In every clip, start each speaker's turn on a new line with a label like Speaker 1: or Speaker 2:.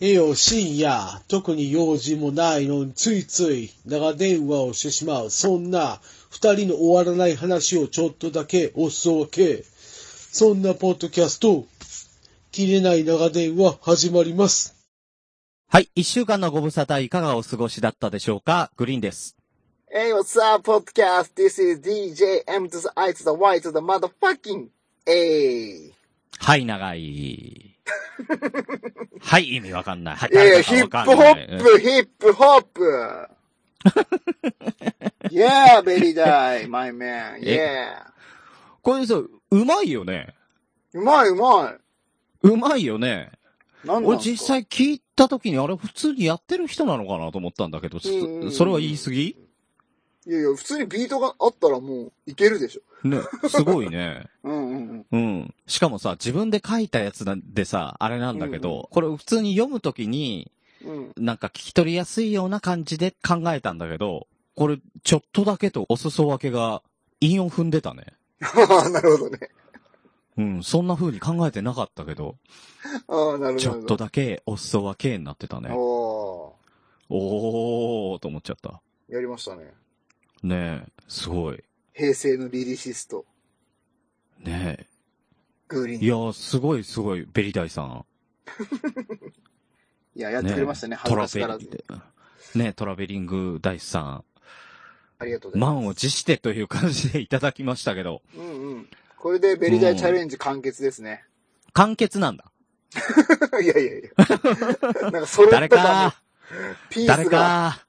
Speaker 1: えよ、深夜、特に用事もないのについつい長電話をしてしまう。そんな二人の終わらない話をちょっとだけおすそ分け。そんなポッドキャスト、切れない長電話始まります。
Speaker 2: はい。一週間のご無沙汰いかがお過ごしだったでしょうかグリーンです。
Speaker 3: Hey, what's up, podcast? This is DJ M to the I to the Y to the motherfucking A.
Speaker 2: はい、長 い。はい、意味わかんない。はい、
Speaker 3: Yeah,
Speaker 2: 誰だか
Speaker 3: hip
Speaker 2: わかんない。
Speaker 3: hop, hip hop. yeah, baby die, my man. Yeah.
Speaker 2: これさ、うまいよね。
Speaker 3: うまいうま
Speaker 2: うまいよね。
Speaker 3: い。なんな
Speaker 2: 俺
Speaker 3: んすか
Speaker 2: 実際聞いた時にあれ普通にやってる人なのかなと思ったんだけど、ちょっ
Speaker 3: うん
Speaker 2: とそれは言い過ぎ
Speaker 3: いやいや、普通にビートがあったらもういけるでしょ。
Speaker 2: ね、すごい ね。
Speaker 3: うんうんう
Speaker 2: う
Speaker 3: ん。
Speaker 2: ん。しかもさ、自分で書いたやつなんでさ、あれなんだけど、これ普通に読むときに、
Speaker 3: うん、
Speaker 2: なんか聞き取りやすいような感じで考えたんだけど、これ、ちょっとだけとお裾分けが、韻を踏んでたね。
Speaker 3: ああ、なるほどね。
Speaker 2: うん、そんな風に考えてなかったけど、
Speaker 3: ああ、なるほど。
Speaker 2: ちょっとだけお裾分けになってたね。
Speaker 3: お
Speaker 2: おーと思っちゃった。
Speaker 3: ー、やりましたね。
Speaker 2: ねえ、すごい。
Speaker 3: 平成のリリシスト、
Speaker 2: ねえ。
Speaker 3: グリーン。
Speaker 2: いやー、すごいすごい、ベリダイさん。
Speaker 3: いや、やってくれましたね。恥
Speaker 2: ト
Speaker 3: ず
Speaker 2: ラ
Speaker 3: かし
Speaker 2: ベ
Speaker 3: からず。
Speaker 2: リねえトラベリングダイスさ
Speaker 3: ありがとうご
Speaker 2: ん。
Speaker 3: ざいます。
Speaker 2: 満を持してという感じでいただきましたけど、
Speaker 3: うんうん。これでベリダイチャレンジ完結ですね。
Speaker 2: 完結なんだ。
Speaker 3: いやいやいや。なんか揃った
Speaker 2: 誰
Speaker 3: 感
Speaker 2: か
Speaker 3: じ。ピー
Speaker 2: 誰
Speaker 3: スが、
Speaker 2: か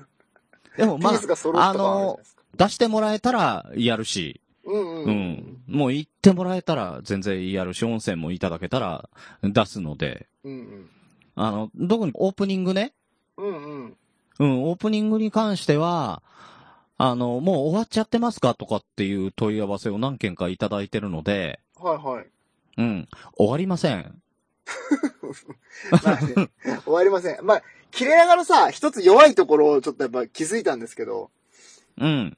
Speaker 2: でも
Speaker 3: ピ
Speaker 2: ま
Speaker 3: ー
Speaker 2: あ
Speaker 3: スが揃、った
Speaker 2: あ
Speaker 3: 感じじゃない
Speaker 2: の
Speaker 3: で、すか。
Speaker 2: 出してもらえたらやるし、
Speaker 3: うんうん。
Speaker 2: うん。もう言ってもらえたら全然やるし、音声もいただけたら出すので、
Speaker 3: うんうん。
Speaker 2: あの、特にオープニングね。
Speaker 3: うんうん。
Speaker 2: うん、オープニングに関しては、あの、もう終わっちゃってますかとかっていう問い合わせを何件かいただいてるので、
Speaker 3: はいはい。
Speaker 2: うん、終わりません。
Speaker 3: まあね終わりません。まあ、切れながらさ、一つ弱いところをちょっとやっぱ気づいたんですけど、
Speaker 2: うん、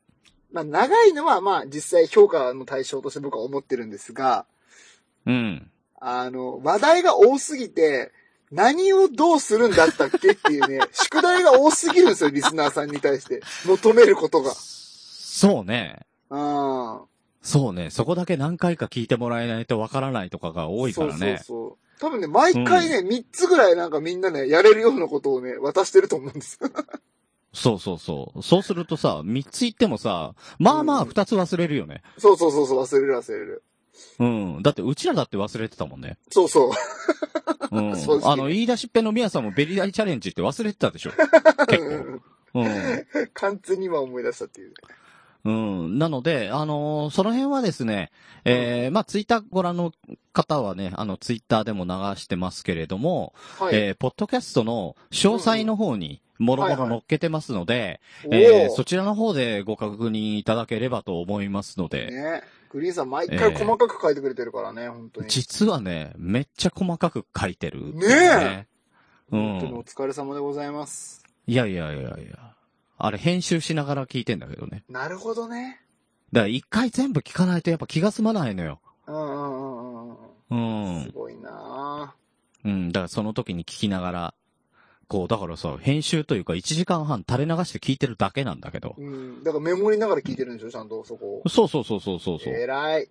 Speaker 3: まあ長いのはまあ実際評価の対象として僕は思ってるんですが、
Speaker 2: うん。
Speaker 3: あの、話題が多すぎて、何をどうするんだったっけっ ていうね、宿題が多すぎるんですよ、リスナーさんに対して。求めることが。
Speaker 2: そうね。
Speaker 3: ああ。
Speaker 2: そうね。そこだけ何回か聞いてもらえないとわからないとかが多いからね。
Speaker 3: そうそうそう。多分ね、毎回ね、3つぐらいなんかみんなね、やれるようなことをね、渡してると思うんですよ。
Speaker 2: そうそうそう。そうするとさ、3つ言ってもさ、まあまあ2つ忘れるよね。
Speaker 3: そうそうそうそう、忘れる忘れる。
Speaker 2: うん。だって、うちらだって忘れてたもんね。
Speaker 3: そうそう。
Speaker 2: うん
Speaker 3: そうです。ね
Speaker 2: あの、言い出しっぺのみやさんもベリダイチャレンジって忘れてたで しょ結構。うん。
Speaker 3: 完全に今思い出したっていう。
Speaker 2: うん。なので、あのーその辺はですね、えー、まあ、ツイッターご覧の方はね、あの、ツイッターでも流してますけれども、
Speaker 3: はい。
Speaker 2: えー、ポッドキャストの詳細の方に、もろもろ載っけてますので、
Speaker 3: お
Speaker 2: えー
Speaker 3: ー
Speaker 2: そちらの方でご確認いただければと思いますので、
Speaker 3: ね。グリーンさん毎回細かく書いてくれてるからね、本当に。
Speaker 2: 実はね、めっちゃ細かく書いてる、
Speaker 3: ね
Speaker 2: えう
Speaker 3: 本当にお
Speaker 2: ん。
Speaker 3: 疲れ様でございます。
Speaker 2: いやいやいやいや。あれ、編集しながら聞いてんだけどね。
Speaker 3: なるほどね。
Speaker 2: だから一回全部聞かないとやっぱ気が済まないのよ。
Speaker 3: うんうんうんうん
Speaker 2: う
Speaker 3: うん。す
Speaker 2: ん。
Speaker 3: ごいな
Speaker 2: うん。だからその時に聞きながら、こう、だからさ、編集というか1時間半垂れ流して聞いてるだけなんだけど
Speaker 3: ぁ。。うん。だからメモりながら聞いてるんでしょ、ちゃんとそこを。
Speaker 2: そうそうそうそうそうそう。
Speaker 3: 偉い。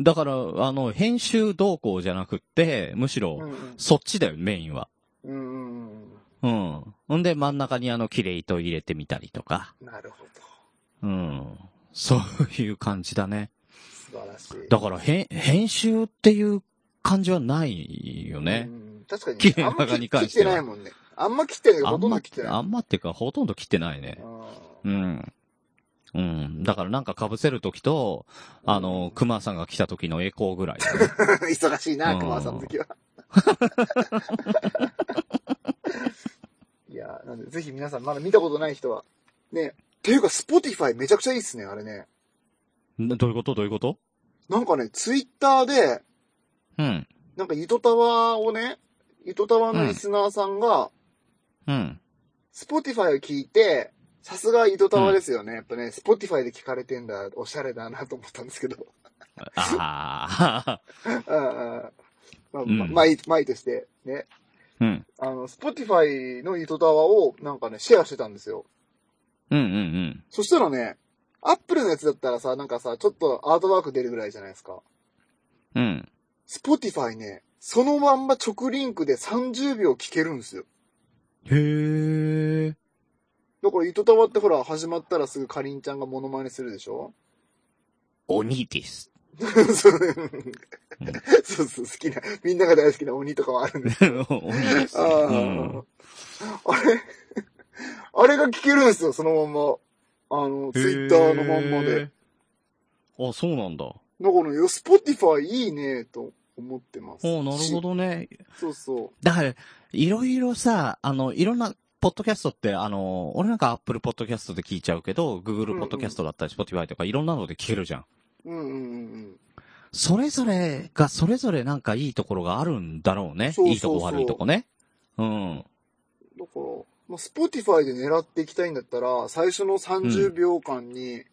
Speaker 2: だから、あの、編集動向じゃなくって、むし
Speaker 3: うんう
Speaker 2: ろ、
Speaker 3: ん
Speaker 2: そっちだよ、メインは。
Speaker 3: うんうんうん。
Speaker 2: うん。ほんで、真ん中にあの、綺麗糸入れてみたりとか。
Speaker 3: なるほど。
Speaker 2: うん。そういう感じだね。
Speaker 3: 素晴らしい。
Speaker 2: だから、へん編集っていう感じはないよね
Speaker 3: う。ん。確かに、
Speaker 2: 切れ
Speaker 3: あんま
Speaker 2: 長
Speaker 3: 切
Speaker 2: に
Speaker 3: 切
Speaker 2: 関
Speaker 3: っ
Speaker 2: して
Speaker 3: て
Speaker 2: は
Speaker 3: ないもんね。あんま切ってないけど、
Speaker 2: あ
Speaker 3: ほ
Speaker 2: ん
Speaker 3: とん
Speaker 2: ま
Speaker 3: ど切って、ない。
Speaker 2: あんまっていうか、ほとんど切ってないね。
Speaker 3: う
Speaker 2: うん。うん。だからなんか被せるときと、あの、熊さんが来た時のエコーぐらい だね。
Speaker 3: ん忙しいな、
Speaker 2: うん
Speaker 3: 熊さんの時は。 いや、なんで、ぜひ皆さん、まだ見たことない人は。ね。っていうか、スポティファイめちゃくちゃいいっすね、あれね。
Speaker 2: などういうことどういうこと
Speaker 3: なんかね、ツイッターで、
Speaker 2: うん。
Speaker 3: なんか、糸タワーをね、糸タワーのリスナーさんが、
Speaker 2: うん。
Speaker 3: スポティファイを聞いて、さすが井戸タワですよね。やっぱね、スポティファイで聞かれてんだ、おしゃれだなと思ったんですけど。
Speaker 2: ああ。
Speaker 3: うんうんまあ、
Speaker 2: うん
Speaker 3: まあ、まあいい、まあいいとして、ね。
Speaker 2: うん。
Speaker 3: あの、Spotify の糸タワーをなんかね、シェアしてたんですよ。
Speaker 2: うんうん
Speaker 3: そしたらね、Apple のやつだったらさ、なんかさ、ちょっとアートワーク出るぐらいじゃないですか。
Speaker 2: うん。うん。
Speaker 3: Spotify ね、そのまんま直リンクで30秒聞けるんですよ。
Speaker 2: へえ。
Speaker 3: だから、糸タワーってほら、始まったらすぐかりんちゃんがモノマネするでしょ
Speaker 2: 鬼 です。
Speaker 3: そうそうそう、好きな、みんなが大好きな鬼とかはあるんです
Speaker 2: 鬼です、
Speaker 3: あ
Speaker 2: ね。
Speaker 3: あ
Speaker 2: うん。
Speaker 3: あれあれが聞けるんですよ、そのまんま。あの、ツイッターのまんまで。
Speaker 2: へー。あ、そうなんだ。あ
Speaker 3: だからよ、スポティファイいいね、と思ってます。
Speaker 2: なるほ
Speaker 3: ど。
Speaker 2: どね。
Speaker 3: そうそ
Speaker 2: だから、いろいろさ、あの、いろんな、ポッドキャストって、あの、俺なんか Apple ポッドキャストで聞いちゃうけど、
Speaker 3: うん
Speaker 2: Google ポッドキャストだったり、Spotify とかいろんなので聞けるじゃん。
Speaker 3: う。うんうんうん
Speaker 2: それぞれが、それぞれなんかいいところがあるんだろうね。
Speaker 3: そうそうそう
Speaker 2: いいとこ悪いとこね。うん。
Speaker 3: うん。だから、まあ、スポティファイで狙っていきたいんだったら、最初の30秒間に、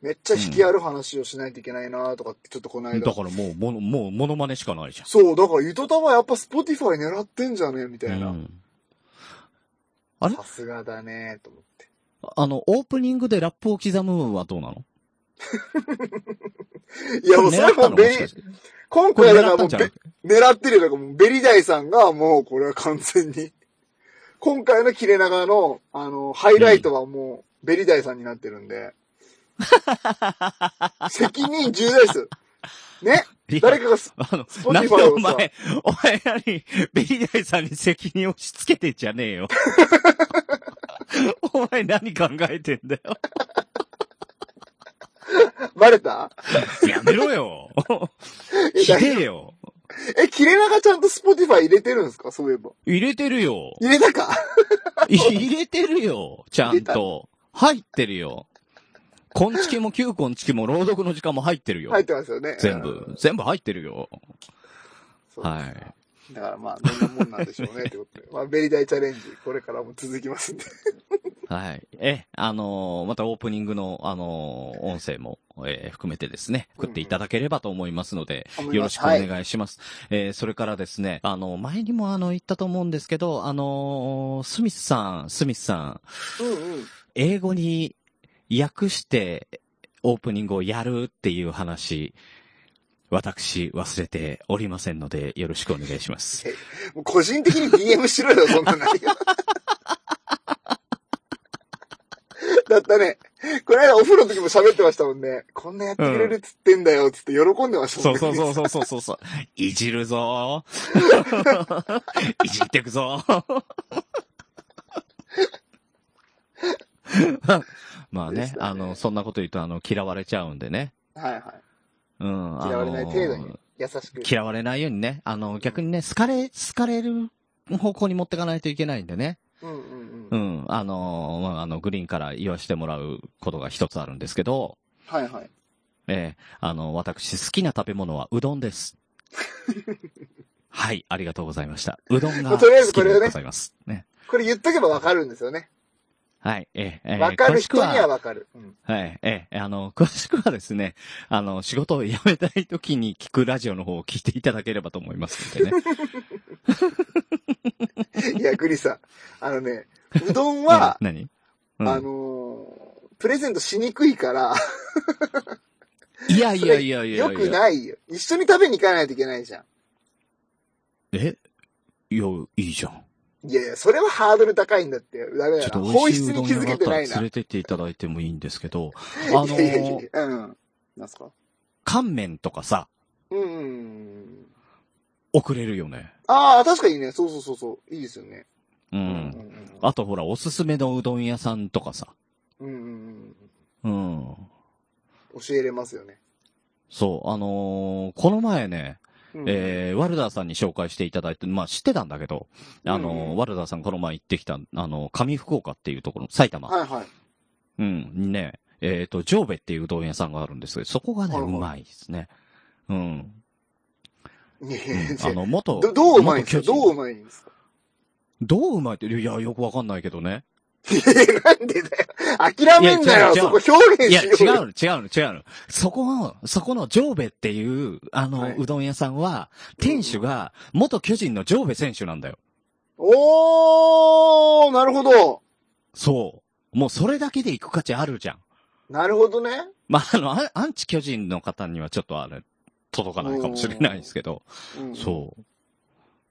Speaker 3: めっちゃ引きある話をしないといけないなとかって、ちょっとこの間。
Speaker 2: だからもう、もの、もう、モノマネしかないじゃん。
Speaker 3: そう、だから、ゆとたまやっぱスポティファイ狙ってんじゃねえみたいな。
Speaker 2: うんあれ
Speaker 3: さすがだねと思って。
Speaker 2: あの、オープニングでラップを刻むはどうなの
Speaker 3: いや、もうそれ
Speaker 2: 狙っ
Speaker 3: は
Speaker 2: た
Speaker 3: もう
Speaker 2: の
Speaker 3: ベ
Speaker 2: も
Speaker 3: リ
Speaker 2: しかして
Speaker 3: 今
Speaker 2: これ
Speaker 3: 回
Speaker 2: 狙った
Speaker 3: だからもうん
Speaker 2: じゃな
Speaker 3: べ
Speaker 2: くて
Speaker 3: 狙ってるよ。だからもうベリダイさんがもうこれは完全に。今回の切れ長の、あの、ハイライトはもうベリダイさんになってる んで。責任重大ですよ。ね
Speaker 2: いや
Speaker 3: 誰かがス、
Speaker 2: あの、
Speaker 3: Spotify
Speaker 2: なんでお
Speaker 3: をさ
Speaker 2: 前、お前らに、ベリダイさんに責任を押し付けてんじゃねえよ。 お前何考えてんだよ。
Speaker 3: バレた
Speaker 2: やめろよ。
Speaker 3: え
Speaker 2: ひでえよ。
Speaker 3: え、切れ長ちゃんとスポティファイ入れてるんですかそういえば。
Speaker 2: 入れてるよ。
Speaker 3: 入れたか
Speaker 2: 入れてるよ。ちゃんと。入ってるよ。コンチキも旧コンチキも朗読の時間も入ってるよ。
Speaker 3: 入ってますよね。
Speaker 2: 全
Speaker 3: うん
Speaker 2: 部。。全部入ってるよ。
Speaker 3: そうです
Speaker 2: はい。
Speaker 3: だからまあ、どんなもんなんでしょうね、ってことで。ま あ、ベリダイチャレンジ、これからも続きますんで。
Speaker 2: はい。え、あのーまたオープニングの、あのー音声も、えー含めてですね、送っていただければと思いますので、
Speaker 3: 思います
Speaker 2: よろしくお願いします。えーそれからですね、あの、前にもあの、言ったと思うんですけど、あのースミスさん、スミスさん、
Speaker 3: うんうん。
Speaker 2: 英語に訳してオープニングをやるっていう話、私、忘れておりませんので、よろしくお願いします。
Speaker 3: もう個人的に DM しろよ、そんな内容。 だったね。この間お風呂の時も喋ってましたもんね。こんなやってくれるっつってんだよ、つって喜んでました
Speaker 2: そ
Speaker 3: もん
Speaker 2: う
Speaker 3: ね。
Speaker 2: そうそうそうそうそうそう。いじるぞ ー。いじってくぞー。まあ
Speaker 3: で
Speaker 2: ね
Speaker 3: し、たね
Speaker 2: あの、そんなこと言うと、あの、嫌われちゃうんでね。
Speaker 3: はいはい。
Speaker 2: うん、あの
Speaker 3: 嫌われない程度に、優しく。
Speaker 2: 嫌われないようにね。あの、逆にね、好かれ、好かれる方向に持ってかないといけないんでね。
Speaker 3: うんうん
Speaker 2: う
Speaker 3: う。
Speaker 2: んん、あの、まあ、あの、グリーンから言わしてもらうことが一つあるんですけど、
Speaker 3: はいはい。
Speaker 2: ええあの、私好きな食べ物はうどん です。はい、ありがとうございました。うどんが
Speaker 3: ま
Speaker 2: 好
Speaker 3: あとりあえず
Speaker 2: き
Speaker 3: これ
Speaker 2: で
Speaker 3: をね
Speaker 2: ございます。ね。
Speaker 3: これ言っとけばわかるんですよね。
Speaker 2: はい、ええええ
Speaker 3: わか
Speaker 2: 詳
Speaker 3: る
Speaker 2: し
Speaker 3: 人
Speaker 2: く
Speaker 3: には
Speaker 2: は、
Speaker 3: わかる。うん。
Speaker 2: はい、ええあの、詳しくはですね、あの、仕事を辞めたい時に聞くラジオの方を聞いていただければと思いますの でね。、
Speaker 3: いや、グリさん。あのね、うどんは
Speaker 2: 何、うん
Speaker 3: あのープレゼントしにくいから、
Speaker 2: いやいやいやいや
Speaker 3: よ
Speaker 2: いや。
Speaker 3: くないよ。一緒に食べに行かないといけないじゃん。
Speaker 2: えいや、いいじゃん。
Speaker 3: いやいや、それはハードル高いんだって。ダメ
Speaker 2: ちょ
Speaker 3: だ
Speaker 2: っと
Speaker 3: な。
Speaker 2: 美
Speaker 3: 本
Speaker 2: 味し
Speaker 3: 質
Speaker 2: いうど
Speaker 3: に
Speaker 2: ん
Speaker 3: 気
Speaker 2: 屋
Speaker 3: づ
Speaker 2: があ
Speaker 3: け
Speaker 2: った
Speaker 3: て
Speaker 2: ら
Speaker 3: ない
Speaker 2: 連
Speaker 3: な。
Speaker 2: れてっていただいてもいいんですけど、あの
Speaker 3: いやいやいやいや、うん。なんすか
Speaker 2: 乾麺とかさ、
Speaker 3: うんうんうん。
Speaker 2: 送れるよね。
Speaker 3: ああ、確かにね、そうそうそうそう。いいですよね。
Speaker 2: う。
Speaker 3: うんん
Speaker 2: あとほら、おすすめのうどん屋さんとかさ。
Speaker 3: うんうん。うんうん
Speaker 2: うん。
Speaker 3: うん。教えれますよね。
Speaker 2: そう、あのーこの前ね、
Speaker 3: うん
Speaker 2: えー、ワルダーさんに紹介していただいて、まあ知ってたんだけど、あのー
Speaker 3: うんうん
Speaker 2: ワルダーさんこの前行ってきた、あのー上福岡っていうところ、埼玉。
Speaker 3: はいはい。
Speaker 2: うん、にね、えっ、と、ジョーベっていううどん屋さんがあるんですけど、そこがね、
Speaker 3: はいはいう
Speaker 2: まいですね。うん。う
Speaker 3: いや
Speaker 2: ん
Speaker 3: いや
Speaker 2: あの、元、
Speaker 3: どどううまいんですか
Speaker 2: 元巨人
Speaker 3: どううまいんですか
Speaker 2: どううまいって、いや、よくわかんないけどね。
Speaker 3: いや、なんでだよ。諦めんない
Speaker 2: や違
Speaker 3: よ。
Speaker 2: う違
Speaker 3: そうこ 表
Speaker 2: い
Speaker 3: 現
Speaker 2: や、
Speaker 3: し
Speaker 2: 違
Speaker 3: ようよ。
Speaker 2: うの、違うの、違うの。そこの、そこのジョーベっていう、あの、
Speaker 3: はいう
Speaker 2: どん屋さんは、店主が、元巨人のジョーベ選手なんだよ。
Speaker 3: おーなるほど
Speaker 2: そう。もうそれだけで行く価値あるじゃん。
Speaker 3: なるほどね。
Speaker 2: まあ、あの、アンアンチ巨人の方にはちょっとあれ、届かないかもしれないですけど、
Speaker 3: うん、
Speaker 2: そ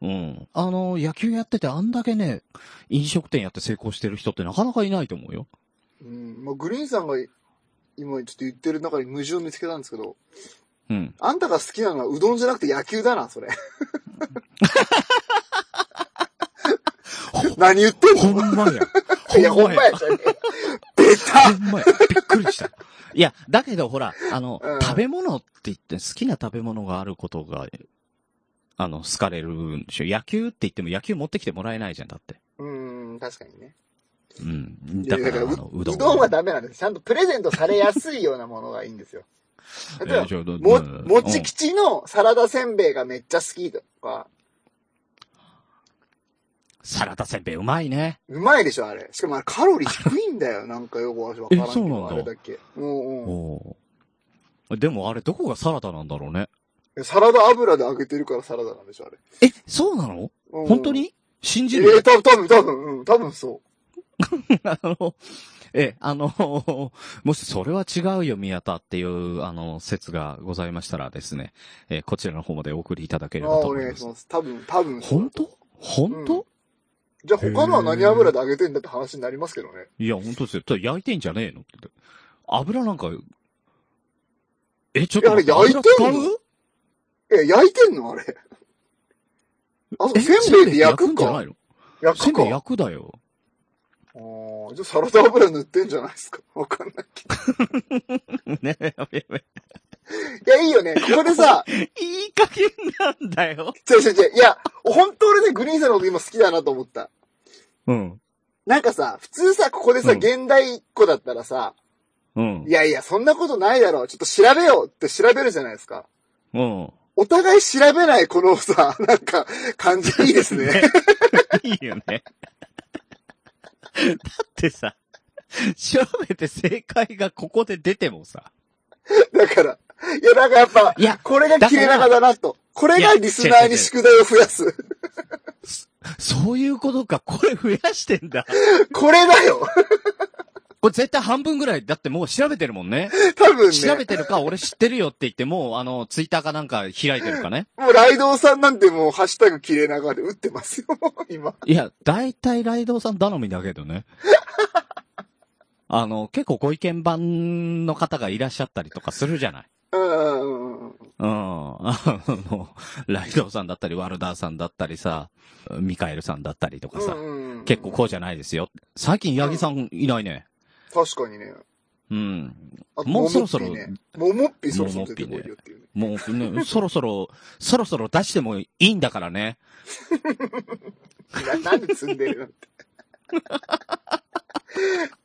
Speaker 2: う。うん。あの、野球やっててあんだけね、飲食店やって成功してる人ってなかなかいないと思うよ。
Speaker 3: うん。まあ、グリーンさんが今ちょっと言ってる中に矛盾を見つけたんですけど、
Speaker 2: うん。
Speaker 3: あんたが好きなのはうどんじゃなくて野球だ な、それ。何言ってん
Speaker 2: ほ
Speaker 3: の
Speaker 2: んまや。
Speaker 3: いや、ほんまや。ベ
Speaker 2: ほ
Speaker 3: タ
Speaker 2: んまや。びっくりした。いや、だけどほら、あの、
Speaker 3: うん
Speaker 2: 食べ物って言って好きな食べ物があることが、あの、好かれるんでしょ。野球って言っても野球持ってきてもらえないじゃん、だって。
Speaker 3: うん、確かにね。
Speaker 2: うん。
Speaker 3: いや
Speaker 2: だから、あ
Speaker 3: う
Speaker 2: の、うどん。
Speaker 3: うどんはダメなんです。ちゃんとプレゼントされやすいようなものがいいんですよ。例えば
Speaker 2: えー、じゃあど
Speaker 3: も、
Speaker 2: うん
Speaker 3: もち吉のサラダせんべいがめっちゃ好きとか、
Speaker 2: サラダせんべいうまいね。
Speaker 3: うまいでしょ、あれ。しかもあれカロリー低いんだよ。なんかよくわからんけ
Speaker 2: えそうなん
Speaker 3: ど、
Speaker 2: だ
Speaker 3: あれだけ。うんうん
Speaker 2: おーでもあれ、どこがサラダなんだろうね。
Speaker 3: え。サラダ油で揚げてるからサラダなんでしょ、あれ。
Speaker 2: え、そうなの
Speaker 3: うんうん
Speaker 2: 本当に信
Speaker 3: え
Speaker 2: じ
Speaker 3: ー、
Speaker 2: る
Speaker 3: 多分、多分、多分、うん、多分そ
Speaker 2: あの、え、あの、 もしそれは違うよ、宮田っていう、あの、説がございましたらですね、えーこちらの方までお送りいただけ
Speaker 3: う。
Speaker 2: れ
Speaker 3: あ
Speaker 2: ば
Speaker 3: あ
Speaker 2: と
Speaker 3: ー、お
Speaker 2: 思い
Speaker 3: 願
Speaker 2: ま
Speaker 3: いし
Speaker 2: す。
Speaker 3: ます。多分、多分そう
Speaker 2: 本当本当、
Speaker 3: じゃあ他のは何油で揚げてんだって話になりますけどね。
Speaker 2: いや、本当ですよ。ただ焼いてんじゃねえのって。油なんか、え、ちょっと待って、
Speaker 3: いやあれ焼いてんの
Speaker 2: 油使う
Speaker 3: え、焼いてんのあれ。あ、そう、
Speaker 2: え
Speaker 3: せんべいで焼
Speaker 2: せ
Speaker 3: く
Speaker 2: んべいんじゃな
Speaker 3: か
Speaker 2: いの
Speaker 3: 焼
Speaker 2: せ
Speaker 3: く
Speaker 2: んべい
Speaker 3: か。
Speaker 2: 焼くだよ。
Speaker 3: あーじゃあサラダ油塗ってんじゃないですか。わかんないけ
Speaker 2: ねえ、やべやべ。
Speaker 3: ど。いや、いいよね。ここでさ、
Speaker 2: いい加減なんだよ。
Speaker 3: 違う違う違う。いや、本当俺ね、グリーンさんのこと今好きだなと思った。
Speaker 2: うん。
Speaker 3: なんかさ、普通さ、ここでさ、
Speaker 2: うん
Speaker 3: 現代っ子だったらさ、
Speaker 2: うん
Speaker 3: い。やいや、そんなことないだろう。ちょっと調べようって調べるじゃないですか。
Speaker 2: うん。
Speaker 3: お互い調べないこのさ、 なんか、感じいいで すね。
Speaker 2: いいよね。だってさ、調べて正解がここで出てもさ。
Speaker 3: だから。いや、なんかやっぱ、
Speaker 2: いや
Speaker 3: これが切れ長だなと。これ
Speaker 2: いや
Speaker 3: がリスナーに宿題を増やす。
Speaker 2: そういうことか、これ増やしてんだ。
Speaker 3: これだ よ。
Speaker 2: これ絶対半分ぐらい、だってもう調べてるもんね。
Speaker 3: 多分
Speaker 2: 調べ
Speaker 3: ね。
Speaker 2: てるか、俺知ってるよって言って、もう、あの、ツイッターかなんか開いてるかね。
Speaker 3: もうライドウさんなんてもう、ハッシュタグ切れ長で打ってますよ、今。
Speaker 2: いや、大体ライドウさん頼みだけどね。 あの、結構ご意見番の方がいらっしゃったりとかするじゃない。
Speaker 3: うんうんうんう
Speaker 2: う
Speaker 3: ん。
Speaker 2: ん。あの、ライドウさんだったり、ワルダーさんだったりさ、ミカエルさんだったりとかさ、
Speaker 3: うんうん
Speaker 2: 結構こうじゃないですよ。最近八木さんいないね。
Speaker 3: 確かにね。
Speaker 2: うん。
Speaker 3: あと
Speaker 2: もうそろそろ
Speaker 3: ももっぴーねももっぴーそろそろ出てこいよっていうね。
Speaker 2: もう、 ね、そろそろ、そろそろ出してもいいんだからね。
Speaker 3: ななんで積んでるなんて。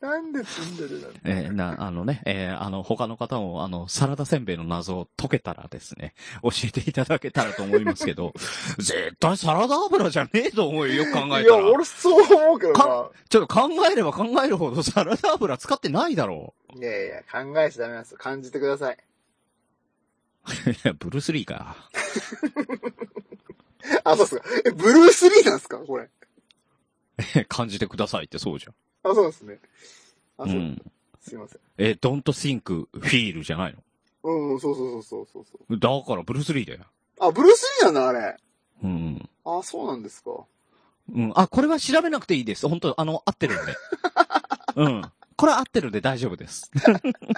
Speaker 3: なんで積んでるなんて。
Speaker 2: えーな、あのね、えーあの、他の方も、あの、サラダせんべいの謎を解けたらですね、教えていただけたらと思いますけ ど、絶対サラダ油じゃねえと思うよ、よく考え
Speaker 3: い
Speaker 2: た
Speaker 3: や、
Speaker 2: ら。
Speaker 3: 俺そう思うけどな
Speaker 2: か。ちょっと考えれば考えるほどサラダ油使ってないだろ
Speaker 3: いやいや、考えちゃダメなんですよ。感じてください。
Speaker 2: う。いやブルースリーか。
Speaker 3: あ、そうっすか。え、ブルース・リーなんすかこれ。
Speaker 2: 感じてくださいってそうじ
Speaker 3: あ、そうですね。あ、
Speaker 2: ゃ
Speaker 3: そ
Speaker 2: ん。
Speaker 3: う。
Speaker 2: うん。
Speaker 3: すいません。
Speaker 2: えー、don't think, feel じゃない
Speaker 3: うん、うん、そうそうそうそうそう。
Speaker 2: の。だからブルースリーだよ。
Speaker 3: あ、ブルース・リーなんだ、あれ。
Speaker 2: うん。
Speaker 3: あ、そうなんですか。
Speaker 2: うん。あ、これは調べなくていいです。本当あの、合って るんで。うん。これは合ってるんで大丈夫です。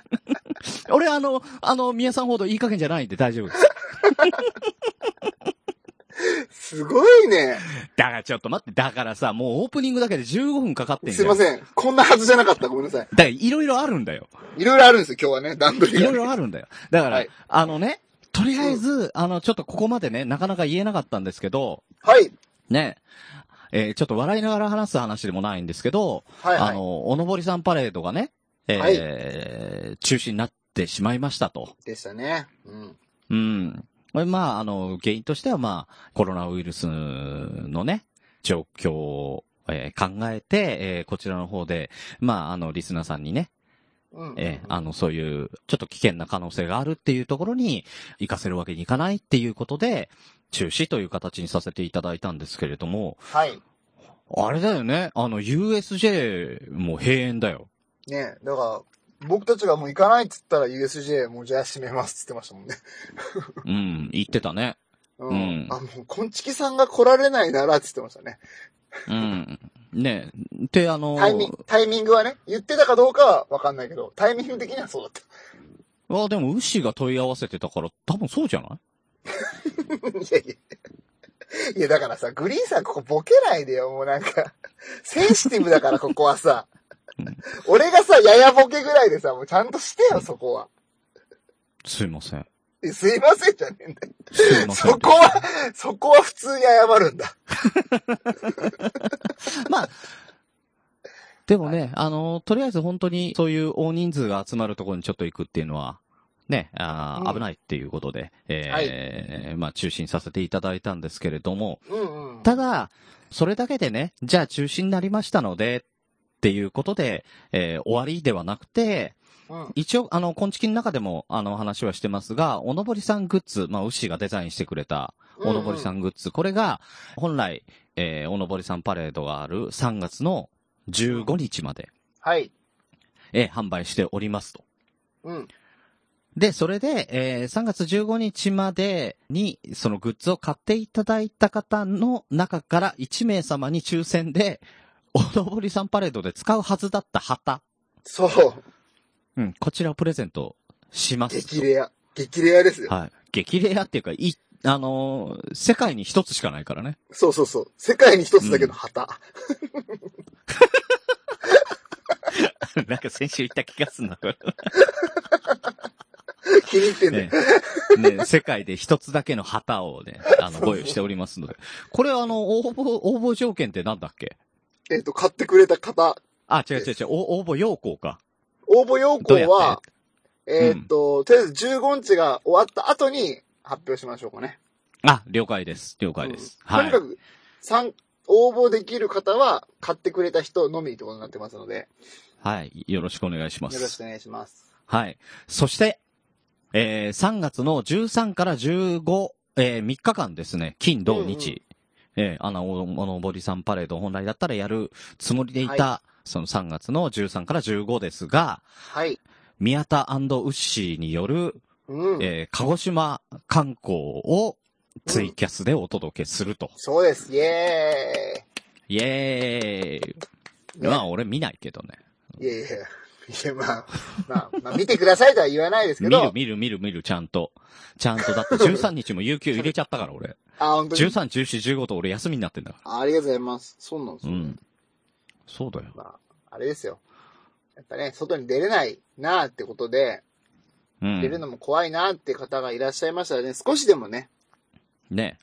Speaker 2: 俺、あの、あの、宮さんほどいい加減じゃないんで大丈夫です。
Speaker 3: すごいね。
Speaker 2: だからちょっと待って、だからさ、もうオープニングだけで15分かかってんじゃん。
Speaker 3: すいま
Speaker 2: ん。
Speaker 3: せん。こんなはずじゃなかった。ごめんなさい。
Speaker 2: だから、いろいろあるんだよ。
Speaker 3: いろいろあるんですよ、今日はね。段取
Speaker 2: い
Speaker 3: りが
Speaker 2: ろい
Speaker 3: ね。
Speaker 2: ろあるんだよ。だから、
Speaker 3: はい
Speaker 2: あのね、とりあえず、あの、ちょっとここまでね、なかなか言えなかったんですけど、
Speaker 3: はい。
Speaker 2: ね、えーちょっと笑いながら話す話でもないんですけど、
Speaker 3: はい、
Speaker 2: あ
Speaker 3: はい。
Speaker 2: の、おのぼりさんパレードがね、えー中止になってしまいましたと。
Speaker 3: でしたね。うん。
Speaker 2: うん。これまあ、あの、原因としてはまあ、コロナウイルスのね、状況を、えー考えて、えーこちらの方で、まあ、あの、リスナーさんにね、
Speaker 3: うん。
Speaker 2: えーあの、そういう、ちょっと危険な可能性があるっていうところに、行かせるわけにいかないっていうことで、中止という形にさせていただいたんですけれども、
Speaker 3: はい。
Speaker 2: あれだよね。あの、USJ も閉園だよ。
Speaker 3: ねだから、僕たちがもう行かないっつったら USJ もうじゃあ閉めますっつってましたもんね。
Speaker 2: うん、言ってたね。
Speaker 3: うん。
Speaker 2: うん
Speaker 3: あ、もう、こんちきさんが来られないならっつってましたね。
Speaker 2: うん。ねえ。で、あの、
Speaker 3: タイミング、タイミングはね、言ってたかどうかはわかんないけど、タイミング的にはそうだった。
Speaker 2: あ、でも、ウッシーが問い合わせてたから、多分そうじゃない
Speaker 3: いやいや。いや、だからさ、グリーンさんここボケないでよ、もうなんか。センシティブだから、ここはさ。俺がさ、ややボケぐらいでさ、もうちゃんとしてよ、そこは。
Speaker 2: すいません。
Speaker 3: えすいませんじゃねえんだよ。
Speaker 2: すいません。
Speaker 3: そこは、そこは普通に謝るんだ。
Speaker 2: まあ、でもね、あの、とりあえず本当にそういう大人数が集まるところにちょっと行くっていうのは、ね、あー
Speaker 3: うん
Speaker 2: 危ないっていうことで、えーまあ中止にさせていただいたんですけれども、
Speaker 3: うんうん。
Speaker 2: ただ、それだけでね、じゃあ中止になりましたので、っていうことで、えー終わりではなくて、
Speaker 3: うん。
Speaker 2: 一応、あの、昆虫の中でも、あの、話はしてますが、おのぼりさんグッズ、まあ、ウッシーがデザインしてくれた、おのぼりさ
Speaker 3: ん。
Speaker 2: んグッズ。これが、本来、えーおのぼりさんパレードがある3月の15日まで、
Speaker 3: はい。
Speaker 2: えー販売しておりますと。
Speaker 3: うん。
Speaker 2: で、それで、えー3月15日までに、そのグッズを買っていただいた方の中から1名様に抽選で、おのぼりさんパレードで使うはずだった旗、
Speaker 3: そう。
Speaker 2: うん、こちらをプレゼントしますと。
Speaker 3: 激レア。激レアですよ。
Speaker 2: はい。激レアっていうか、い、あのー世界に一つしかないからね。
Speaker 3: そうそうそう。世界に一つだけの旗。
Speaker 2: なんか先週言った気がするんだけど。
Speaker 3: 気に入ってんね
Speaker 2: ね。ね、世界で一つだけの旗を ね、あの、ご用意しておりますので。これあの、応募、応募条件ってなんだっけ
Speaker 3: えっ、と、買ってくれた方。
Speaker 2: あ、違う違う違う、お応募要項か。
Speaker 3: 応募要項
Speaker 2: どうや
Speaker 3: は
Speaker 2: っ、
Speaker 3: えっ、と、とりあえず15日が終わった後に発表しましょうかね。
Speaker 2: あ、了解です。了解です。
Speaker 3: うんと
Speaker 2: は
Speaker 3: に
Speaker 2: い
Speaker 3: か。く、参応募できる方は、買ってくれた人のみってことになってますので、
Speaker 2: はい。よろしくお願いしま
Speaker 3: よろし
Speaker 2: す
Speaker 3: く。お願いします。
Speaker 2: はい。そして、えー3月の13から15、えー3日間ですね、金、土、日、えー、あの、おおのぼりさんパレード本来だったらやるつもりでいた、その3月の13から15ですが、
Speaker 3: はい。
Speaker 2: 宮田ウッシーによる、
Speaker 3: うん。
Speaker 2: えー鹿児島観光をツイキャスでお届けすると。
Speaker 3: そうです。イエ
Speaker 2: イエ
Speaker 3: ーイ。
Speaker 2: ーイまあ、俺見ないけどね。
Speaker 3: いやいやいや。いや、まあ、まあ、まあ、見てくださいとは言わないですけ
Speaker 2: 見
Speaker 3: ど。
Speaker 2: る見る見る見る、ちゃんと。ちゃんと、だって13日も有給入れちゃったから、俺。
Speaker 3: あ、本当に。
Speaker 2: 13、14、15と俺休みになってんだか
Speaker 3: あありがとうございます。そうなんです
Speaker 2: ら。う
Speaker 3: よ、
Speaker 2: ん。そうだよ。
Speaker 3: まあ、あれですよ。やっぱね、外に出れないなーってことで、
Speaker 2: う
Speaker 3: 出る
Speaker 2: ん。
Speaker 3: のも怖いなーって方がいらっしゃいましたらね、少しでもね、
Speaker 2: ね。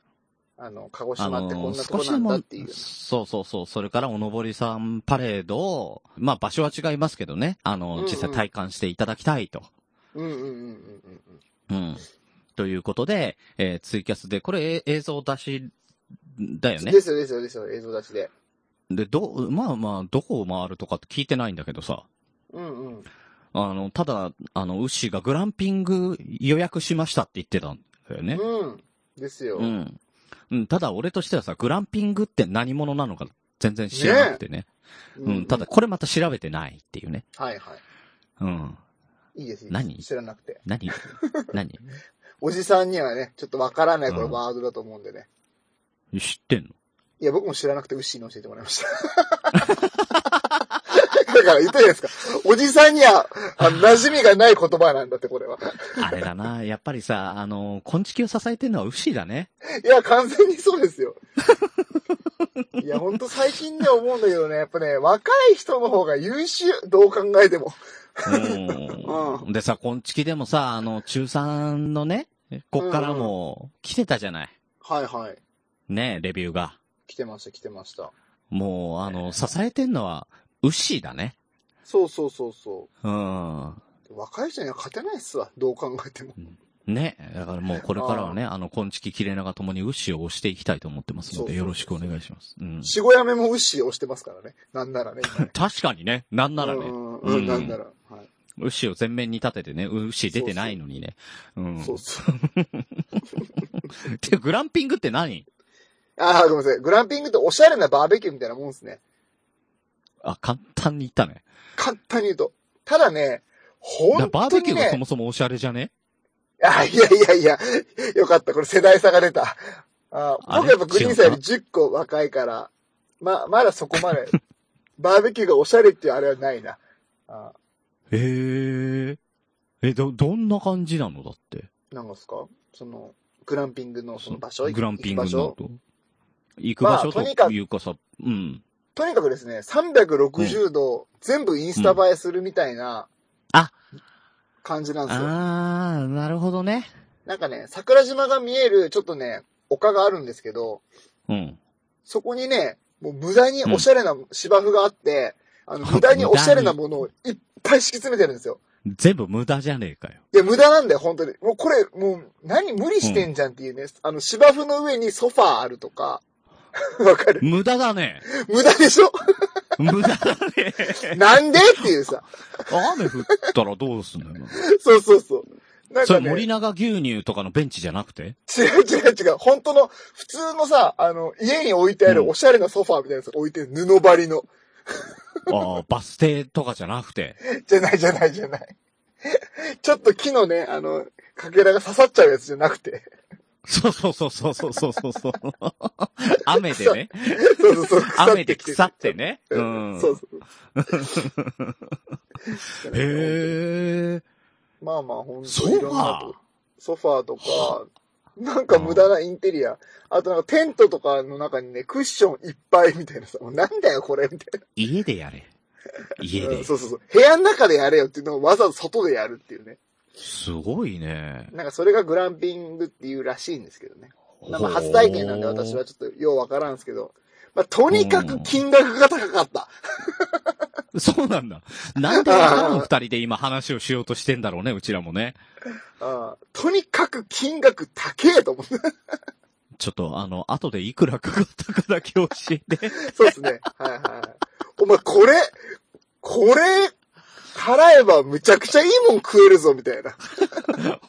Speaker 3: あの、鹿児
Speaker 2: あ
Speaker 3: 島ってこ
Speaker 2: の
Speaker 3: ん
Speaker 2: ー
Speaker 3: なと
Speaker 2: 少
Speaker 3: こ
Speaker 2: し
Speaker 3: な
Speaker 2: で
Speaker 3: んだ
Speaker 2: も
Speaker 3: っていう、。
Speaker 2: そうそうそう。それから、おのぼりさんパレードを、まあ、場所は違いますけどね。あ
Speaker 3: うん
Speaker 2: の
Speaker 3: う
Speaker 2: ー、
Speaker 3: ん
Speaker 2: 実際体感していただきたいと。
Speaker 3: うんうんうんうんうんうん。
Speaker 2: うん。ということで、えーツイキャスで、これえ映像出し、だよね
Speaker 3: で。すよ、ですよ、ですよ、映像出しで。
Speaker 2: で、どう、まあまあ、どこを回るとかって聞いてないんだけどさ。
Speaker 3: うんうん。
Speaker 2: あの、ただ、あの、ウッシーがグランピング予約しましたって言ってたんだよね。
Speaker 3: うん。ですよ。
Speaker 2: う
Speaker 3: ね
Speaker 2: ん。うん、ただ俺としてはさ、グランピングって何者なのか全然知らなくてね。
Speaker 3: う
Speaker 2: うん、ただ。これまた調べてないっていうね。
Speaker 3: はいは
Speaker 2: うん。
Speaker 3: い。いいです、いいです
Speaker 2: 何
Speaker 3: 知らなくて。
Speaker 2: 何何
Speaker 3: おじさんにはね、ちょっとわからない、これ
Speaker 2: うん
Speaker 3: ワードだと思うんでね。
Speaker 2: 知って んの
Speaker 3: いや、僕も知らなくて、ウッシーに教えてもらいました。だから言ったじゃないですか。おじさんには、あの馴染みがない言葉なんだって、これは。
Speaker 2: あれだな、やっぱりさ、あの、昆虫を支えてるのはウッシーだね。
Speaker 3: いや、完全にそうですよ。いや、ほんと最近で思うんだけどね、やっぱね、若い人の方が優秀、どう考えても。
Speaker 2: うんでさ、こんちきでもさ、あの、中3のね、こっからも来てたじゃない。
Speaker 3: はいはい。
Speaker 2: ね、レビューが。
Speaker 3: 来てました、来てました。
Speaker 2: もう、あの、支えてんのは、ウッシーだね。
Speaker 3: そうそうそうそ
Speaker 2: うん。
Speaker 3: う。若い人には勝てないっすわ、どう考えても。
Speaker 2: ね。だからもうこれからはね、あの、こんちききれながともにウッシーを押していきたいと思ってますの
Speaker 3: そうそうそう
Speaker 2: で、よろしくお願いします。うん。
Speaker 3: 死後やめもウッシー押してますからね。なんならね。今ね
Speaker 2: 確かにね、なんなら
Speaker 3: う
Speaker 2: ね、
Speaker 3: んうんうん、なんなら。はい。
Speaker 2: ウッシーを前面に立ててね、ウッシー出てないのにね。うん。
Speaker 3: そうそう。
Speaker 2: てかグランピングって何
Speaker 3: ああ、ごめんなさい。グランピングっておしゃれなバーベキューみたいなもんですね。
Speaker 2: あ、簡単に言ったね。
Speaker 3: 簡単に言うと。ただね、
Speaker 2: だ
Speaker 3: 本
Speaker 2: バー
Speaker 3: 当
Speaker 2: ベキ
Speaker 3: に
Speaker 2: ューがそ
Speaker 3: ね、
Speaker 2: もそもおしゃれじゃね
Speaker 3: あ、いやいやいや、よかった。これ世代差が出た。あ
Speaker 2: あれ
Speaker 3: 僕やっぱグリーンさんより10個若いから、ま、まだそこまで、 バーベキューがおしゃれっていうあれはないな。あ
Speaker 2: へえ。え、ど、どんな感じなのだって。
Speaker 3: なんかですかその、グランピングのその場所
Speaker 2: グランピン
Speaker 3: 行
Speaker 2: グ
Speaker 3: く場
Speaker 2: の
Speaker 3: 所
Speaker 2: と。行く場所
Speaker 3: まあとにか
Speaker 2: と
Speaker 3: く
Speaker 2: いうかさ、うん。
Speaker 3: とにかくですね、360度、全部インスタ映えするみたいな、
Speaker 2: あ
Speaker 3: 感じなんですよ。
Speaker 2: あー、なるほどね。
Speaker 3: なんかね、桜島が見える、ちょっとね、丘があるんですけど、
Speaker 2: うん。
Speaker 3: そこにね、もう無駄におしゃれな芝生があって、あの、 無駄におしゃれなものをいっぱい敷き詰めてるんですよ。
Speaker 2: 全部無駄じゃねえかよ。
Speaker 3: いや、無駄なんだよ、本当に。もうこれ、もう、何無理してんじゃんっていうね、あの、芝生の上にソファーあるとか、 わかる
Speaker 2: 無駄だね。
Speaker 3: 無駄でし ょ
Speaker 2: 無駄だね。
Speaker 3: なんでっていうさ。
Speaker 2: 雨降ったらどうすんのよ。
Speaker 3: そうそうそう。なん
Speaker 2: そ
Speaker 3: か
Speaker 2: れ
Speaker 3: ね、
Speaker 2: 森永牛乳とかのベンチじゃなくて
Speaker 3: 違う違う違う。本当の、普通のさ、あの、家に置いてあ
Speaker 2: う
Speaker 3: る
Speaker 2: ん
Speaker 3: おしゃれなソファーみたいなやつ置いてる、布張りの。
Speaker 2: ああ、バス停とかじゃなくて。
Speaker 3: じゃないじゃないじゃない。 ちょっと木のね、あの、かけらが刺さっちゃうやつじゃなく て。
Speaker 2: そうそうそうそうそうそうそう そう。雨でね。
Speaker 3: そうそうそう。
Speaker 2: 雨で腐っ
Speaker 3: きて
Speaker 2: て
Speaker 3: る。
Speaker 2: ね。う
Speaker 3: うん
Speaker 2: ん。。
Speaker 3: そ
Speaker 2: へ
Speaker 3: うそう。
Speaker 2: え。
Speaker 3: まあまあ、ほんと
Speaker 2: ソファー
Speaker 3: いろんなとこソファーとか、なんか無駄なインテリア。あとなんかテントとかの中にね、クッションいっぱいみたいなさ、もうなんだよこれみたい
Speaker 2: 家でやれ。家
Speaker 3: な。う
Speaker 2: で
Speaker 3: ん。そうそうそう。部屋の中でやれよっていうのをわざわざ外でやるっていうね。
Speaker 2: すごいね。
Speaker 3: なんかそれがグランピングっていうらしいんですけどね。まあ初体験なんで私はちょっとようわからんすけど。まあ、とにかく金額が高かった。
Speaker 2: そうなんだ。なんであの二人で今話をしようとしてんだろうね、うちらもね。
Speaker 3: ああとにかく金額高えと思って。
Speaker 2: ちょっと、あの、後でいくらかかったかだけ教えて。
Speaker 3: そうですね。はいはいはい。お前これ、これ、払えばむちゃくちゃいいもん食えるぞ、みたいな。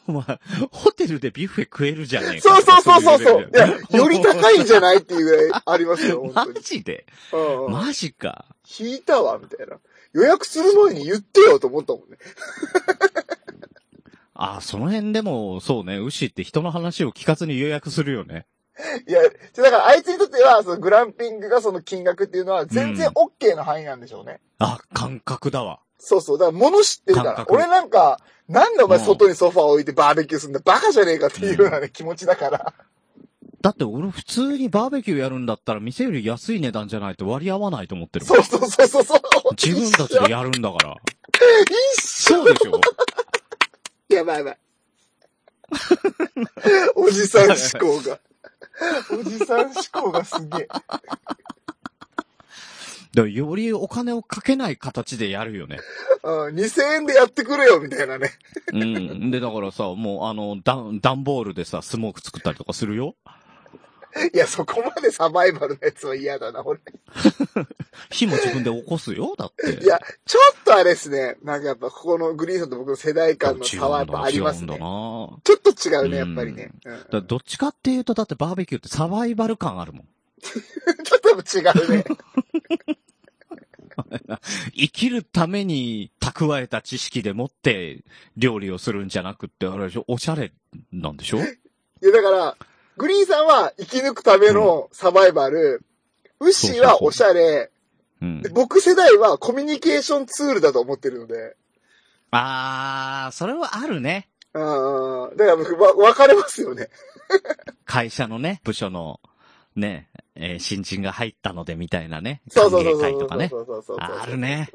Speaker 2: お前、ホテルでビュッフェ食えるじゃねえ
Speaker 3: そ
Speaker 2: か。
Speaker 3: うそうそうそうそう。い
Speaker 2: レベ
Speaker 3: や、
Speaker 2: ル
Speaker 3: より高いんじゃないっていうぐらいありますよ、
Speaker 2: マ
Speaker 3: 本当に。
Speaker 2: ジで
Speaker 3: うんうん
Speaker 2: マジか。
Speaker 3: 引いたわ、みたいな。予約する前に言ってよと思ったもんね。
Speaker 2: あ、その辺でも、そうね、牛って人の話を聞かずに予約するよね。
Speaker 3: いや、だからあいつにとっては、そのグランピングがその金額っていうのは全然
Speaker 2: うん
Speaker 3: OK の範囲なんでしょうね。
Speaker 2: あ、感覚だわ。
Speaker 3: そうそう。だから物知ってるか
Speaker 2: 感
Speaker 3: ら。
Speaker 2: 覚
Speaker 3: 俺なんか、なんでお前
Speaker 2: うん
Speaker 3: 外にソファー置いてバーベキューすんだバカじゃねえかっていうようなね、気持ちだから。
Speaker 2: だって俺普通にバーベキューやるんだったら店より安い値段じゃないと割り合わないと思ってるもん。
Speaker 3: そうそうそうそうそう。
Speaker 2: 自分たちでやるんだ から。
Speaker 3: 一緒
Speaker 2: そうでしょ
Speaker 3: やばいやば い。おじさん思考が。おじさん思考がすげえ。
Speaker 2: だからよりお金をかけない形でやるよね。
Speaker 3: うん、2000円でやってくれよ、みたいなね。
Speaker 2: うん。で、だからさ、もうあの、ダン、段ボールでさ、スモーク作ったりとかするよ。
Speaker 3: いや、そこまでサバイバルのやつは嫌だな、俺。
Speaker 2: 火も自分で起こすよ、だって。
Speaker 3: いや、ちょっとあれですね。なんかやっぱ、ここのグリーンさんと僕の世代間の
Speaker 2: 違
Speaker 3: 差はや
Speaker 2: う
Speaker 3: っ
Speaker 2: んだ
Speaker 3: ぱ
Speaker 2: な、
Speaker 3: あり
Speaker 2: 違
Speaker 3: ま
Speaker 2: う
Speaker 3: す
Speaker 2: んだ
Speaker 3: ね。
Speaker 2: な。
Speaker 3: ちょっと違うね、やっぱりね。うん
Speaker 2: だからどっちかっていうと、だってバーベキューってサバイバル感あるもん。
Speaker 3: ちょっとやっぱ違う ね。
Speaker 2: 生きるために蓄えた知識でもって料理をするんじゃなくって、あれでしょ、おしゃれなんでしょ
Speaker 3: いや、だから、グリーンさんは生き抜くためのサバイバル、ウッシーはおしゃれ、
Speaker 2: うん
Speaker 3: で。僕世代はコミュニケーションツールだと思ってるので、
Speaker 2: あー、それはあるね。
Speaker 3: ああ、だから僕、わ、分かれますよね。
Speaker 2: 会社のね、部署の、ね、えー新人が入ったのでみたいなね。
Speaker 3: そうそうそう
Speaker 2: 歓迎会
Speaker 3: そう
Speaker 2: と
Speaker 3: そ
Speaker 2: か
Speaker 3: う
Speaker 2: ね。
Speaker 3: そうそうそう。
Speaker 2: あるね。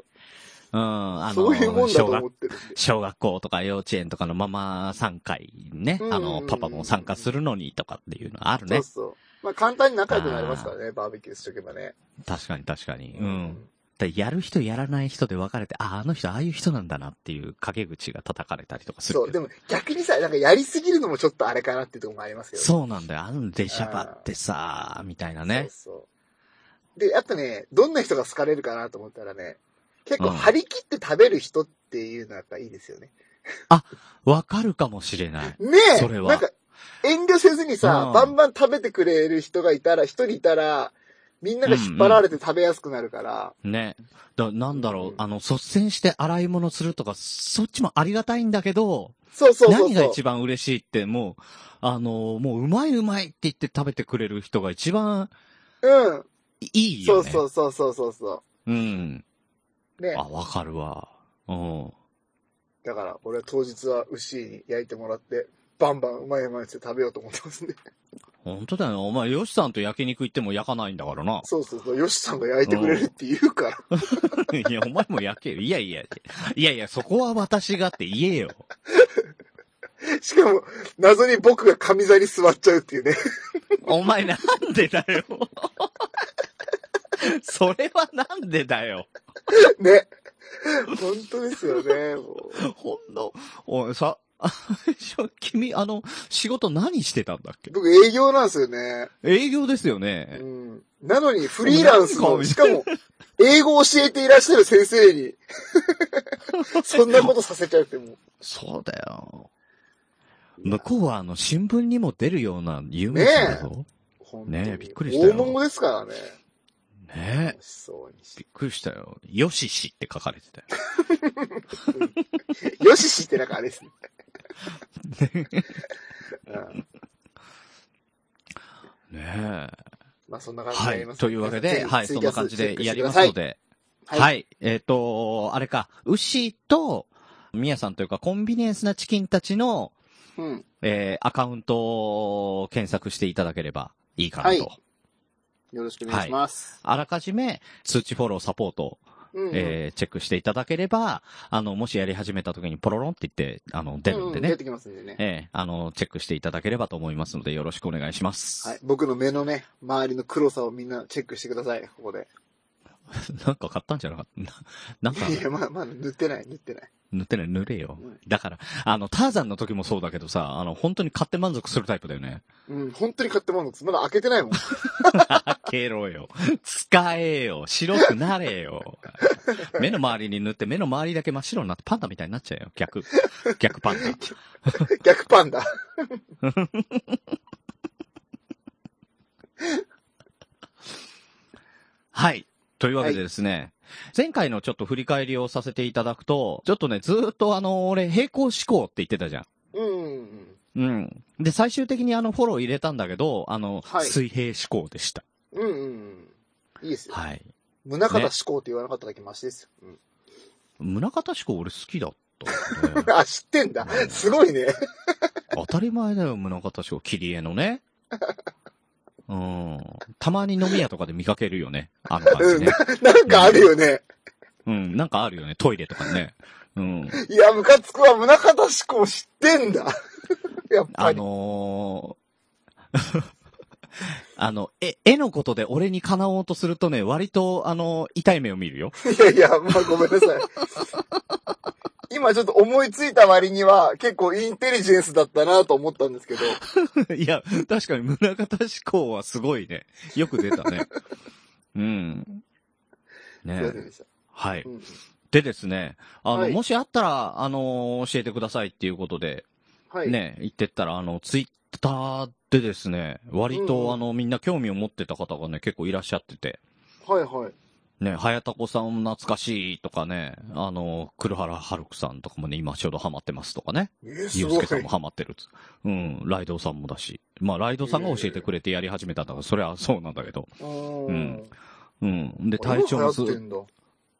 Speaker 2: うん、あの、
Speaker 3: そういうもんだ
Speaker 2: 小
Speaker 3: と思
Speaker 2: 学、
Speaker 3: ってるんで。
Speaker 2: 小学校とか幼稚園とかのママ参会ね、あ
Speaker 3: う
Speaker 2: の
Speaker 3: ん、
Speaker 2: パパも参加するのにとかっていうのあるね
Speaker 3: そう。そう。まあ簡単に仲良くなりますからね、バーベキューしとけばね。
Speaker 2: 確かに確かに。うん。。でやる人やらない人で分かれて、ああ、あの人ああいう人なんだなっていう陰口が叩かれたりとかする
Speaker 3: そ
Speaker 2: け
Speaker 3: う、
Speaker 2: ど。
Speaker 3: でも逆にさ、なんかやりすぎるのもちょっとあれかなっていうところもありますけどね。
Speaker 2: そうなんだよ。あの出しゃばってさ、みたいなね。
Speaker 3: そうそう。で、やっぱね、どんな人が好かれるかなと思ったらね、結構
Speaker 2: うん
Speaker 3: 張り切って食べる人っていうのがやっぱいいですよね。
Speaker 2: わかるかもしれない。
Speaker 3: ねえ
Speaker 2: それは
Speaker 3: なんか、遠慮せずに
Speaker 2: う
Speaker 3: さ
Speaker 2: ん、
Speaker 3: バンバン食べてくれる人がいたら、一人いたら、みんなが引っ張られて食べやすくなるから。
Speaker 2: ね。だなんだろう
Speaker 3: う、ん
Speaker 2: あの、率先して洗い物するとか、そっちもありがたいんだけど、
Speaker 3: そうそうそうそう。
Speaker 2: 何が一番嬉しいって、もう、あの、もううまいうまいって言って食べてくれる人が一番
Speaker 3: うん。
Speaker 2: いい
Speaker 3: そ
Speaker 2: よ
Speaker 3: う
Speaker 2: ね。
Speaker 3: そううそうそうそうそ
Speaker 2: うん。
Speaker 3: う。ね
Speaker 2: あ、。わかるわ。うん。
Speaker 3: だから、俺は当日は牛に焼いてもらって、バンバンうまいうまいって食べようと思って ますね。。
Speaker 2: 本当だよね。お前、ヨシさんと焼肉行っても焼かないんだからな
Speaker 3: そうそうそう。ヨシさんが焼いてくれるって言うから。
Speaker 2: いや、お前も焼けよ。いやいや、いやいや、そこは私がって言えよ。
Speaker 3: しかも、謎に僕が上座に座っちゃうっていうね。
Speaker 2: お前なんでだよ。 それはなんでだよ。
Speaker 3: ね。本当ですよね。も
Speaker 2: ほんの、おい、さ、 あ君、あの、仕事何してたんだっけ
Speaker 3: う僕営業なんですよね。
Speaker 2: 営業ですよ
Speaker 3: う
Speaker 2: ね。
Speaker 3: ん。なのにフリーランス
Speaker 2: う
Speaker 3: の、
Speaker 2: ん
Speaker 3: しかも、英語を教えていらっしゃる先 生に、そんなことさせちゃうっても
Speaker 2: そうだよ。向こうは、あの、新聞にも出るような有名人だぞ。
Speaker 3: う、本当
Speaker 2: ねえ
Speaker 3: に。
Speaker 2: びっくりしたよ
Speaker 3: 大物ですからね。
Speaker 2: ね
Speaker 3: 美
Speaker 2: え。
Speaker 3: 味しそうにし
Speaker 2: びっくりしたよ。ヨシシって書かれてたよ。
Speaker 3: て。よししってなんかあれですね。うん
Speaker 2: ねえ。
Speaker 3: まあそんな感じに
Speaker 2: は
Speaker 3: なり
Speaker 2: い
Speaker 3: ま。す、
Speaker 2: というわけ
Speaker 3: ぜ
Speaker 2: で、
Speaker 3: ひ
Speaker 2: はい、
Speaker 3: ツ
Speaker 2: そ
Speaker 3: イ
Speaker 2: ん
Speaker 3: キャ
Speaker 2: な
Speaker 3: ス
Speaker 2: 感じでやります
Speaker 3: チェッ
Speaker 2: の
Speaker 3: クしてください
Speaker 2: で。
Speaker 3: はい
Speaker 2: はい。えっ、と、あれか、牛と、ミヤさんというか、コンビニエンスなチキンたちの、
Speaker 3: うん。
Speaker 2: えーアカウントを検索していただければいいかなと。
Speaker 3: はいよろしくお願いします。
Speaker 2: あらかじめ、通知フォローサポート、
Speaker 3: うん
Speaker 2: えーチェックしていただければ、あの、もしやり始めた時にポロロンって言って、あの、出るんで
Speaker 3: う
Speaker 2: ね
Speaker 3: 出。てきますんでね。
Speaker 2: えーあの、チェックしていただければと思いますので、よろしくお願いします。
Speaker 3: はい。僕の目のね、周りの黒さをみんなチェックしてください、ここで。
Speaker 2: なんか買ったんじゃなかった ななんか、
Speaker 3: いや、まだまだ塗ってない、塗ってない。
Speaker 2: 塗ってない、塗れよ
Speaker 3: うん。
Speaker 2: だから、あの、ターザンの時もそうだけどさ、あの、本当に買って満足するタイプだよね。
Speaker 3: うん、本当に買ってもらうのですまだ開けてないもん。
Speaker 2: 開けろよ。使えよ。白くなれよ。目の周りに塗って、目の周りだけ真っ白になってパンダみたいになっちゃうよ。逆。逆パンダ。
Speaker 3: 逆パンダ。
Speaker 2: はい。というわけでですね、前回のちょっと振り返りをさせていただくと、ちょっとね、ずーっとあの、俺、平行思考って言ってたじゃん。
Speaker 3: うん。
Speaker 2: うん。で、最終的にあの、フォロー入れたんだけど、あの、
Speaker 3: はい
Speaker 2: 水平思考でした。
Speaker 3: うんうん。いいですよ。
Speaker 2: はい。
Speaker 3: 宗像思考って言わなかっただけマシですよ。
Speaker 2: 宗像思考俺好きだった んだよね、
Speaker 3: うん、あ、知ってんだ。すごいね。
Speaker 2: 当たり前だよ、宗像賞、切り絵のね。うん。たまに飲み屋とかで見かけるよね。あの感じね。
Speaker 3: なんかあるよね。
Speaker 2: うん。なんかあるよね。トイレとかね。うん。
Speaker 3: いや、ムカつくわ。宗像思考知ってんだ。やっぱ
Speaker 2: あ
Speaker 3: り。
Speaker 2: のー あの、え、絵のことで俺に叶おうとするとね、割と、あの痛い目を見るよ。
Speaker 3: いやいや、まあごめんなさい。今ちょっと思いついた割には結構インテリジェンスだったなと思ったんですけど。
Speaker 2: いや、確かに宗像思考はすごいね。よく出たね。うん。
Speaker 3: すいません
Speaker 2: ね
Speaker 3: でした。
Speaker 2: はい。
Speaker 3: うん
Speaker 2: でですね、あの、
Speaker 3: はい
Speaker 2: もしあったら、あの教えてくださいっていうことで、
Speaker 3: はい。
Speaker 2: ね、言ってったら、あの、ツイッターでですね、割と、
Speaker 3: うんうん
Speaker 2: あの、みんな興味を持ってた方がね、結構いらっしゃってて、
Speaker 3: はいはい。
Speaker 2: ね、はやたこさん懐かしいとかね、あの、黒原はるくさんとかもね、今ちょうどハマってますとかね、
Speaker 3: えー、す
Speaker 2: ゆう
Speaker 3: ご
Speaker 2: す
Speaker 3: い
Speaker 2: け。さんもハマってるっつ。うん、ライドウさんもだし。まあ、ライドウさんが教えてくれてやり始めたんだから、それはそうなんだけど。
Speaker 3: う
Speaker 2: うん。うん。で、
Speaker 3: これ
Speaker 2: 体調
Speaker 3: も
Speaker 2: の
Speaker 3: 流行って
Speaker 2: す、
Speaker 3: んだ。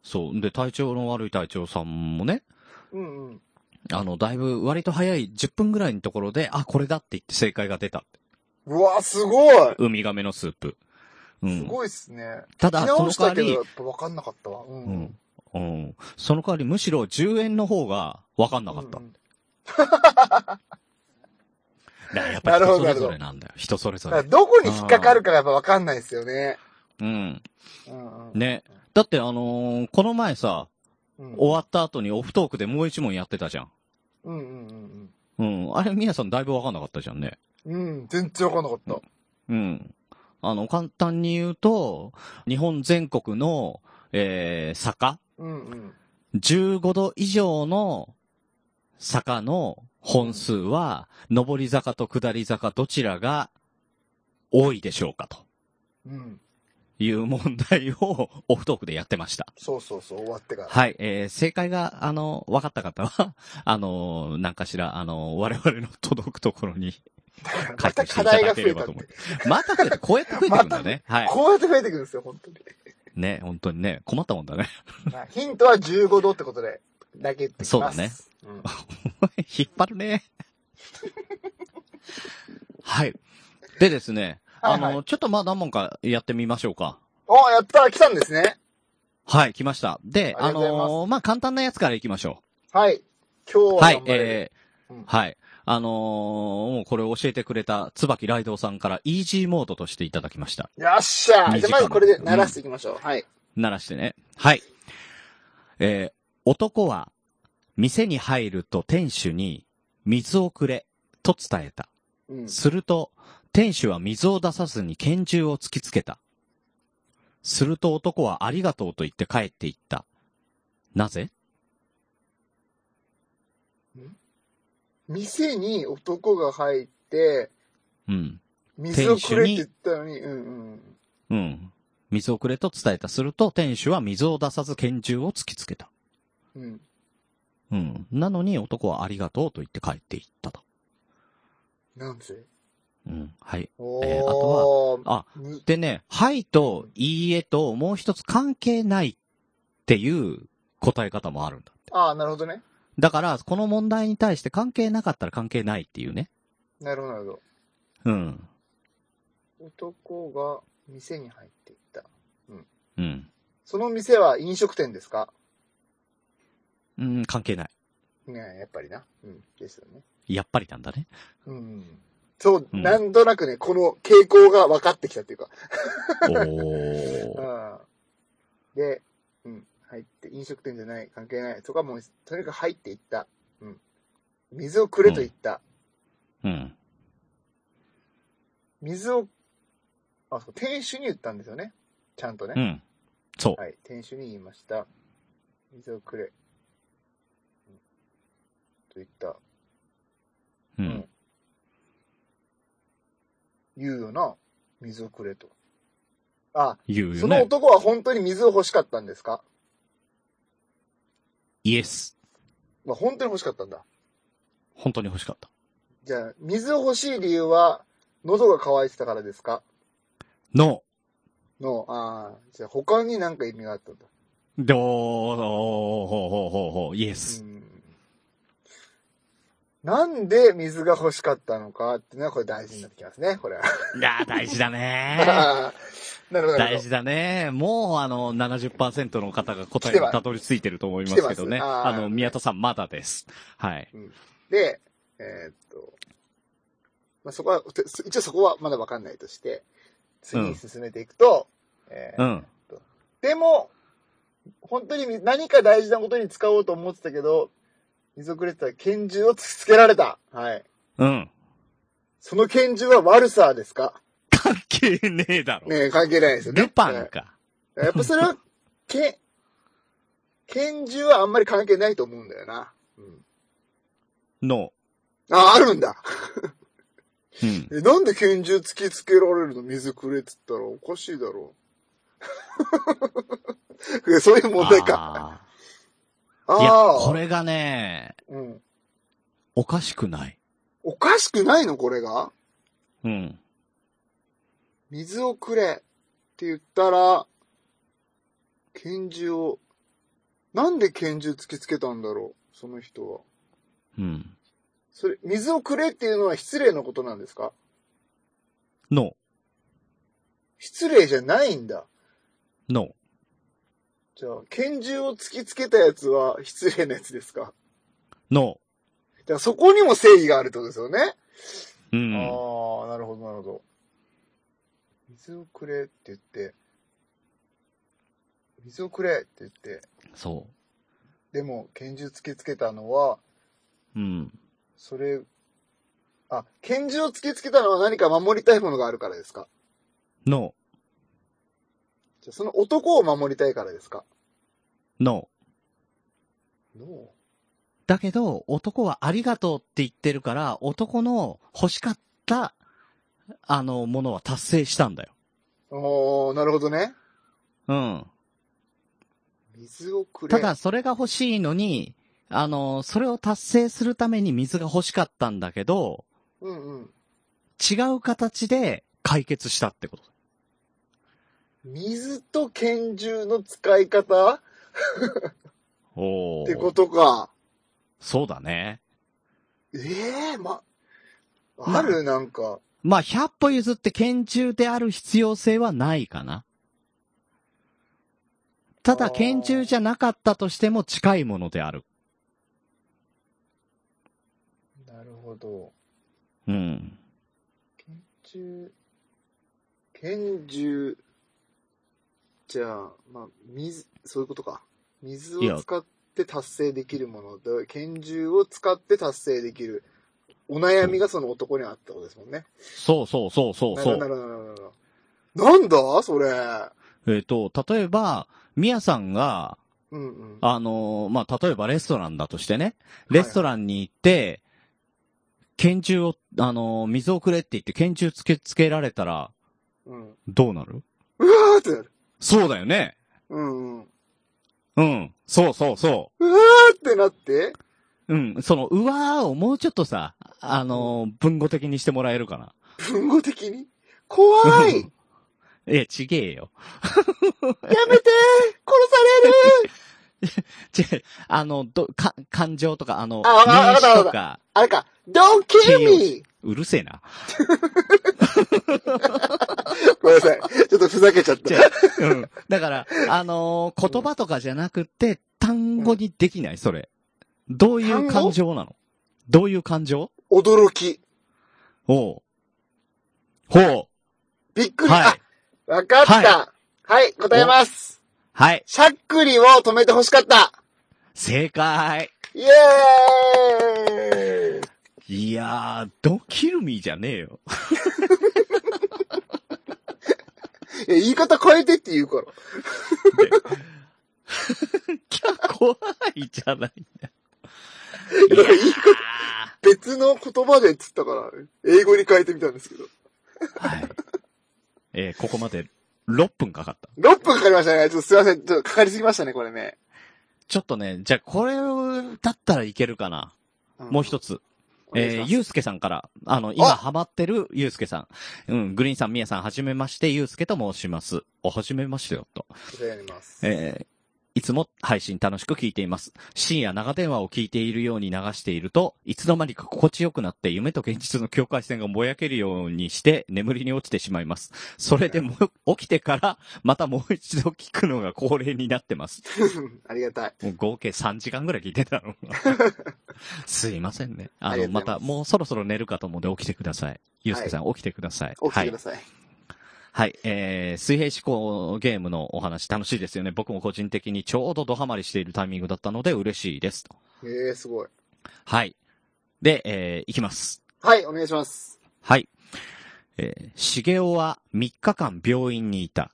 Speaker 2: そう。で、体調の悪い隊長さんもね、
Speaker 3: うんうん。
Speaker 2: あの、だいぶ、割と早い10分ぐらいのところで、あ、これだって言って正解が出た。
Speaker 3: うわ、すごい
Speaker 2: ウミガメのスープ。う
Speaker 3: す
Speaker 2: ん。
Speaker 3: ごいっすね。
Speaker 2: た
Speaker 3: 聞
Speaker 2: だ、そ
Speaker 3: き直
Speaker 2: の
Speaker 3: した
Speaker 2: 代わ
Speaker 3: けど、
Speaker 2: り
Speaker 3: やっ、ぱ分かんなかったわ。うん。
Speaker 2: うん。うん。その代わり、むしろ10円の方が分かんなかった。
Speaker 3: うん
Speaker 2: だからやっぱり
Speaker 3: なる
Speaker 2: 人
Speaker 3: ほ
Speaker 2: そ
Speaker 3: ど
Speaker 2: れぞれなんだよ。人それぞ
Speaker 3: だから
Speaker 2: れ。
Speaker 3: どこに引っかかるかがやっぱ分かんないですよね。
Speaker 2: うん。
Speaker 3: うんうん。
Speaker 2: ね。だって、あのーこの前さ、
Speaker 3: うん。
Speaker 2: 終わった後にオフトークでもう一問やってたじゃん。
Speaker 3: うんうん
Speaker 2: うん。あれ、みやさんだいぶ分かんなかったじゃんね。
Speaker 3: うんうん。うん、全然分かんなかった。
Speaker 2: うん。あの、簡単に言うと、日本全国の、えー、坂
Speaker 3: うんうん。
Speaker 2: 15度以上の坂の本数は、上り坂と下り坂どちらが多いでしょうかと
Speaker 3: うん。
Speaker 2: いう問題をオフトークでやってました。
Speaker 3: そうそうそう、終わってか ら。
Speaker 2: はい、えー正解が、あの、分かった方は、あの、なんかしら、あの、我々の届くところに書
Speaker 3: ま
Speaker 2: いて
Speaker 3: た
Speaker 2: いた
Speaker 3: 課題
Speaker 2: だ
Speaker 3: が
Speaker 2: け
Speaker 3: 増
Speaker 2: れ
Speaker 3: え
Speaker 2: ば
Speaker 3: たっ
Speaker 2: と
Speaker 3: て
Speaker 2: 思。う。また増えて、こうやって増えてくんだね。はい。
Speaker 3: こうやって増えてくるんですよ、本当に。
Speaker 2: ね、本当にね、困ったもんだね。
Speaker 3: まあヒントは15度ってことで、だけ言ってきます。
Speaker 2: そうだね
Speaker 3: うん。
Speaker 2: 引っ張るね。はい。でですね、あの、
Speaker 3: はいは
Speaker 2: ちょっとまあ何問かやってみましょうか。
Speaker 3: お、やった来たんですね。
Speaker 2: はい、来ました。で、あ
Speaker 3: ありがとうございます
Speaker 2: のーまあ簡単なやつからいきましょ
Speaker 3: はい。今日
Speaker 2: う。
Speaker 3: は
Speaker 2: はい
Speaker 3: 頑、張れる、
Speaker 2: えー
Speaker 3: うん
Speaker 2: はい。あのーもうこれを教えてくれた椿ライドウさんからイージーモードとしていただきました。
Speaker 3: よっしゃ
Speaker 2: 二
Speaker 3: じ
Speaker 2: 時間
Speaker 3: ゃあまずこれで鳴らしていきましょう。はい。
Speaker 2: 鳴らしてね。はい。えー男は、店に入ると店主に、水をくれ、と伝えた。
Speaker 3: うん。
Speaker 2: すると、店主は水を出さずに拳銃を突きつけた。すると男はありがとうと言って帰っていった。なぜ
Speaker 3: 店に男が入って、
Speaker 2: うん。
Speaker 3: 水をくれって言ったのに、うんうん。
Speaker 2: うん。水をくれと伝えた。すると、店主は水を出さず拳銃を突きつけた。
Speaker 3: うん。
Speaker 2: うん。なのに男はありがとうと言って帰っていったと。
Speaker 3: なんで
Speaker 2: うん。はい。
Speaker 3: お
Speaker 2: えーあとあ、
Speaker 3: は、む
Speaker 2: でね、はいといいえともう一つ関係ないっていう答え方もあるんだ。
Speaker 3: あーなるほどね。
Speaker 2: だから、この問題に対して関係なかったら関係ないっていうね。
Speaker 3: なるほど、なるほ
Speaker 2: うん。
Speaker 3: ど。男が店に入っていった。
Speaker 2: うん。
Speaker 3: その店は飲食店ですか
Speaker 2: うん、関係ない。
Speaker 3: ねえやっぱりな。うん。ですよね。
Speaker 2: やっぱりなんだね。
Speaker 3: うん。そう、
Speaker 2: うん
Speaker 3: なんとなくね、この傾向が分かってきたっていうか。
Speaker 2: おー。
Speaker 3: うん。で、うん、入って、飲食店じゃない、関係ない。そこはもう、とにかく入っていった。うん。水をくれと言った。
Speaker 2: うん。
Speaker 3: 水を、あ、そう、店主に言ったんですよね。ちゃんとね。
Speaker 2: うん。そう。
Speaker 3: はい、店主に言いました。水をくれ。うんと言った。
Speaker 2: う
Speaker 3: うん
Speaker 2: ん。
Speaker 3: 言うよな。水をくれと。あ、
Speaker 2: 言う
Speaker 3: そ
Speaker 2: よ
Speaker 3: の
Speaker 2: ね。
Speaker 3: 男は本当に水を欲しかったんですか
Speaker 2: イエス。
Speaker 3: まあ、本当に欲しかったんだ。
Speaker 2: 本当に欲しかった。
Speaker 3: じゃあ、水を欲しい理由は、喉が渇いてたからですか
Speaker 2: の、
Speaker 3: の、ああ、じゃあ他に何か意味があったんだ。
Speaker 2: どー、ほうほうほうほう、イエ
Speaker 3: う
Speaker 2: ス。
Speaker 3: ん。なんで水が欲しかったのかっていうのはこれ大事になってきますね、これは。
Speaker 2: いやー、大事だ ね
Speaker 3: なるほど、なる
Speaker 2: 大
Speaker 3: ほど。
Speaker 2: 事だねもう、あの、70%の方が答
Speaker 3: 来
Speaker 2: え
Speaker 3: て
Speaker 2: に
Speaker 3: ます
Speaker 2: たどり着いてると思いますけど
Speaker 3: 来
Speaker 2: ね。
Speaker 3: てます
Speaker 2: あ
Speaker 3: あー
Speaker 2: の、宮田さんまだです。はい。
Speaker 3: で、えーっと、まあ、そこは、て一応そこはまだわかんないとして、次に進めていくと、えー
Speaker 2: うん。
Speaker 3: でも、本当にみ何か大事なことに使おうと思ってたけど、水をくれてた拳銃を突きつけられた。はい。
Speaker 2: うん。
Speaker 3: その拳銃はワルサーですか
Speaker 2: 関係ねえだろ。
Speaker 3: ねえ、関係ないですよね。
Speaker 2: ルパ
Speaker 3: は
Speaker 2: ン
Speaker 3: い
Speaker 2: か。
Speaker 3: やっぱそれは、け、拳銃はあんまり関係ないと思うんだよな。うん。
Speaker 2: の。
Speaker 3: あ、あるんだ。
Speaker 2: うん。
Speaker 3: えなんで拳銃突きつけられるの水くれって言ったらおかしいだ ろう。いやそういう問題か。
Speaker 2: あ
Speaker 3: あ
Speaker 2: ー。いや
Speaker 3: あ、ー。
Speaker 2: これがね、
Speaker 3: うん。
Speaker 2: おかしくない。
Speaker 3: おかしくないのこれが
Speaker 2: うん。
Speaker 3: 水をくれって言ったら、拳銃を、なんで拳銃突きつけたんだろうその人は。
Speaker 2: うん。
Speaker 3: それ、水をくれっていうのは失礼なことなんですか
Speaker 2: の、
Speaker 3: 失礼じゃないんだ。
Speaker 2: の、
Speaker 3: じゃあ、拳銃を突きつけたやつは失礼なやつですか
Speaker 2: の。
Speaker 3: だからそこにも正義があるってことですよね。
Speaker 2: うん。
Speaker 3: ああ、なるほど、なるほど。水をくれって言って、水をくれって言って、
Speaker 2: そ
Speaker 3: でも拳銃突きつけたのは、
Speaker 2: う。うん。
Speaker 3: それ、あ、拳銃を突きつけたのは何か守りたいものがあるからですか
Speaker 2: の、
Speaker 3: じゃあその男を守りたいからですか
Speaker 2: の。
Speaker 3: の
Speaker 2: だけど、男はありがとうって言ってるから、男の欲しかった、あの、ものは達成したんだよ。
Speaker 3: おー、なるほどね。
Speaker 2: うん。
Speaker 3: 水をくれ。
Speaker 2: ただ、、それが欲しいのに、あの、それを達成するために水が欲しかったんだけど、
Speaker 3: うんうん。
Speaker 2: 違う形で解決したってこと。
Speaker 3: 水と拳銃の使い方っ
Speaker 2: お
Speaker 3: てことか。
Speaker 2: そうだね。
Speaker 3: ええま、
Speaker 2: まあ
Speaker 3: あるなんか。
Speaker 2: まあ、100歩譲って拳銃である必要性はないかな。た
Speaker 3: あ
Speaker 2: だ、
Speaker 3: ー
Speaker 2: 拳銃じゃなかったとしても近いものである。
Speaker 3: なるほど。
Speaker 2: うん。
Speaker 3: 拳銃、拳銃、じゃあ、まあ、水、そういうことか。水
Speaker 2: いや
Speaker 3: を使って達成できるものと、拳銃を使って達成できる。お悩みがその男にあったことですもんね。
Speaker 2: そうそうそうそうそ
Speaker 3: な
Speaker 2: う。
Speaker 3: るほどなるほどなるほど。なんだそれ。
Speaker 2: えっ、と、例えば、ミヤさんが、
Speaker 3: うんうん。
Speaker 2: あのーまあ、例えばレストランだとしてね、レストランに行って、拳銃を、あのー水をくれって言って拳銃つけ、つけられたら、
Speaker 3: うん。
Speaker 2: どうなる
Speaker 3: うわーってなる。
Speaker 2: そうだよね。
Speaker 3: うんうん。
Speaker 2: うん。そうそうそう
Speaker 3: わーってなって。
Speaker 2: う。うん。その、うわーをもうちょっとさ、あのー文語的にしてもらえるかな。
Speaker 3: 文語的に怖いや
Speaker 2: いや、ちげえよ。
Speaker 3: めて殺される
Speaker 2: ちげえあの、ど、か、感情とか、あの、
Speaker 3: あわか
Speaker 2: 名
Speaker 3: った
Speaker 2: 詞
Speaker 3: わか
Speaker 2: と
Speaker 3: っ
Speaker 2: か、
Speaker 3: あれか、Don't kill me!
Speaker 2: うるせえな。
Speaker 3: ごめんなさい。ちょっとふざけちゃった
Speaker 2: じゃ。あうん。だから、あのー言葉とかじゃなくて、単語にできない、それ。どういう感情なのどういう感情
Speaker 3: 驚き。
Speaker 2: おう。ほ
Speaker 3: びっ
Speaker 2: う。
Speaker 3: くり。
Speaker 2: はい。
Speaker 3: あ、わかった。
Speaker 2: は
Speaker 3: はい、答えます。
Speaker 2: はい。
Speaker 3: しゃっくりを止めて欲しかった。
Speaker 2: 正解。
Speaker 3: イエーイ
Speaker 2: いやー、ドキルミーじゃねえよ。
Speaker 3: いや言い方変えてって言うから。
Speaker 2: キャ、 怖いじゃない。
Speaker 3: いや言い方別の言葉でっつったから、英語に変えてみたんですけど。
Speaker 2: はい。えーここまで6分かかった。
Speaker 3: 6分かかりましたね。ちょっとすいません。ちょっとかかりすぎましたね、これね。
Speaker 2: ちょっとね、じゃあこれをだったらいけるかな。もう一
Speaker 3: つ。
Speaker 2: つ。
Speaker 3: お願いし
Speaker 2: えー
Speaker 3: ます
Speaker 2: ゆうすけさんから、あの、今
Speaker 3: あ
Speaker 2: ハマってるゆうすけさん。うん、グリーンさん、みやさん、はじめまして、ゆうすけと申します。お、はじめましてよ、と。
Speaker 3: 答えやります。
Speaker 2: えーいつも配信楽しく聞いています。深夜長電話を聞いているように流していると、いつの間にか心地よくなって夢と現実の境界線がぼやけるようにして眠りに落ちてしまいます。それでも起きてからまたもう一度聞くのが恒例になってます。
Speaker 3: ありがたい。
Speaker 2: もう合計3時間ぐらい聞いてた の。すいませんね。あ
Speaker 3: あ
Speaker 2: の、ま
Speaker 3: りがとうございます
Speaker 2: た、もうそろそろ寝るかと思うんで起きてください。ゆうすけさん、起きてください。
Speaker 3: 起き
Speaker 2: は
Speaker 3: て
Speaker 2: い
Speaker 3: くだ。さい。
Speaker 2: はい。えー、水平思考ゲームのお話楽しいですよね。僕も個人的にちょうどドハマりしているタイミングだったので嬉しいです。
Speaker 3: ええすごい。
Speaker 2: はい。で、えー、いきます。
Speaker 3: はい、お願いします。
Speaker 2: はい。えー、茂雄は3日間病院にいた。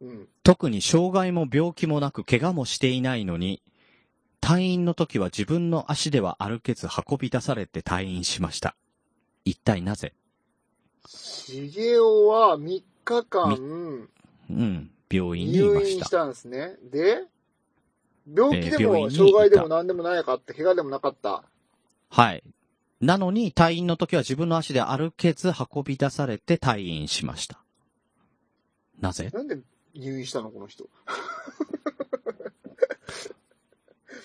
Speaker 3: うん。
Speaker 2: 特に障害も病気もなく怪我もしていないのに、退院の時は自分の足では歩けず運び出されて退院しました。一体なぜ
Speaker 3: 茂雄は3日間
Speaker 2: うん、病院にいま
Speaker 3: 入
Speaker 2: し
Speaker 3: 院
Speaker 2: た
Speaker 3: し。たんですね。で、病気で
Speaker 2: えー病院
Speaker 3: も
Speaker 2: に
Speaker 3: 障害で
Speaker 2: い
Speaker 3: も
Speaker 2: た
Speaker 3: 何でもなかった、怪我でもなかった。
Speaker 2: はい。なのに退院の時は自分の足で歩けず運び出されて退院しました。なぜ
Speaker 3: なんで入院したの、この人。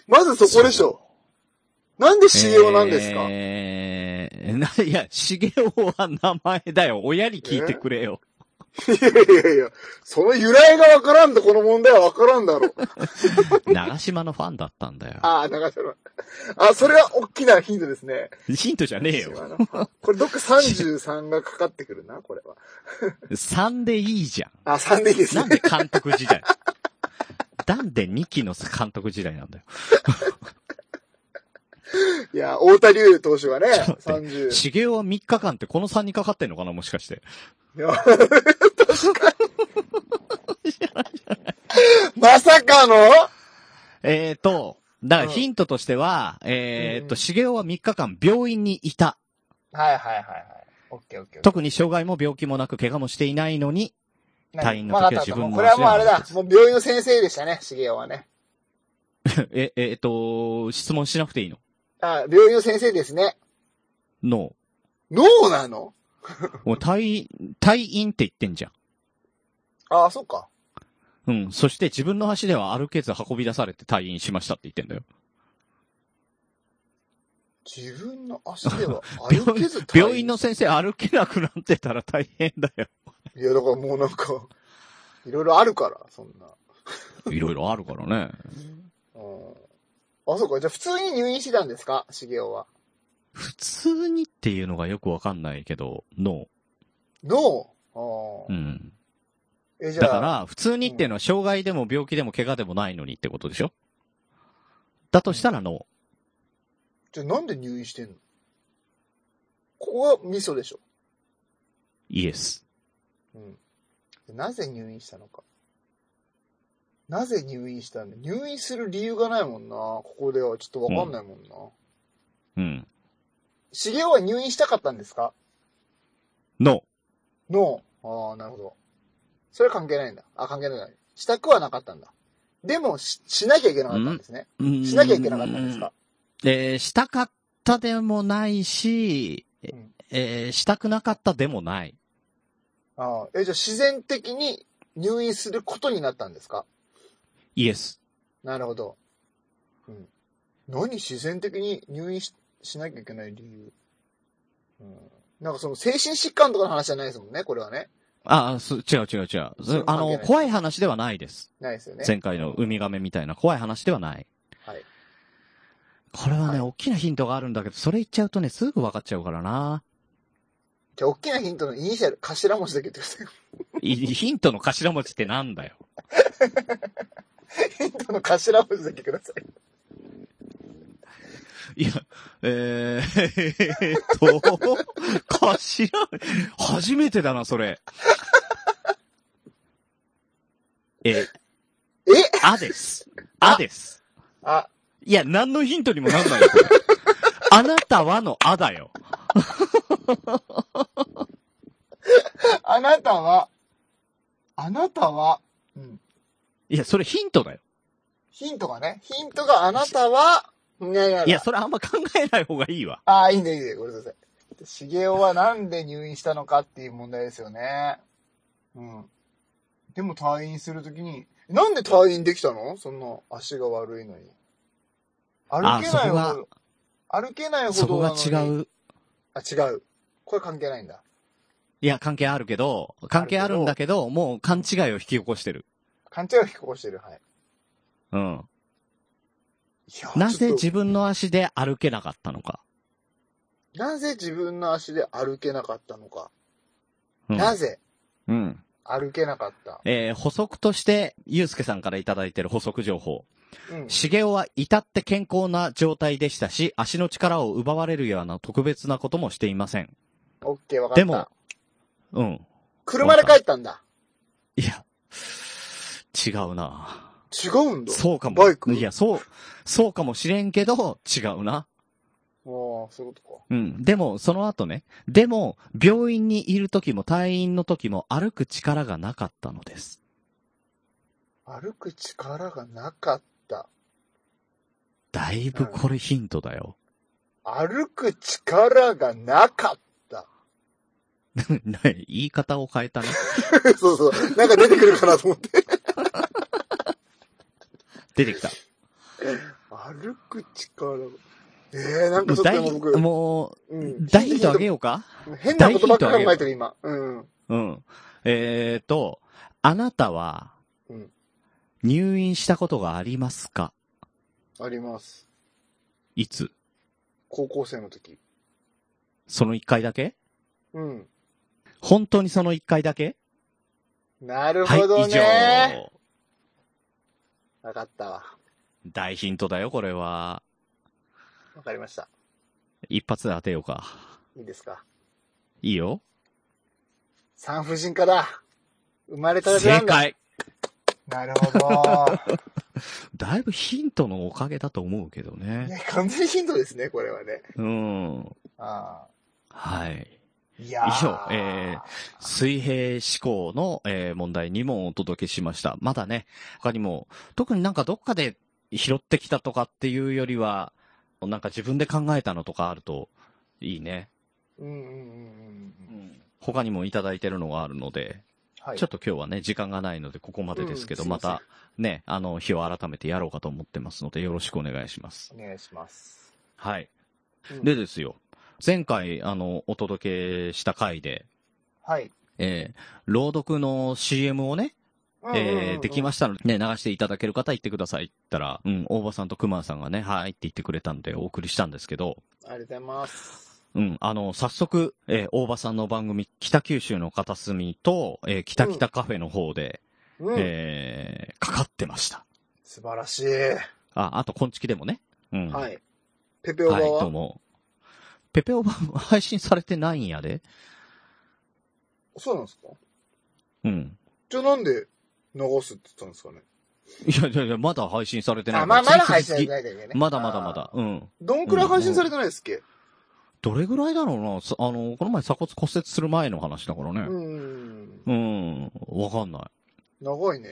Speaker 3: まずそこでしょ。なんで茂雄なんですか、
Speaker 2: えーないや、茂雄は名前だよ。親に聞いてくれよ。
Speaker 3: いやいやいや、その由来がわからんと、この問題はわからんだろう。
Speaker 2: 長島のファンだったんだよ。
Speaker 3: ああ、長島。あ、それは大きなヒントですね。
Speaker 2: ヒントじゃねえよ。
Speaker 3: 島のこれどっか33がかかってくるな、これは。
Speaker 2: 3でいいじゃん。
Speaker 3: あ、3でいいです
Speaker 2: なん
Speaker 3: ね。
Speaker 2: で監督時代なんで2期の監督時代なんだよ。
Speaker 3: いや、大田龍投手がね、
Speaker 2: ょっと待
Speaker 3: 30。
Speaker 2: 茂雄は3日間ってこの3にかかってんのかなもしかして。
Speaker 3: いや確かに。まさかの
Speaker 2: えーと、だからヒントとしては、えーっ
Speaker 3: うんう
Speaker 2: と、
Speaker 3: ん
Speaker 2: 茂雄は3日間病院にいた。
Speaker 3: はいはいはいはい。オッケーオッケー。
Speaker 2: 特に障害も病気もなく怪我もしていないのに、 退院の時は
Speaker 3: わかった
Speaker 2: 自分の
Speaker 3: もうこれはもうあれ
Speaker 2: 足で
Speaker 3: だ。もう病院の先生でしたね、茂雄はね。
Speaker 2: え、えーっと、質問しなくていいの
Speaker 3: あ病院の先生ですね。
Speaker 2: の、
Speaker 3: 脳なの
Speaker 2: もう退、退院って言ってんじゃん。
Speaker 3: ああ、そうか。
Speaker 2: うん。そして自分の足では歩けず運び出されて退院しましたって言ってんだよ。
Speaker 3: 自分の足では 歩
Speaker 2: 病
Speaker 3: け
Speaker 2: 院
Speaker 3: ず退院
Speaker 2: 病院の先生歩けなくなってたら大変だ よ。
Speaker 3: いや、だからもうなんか、いろいろあるから、そんな。
Speaker 2: いろいろあるからね。
Speaker 3: うん。あ、そうか。じゃあ普通に入院してたんですか茂雄は。
Speaker 2: 普通にっていうのがよくわかんないけど、の、
Speaker 3: 脳あ
Speaker 2: う
Speaker 3: あ。
Speaker 2: ん。
Speaker 3: え、じゃ
Speaker 2: だ
Speaker 3: あ。
Speaker 2: から、普通にっていうのは障害でも病気でも怪我でもないのにってことでしょだとしたらの、
Speaker 3: じゃあなんで入院してんのここはミソでしょ。
Speaker 2: イエス。
Speaker 3: うん。なぜ入院したのか。なぜ入院したんだ入院する理由がないもんな。ここではちょっとわかんないもんな。
Speaker 2: うん。
Speaker 3: 茂雄は入院したかったんですか
Speaker 2: の、
Speaker 3: の、ああ、なるほど。それは関係ないんだ。あ、関係ない。したくはなかったんだ。でもし、しなきゃいけなかったんですね。
Speaker 2: うん
Speaker 3: しなきゃいけなかったんですか
Speaker 2: えーしたかったでもないし、
Speaker 3: うん
Speaker 2: えーしたくなかったでもない。
Speaker 3: ああ、え、じゃあ自然的に入院することになったんですか
Speaker 2: イエス。
Speaker 3: なるほど。うん。何自然的に入院ししなきゃいけない理由。うん。なんかその精神疾患とかの話じゃないですもんね、これはね。
Speaker 2: ああ、す違う違う違う。
Speaker 3: それ
Speaker 2: ず
Speaker 3: も
Speaker 2: あ
Speaker 3: 関係
Speaker 2: の、
Speaker 3: ない
Speaker 2: 怖い話ではないです。
Speaker 3: ないですよね。
Speaker 2: 前回のウミガメみたいな怖い話ではない。
Speaker 3: はい。
Speaker 2: これはね、
Speaker 3: は
Speaker 2: 大きなヒントがあるんだけど、それ言っちゃうとね、すぐ分かっちゃうからな。
Speaker 3: じゃあ、大きなヒントのイニシャル、頭文字だけ言ってください。
Speaker 2: いヒントの頭文字ってなんだよ。
Speaker 3: ヒントの頭文字だけください。
Speaker 2: いや、えー、えーっと、頭、初めてだな、それ。 え、
Speaker 3: え
Speaker 2: あです。あです。
Speaker 3: あ、
Speaker 2: いや、何のヒントにもなんないよ。これあなたはのあだよ。
Speaker 3: あなたは、あなたは、うん。
Speaker 2: いや、それヒントだよ。
Speaker 3: ヒントがね、ヒントがあなたは、いやいや
Speaker 2: いや、それあんま考えない方がいいわ。
Speaker 3: ああ、いいね、いいね、ごめんなさい。茂雄はなんで入院したのかっていう問題ですよね。うん。でも退院するときに、なんで退院できたのそんな足が悪いのに。歩
Speaker 2: あ
Speaker 3: けない
Speaker 2: そこが
Speaker 3: ほど、歩けないほど
Speaker 2: そこ
Speaker 3: な
Speaker 2: が
Speaker 3: のに
Speaker 2: 違。う。
Speaker 3: あ、違う。これ関係ないんだ。
Speaker 2: いや、関係あるけど、関係あるんだけど、もう勘違いを引き起こしてる。
Speaker 3: 勘違いを引き起こしてる。はい。
Speaker 2: うん。
Speaker 3: いや
Speaker 2: な
Speaker 3: ちょ
Speaker 2: ぜ
Speaker 3: っと
Speaker 2: 自分の足で歩けなかったのか。
Speaker 3: なぜ自分の足で歩けなかったのか。
Speaker 2: うん
Speaker 3: なぜ
Speaker 2: うん。
Speaker 3: 歩けなかった。
Speaker 2: えー補足として、ゆうすけさんからいただいてる補足情報。
Speaker 3: うん。
Speaker 2: しげおは至って健康な状態でしたし、足の力を奪われるような特別なこともしていません。
Speaker 3: オッケー、わかった。
Speaker 2: でも、うん。
Speaker 3: 車で帰ったんだ。
Speaker 2: いや、違うな
Speaker 3: 違うんだ。
Speaker 2: そうかも。
Speaker 3: バイク
Speaker 2: いや、そう、そうかもしれんけど、違うな。
Speaker 3: ああ、そういうことか。
Speaker 2: うん。でも、その後ね。でも、病院にいる時も退院の時も歩く力がなかったのです。
Speaker 3: 歩く力がなかった。
Speaker 2: だいぶこれヒントだよ。
Speaker 3: 歩く力がなかっ
Speaker 2: 言い方を変えたね。
Speaker 3: た。そうそう。なんか出てくるかなと思って。
Speaker 2: 出てきた。
Speaker 3: 歩く力が。ええー、なん
Speaker 2: も
Speaker 3: か
Speaker 2: う
Speaker 3: ちょっと
Speaker 2: 大
Speaker 3: 今
Speaker 2: ヒン
Speaker 3: 僕、
Speaker 2: ト、も
Speaker 3: う
Speaker 2: う、大ヒントあげ
Speaker 3: よ
Speaker 2: ようか
Speaker 3: う。変なことばっか考えてる今。うん。
Speaker 2: うん。えーと、あなたは
Speaker 3: うん、
Speaker 2: 入院したことがありますか
Speaker 3: あります。
Speaker 2: いつ
Speaker 3: 高校生の時。
Speaker 2: その一回だけ
Speaker 3: うん。
Speaker 2: 本当にその一回だけ
Speaker 3: なる
Speaker 2: はい、
Speaker 3: ほど
Speaker 2: 以
Speaker 3: ね。
Speaker 2: 上。
Speaker 3: わかったわ。
Speaker 2: 大ヒントだよ、これは。
Speaker 3: わかりました。
Speaker 2: 一発で当てようか。
Speaker 3: いいですか。
Speaker 2: いいよ。
Speaker 3: 産婦人科だ。生まれただけな
Speaker 2: 正
Speaker 3: んだ。
Speaker 2: 解。
Speaker 3: なるほど。
Speaker 2: だいぶヒントのおかげだと思うけど
Speaker 3: いや
Speaker 2: ね。
Speaker 3: 完全にヒントですね、これはね。
Speaker 2: うん。
Speaker 3: あ
Speaker 2: はい。
Speaker 3: ーいやー
Speaker 2: 以上えー水平思考の、えー問題2問をお届けしました。まだね、他にも、特になんかどっかで拾ってきたとかっていうよりは、なんか自分で考えたのとかあるといいね。
Speaker 3: うんうんうんうん。
Speaker 2: 他にもいただいてるのがあるので、
Speaker 3: はい。
Speaker 2: ちょっと今日はね、時間がないのでここまでですけど、
Speaker 3: うん
Speaker 2: ます
Speaker 3: いま
Speaker 2: たね、あの、日を改めてやろうかと思ってますので、よろしくお願いします。
Speaker 3: お願いします。
Speaker 2: はい。
Speaker 3: うん
Speaker 2: でですよ、前回、あの、お届けした回で、
Speaker 3: はい。
Speaker 2: えー朗読の CM をね、えーできま
Speaker 3: し
Speaker 2: したので、ね、流していただける方行ってくださいって言ったら、うん、大場さんと熊さんがね、はいって言ってくれたんでお送りしたんですけど、
Speaker 3: た。ありがとうございます。
Speaker 2: うん、あの、早速、えー大場さんの番組、北九州の片隅と、えー北北カフェの方で、
Speaker 3: うん。
Speaker 2: えーかかってました。
Speaker 3: 素晴らしい。
Speaker 2: あ、あと、こんちきでもね。うん。。
Speaker 3: はいい。ペペオバ
Speaker 2: はい、どう
Speaker 3: は
Speaker 2: も。ペペオバ配信されてないんやで。
Speaker 3: そうなんですか
Speaker 2: うん。
Speaker 3: じゃあなんで流すって言ったんですかね
Speaker 2: いやいやいや、まだ配信されてない
Speaker 3: あ、
Speaker 2: か
Speaker 3: ま
Speaker 2: ら。
Speaker 3: あ、まだ配信さ
Speaker 2: 続
Speaker 3: れ
Speaker 2: き
Speaker 3: てないんだよね。
Speaker 2: まだまだま
Speaker 3: あ
Speaker 2: だ。うん。
Speaker 3: ー。どんくらい配信されてないですっけ
Speaker 2: どれぐらいだろうな。さあの、この前鎖骨骨折する前の話だから
Speaker 3: う
Speaker 2: ね。
Speaker 3: ん。
Speaker 2: うん。わかんな
Speaker 3: 長いね。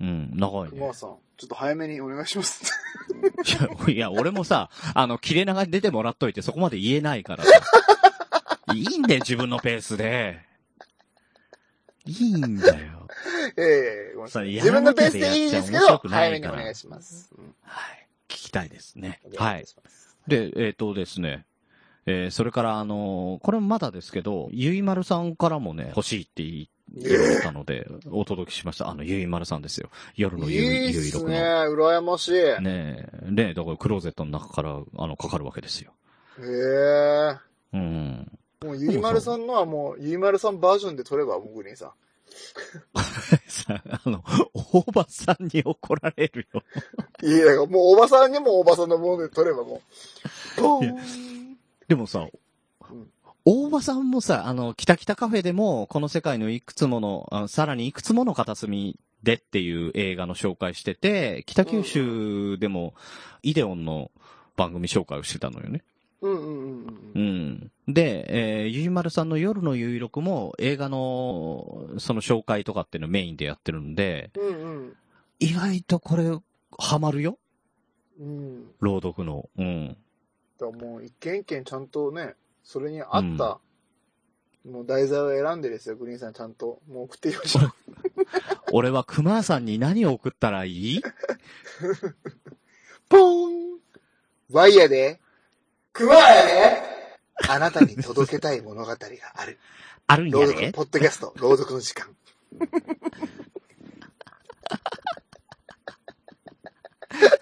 Speaker 2: い。うん。長いね。
Speaker 3: 熊さん、ちょっと早めにお願いします。
Speaker 2: いや、いや俺もさ、あの、切れ長に出てもらっといて、そこまで言えない からさ。いいんだよ、自分のペースで。いいんだよ。
Speaker 3: ええごめんな
Speaker 2: そ
Speaker 3: さい。
Speaker 2: れ
Speaker 3: 自分のペースでいいですけど、
Speaker 2: やら
Speaker 3: 早
Speaker 2: な
Speaker 3: め
Speaker 2: きゃやっちゃ面白くないから
Speaker 3: にお願いします。うん
Speaker 2: はい。聞きたいですね
Speaker 3: お。
Speaker 2: は
Speaker 3: 願
Speaker 2: い
Speaker 3: し。ます
Speaker 2: で、えっ、とですね。えーそれから、あのーこれもまだですけど、ゆいまるさんからもね、欲しいって言い言われたので、お届けしました。あの、ゆいまるさんですよ。夜の
Speaker 3: い
Speaker 2: ゆい、
Speaker 3: い
Speaker 2: ゆ
Speaker 3: っ
Speaker 2: いろ
Speaker 3: す
Speaker 2: くの。
Speaker 3: ね。
Speaker 2: ね
Speaker 3: 羨ましい。へ
Speaker 2: え、ねえ、だからクローゼットの中から、あの、かかるわけですよ。
Speaker 3: え。
Speaker 2: うん。
Speaker 3: もう、ゆいまるさんのはもう、ゆいまるさんバージョンで撮れば、もうグリーンさん。
Speaker 2: さ、あの、大場さんに怒られるよ。
Speaker 3: いや、だからもう、おばさんにもおばさんのもので撮れば、もう。ポーン
Speaker 2: でもさ
Speaker 3: うん、
Speaker 2: 大場さんもさ、あの、キタキタカフェでも、この世界のいくつもの、あさらにいくつもの片隅でっていう映画の紹介してて、北九州でも、イデオンの番組紹介をしてたのよね。
Speaker 3: うんうんうんうん
Speaker 2: う。ん。で、えーゆいまるさんの夜のゆいろくも映画の、その紹介とかっていうのをメインでやってるんで、
Speaker 3: うん
Speaker 2: 意外とこれ、ハマるよ
Speaker 3: うん。うん。
Speaker 2: 朗読の。うん。
Speaker 3: だからもう、一件一件ちゃんとね、それに合った、もう題材を選んでですよ、グリーンさんちゃんと。もう送ってよし。
Speaker 2: 俺は熊さんに何を送ったらいい
Speaker 3: ポーンワイヤで、クマやで、あなたに届けたい物語がある。
Speaker 2: あるん
Speaker 3: 朗
Speaker 2: や
Speaker 3: 読、
Speaker 2: で
Speaker 3: ポッドキャスト、朗読の時間。